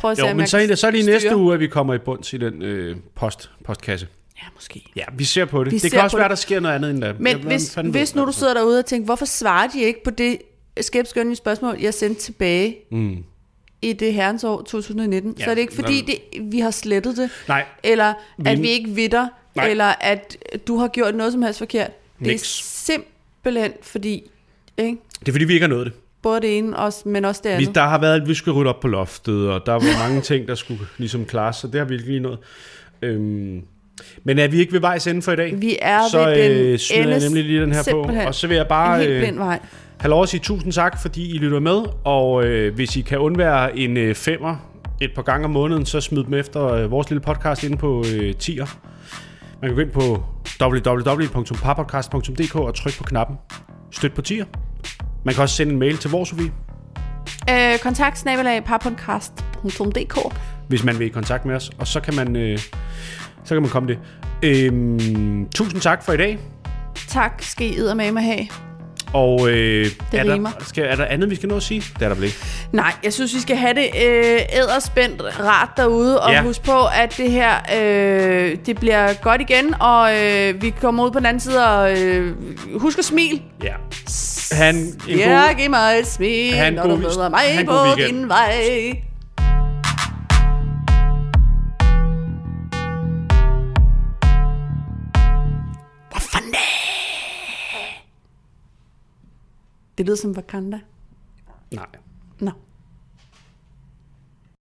Speaker 2: prøve at se,
Speaker 1: Jo,
Speaker 2: om
Speaker 1: men
Speaker 2: jeg
Speaker 1: så er
Speaker 2: kan
Speaker 1: det, så er det i
Speaker 2: styre.
Speaker 1: næste uge, at vi kommer i bunds i den øh, post, postkasse.
Speaker 2: Ja, måske.
Speaker 1: Ja, vi ser på det.
Speaker 2: Vi
Speaker 1: det
Speaker 2: ser
Speaker 1: kan også
Speaker 2: på
Speaker 1: være,
Speaker 2: det.
Speaker 1: der sker noget andet end der.
Speaker 2: Men hvis, hvis nu du
Speaker 1: altså.
Speaker 2: sidder derude og tænker, hvorfor svarer de ikke på det skæbskønne spørgsmål, jeg sendte tilbage
Speaker 1: Mm.
Speaker 2: i det herrens år 2019,
Speaker 1: Ja,
Speaker 2: så er det ikke fordi, det, vi har slettet det,
Speaker 1: Nej,
Speaker 2: eller at
Speaker 1: Vi-
Speaker 2: vi ikke ved dig,
Speaker 1: Nej.
Speaker 2: eller at du har gjort noget som helst forkert. Det
Speaker 1: Niks.
Speaker 2: er simpelthen fordi, ikke?
Speaker 1: det er fordi, vi ikke har nået det.
Speaker 2: både det ene, også, men også det
Speaker 1: Vi,
Speaker 2: andet.
Speaker 1: der har været, vi skulle rydde op på loftet, og der var mange ting, der skulle ligesom klares, så det har vi ikke lige nået. Øhm, men er vi ikke ved vejs ende for i dag?
Speaker 2: Vi er
Speaker 1: så
Speaker 2: ved den
Speaker 1: øh, smider jeg
Speaker 2: endes-
Speaker 1: nemlig lige den her
Speaker 2: simpelthen.
Speaker 1: på. Og så vil jeg
Speaker 2: en
Speaker 1: bare
Speaker 2: helt
Speaker 1: øh,
Speaker 2: blind vej.
Speaker 1: have lov at sige tusind tak, fordi I lytter med. Og øh, hvis I kan undvære en øh, femmer et par gange om måneden, så smid dem efter øh, vores lille podcast inde på øh, tier. Man kan gå ind på www.papodcast.dk og trykke på knappen. Støt på tier. Man kan også sende en mail til vores Sofie,
Speaker 2: Øh, kontakt snabelag parpodcast.dk
Speaker 1: hvis man vil i kontakt med os. Og så kan man, øh, så kan man komme det. Øhm, tusind tak for i dag.
Speaker 2: Tak skal I med mig have.
Speaker 1: Og øh, er, der,
Speaker 2: rimer.
Speaker 1: skal, er der andet, vi skal nå at sige? Det er der vel ikke.
Speaker 2: Nej, jeg synes, vi skal have det øh, æderspændt rart derude, og
Speaker 1: Ja.
Speaker 2: ja. husk på, at det her, øh, det bliver godt igen, og øh, vi kommer ud på den anden side, og øh, husk at smil.
Speaker 1: Ja. Han, en
Speaker 2: Ja,
Speaker 1: god,
Speaker 2: giv mig et smil,
Speaker 1: Ha' en
Speaker 2: når
Speaker 1: god
Speaker 2: du
Speaker 1: weekend.
Speaker 2: møder mig
Speaker 1: Ha' en
Speaker 2: på
Speaker 1: god weekend.
Speaker 2: din vej. Hvad fanden det? Det lyder som Wakanda.
Speaker 1: nej.
Speaker 2: Nå.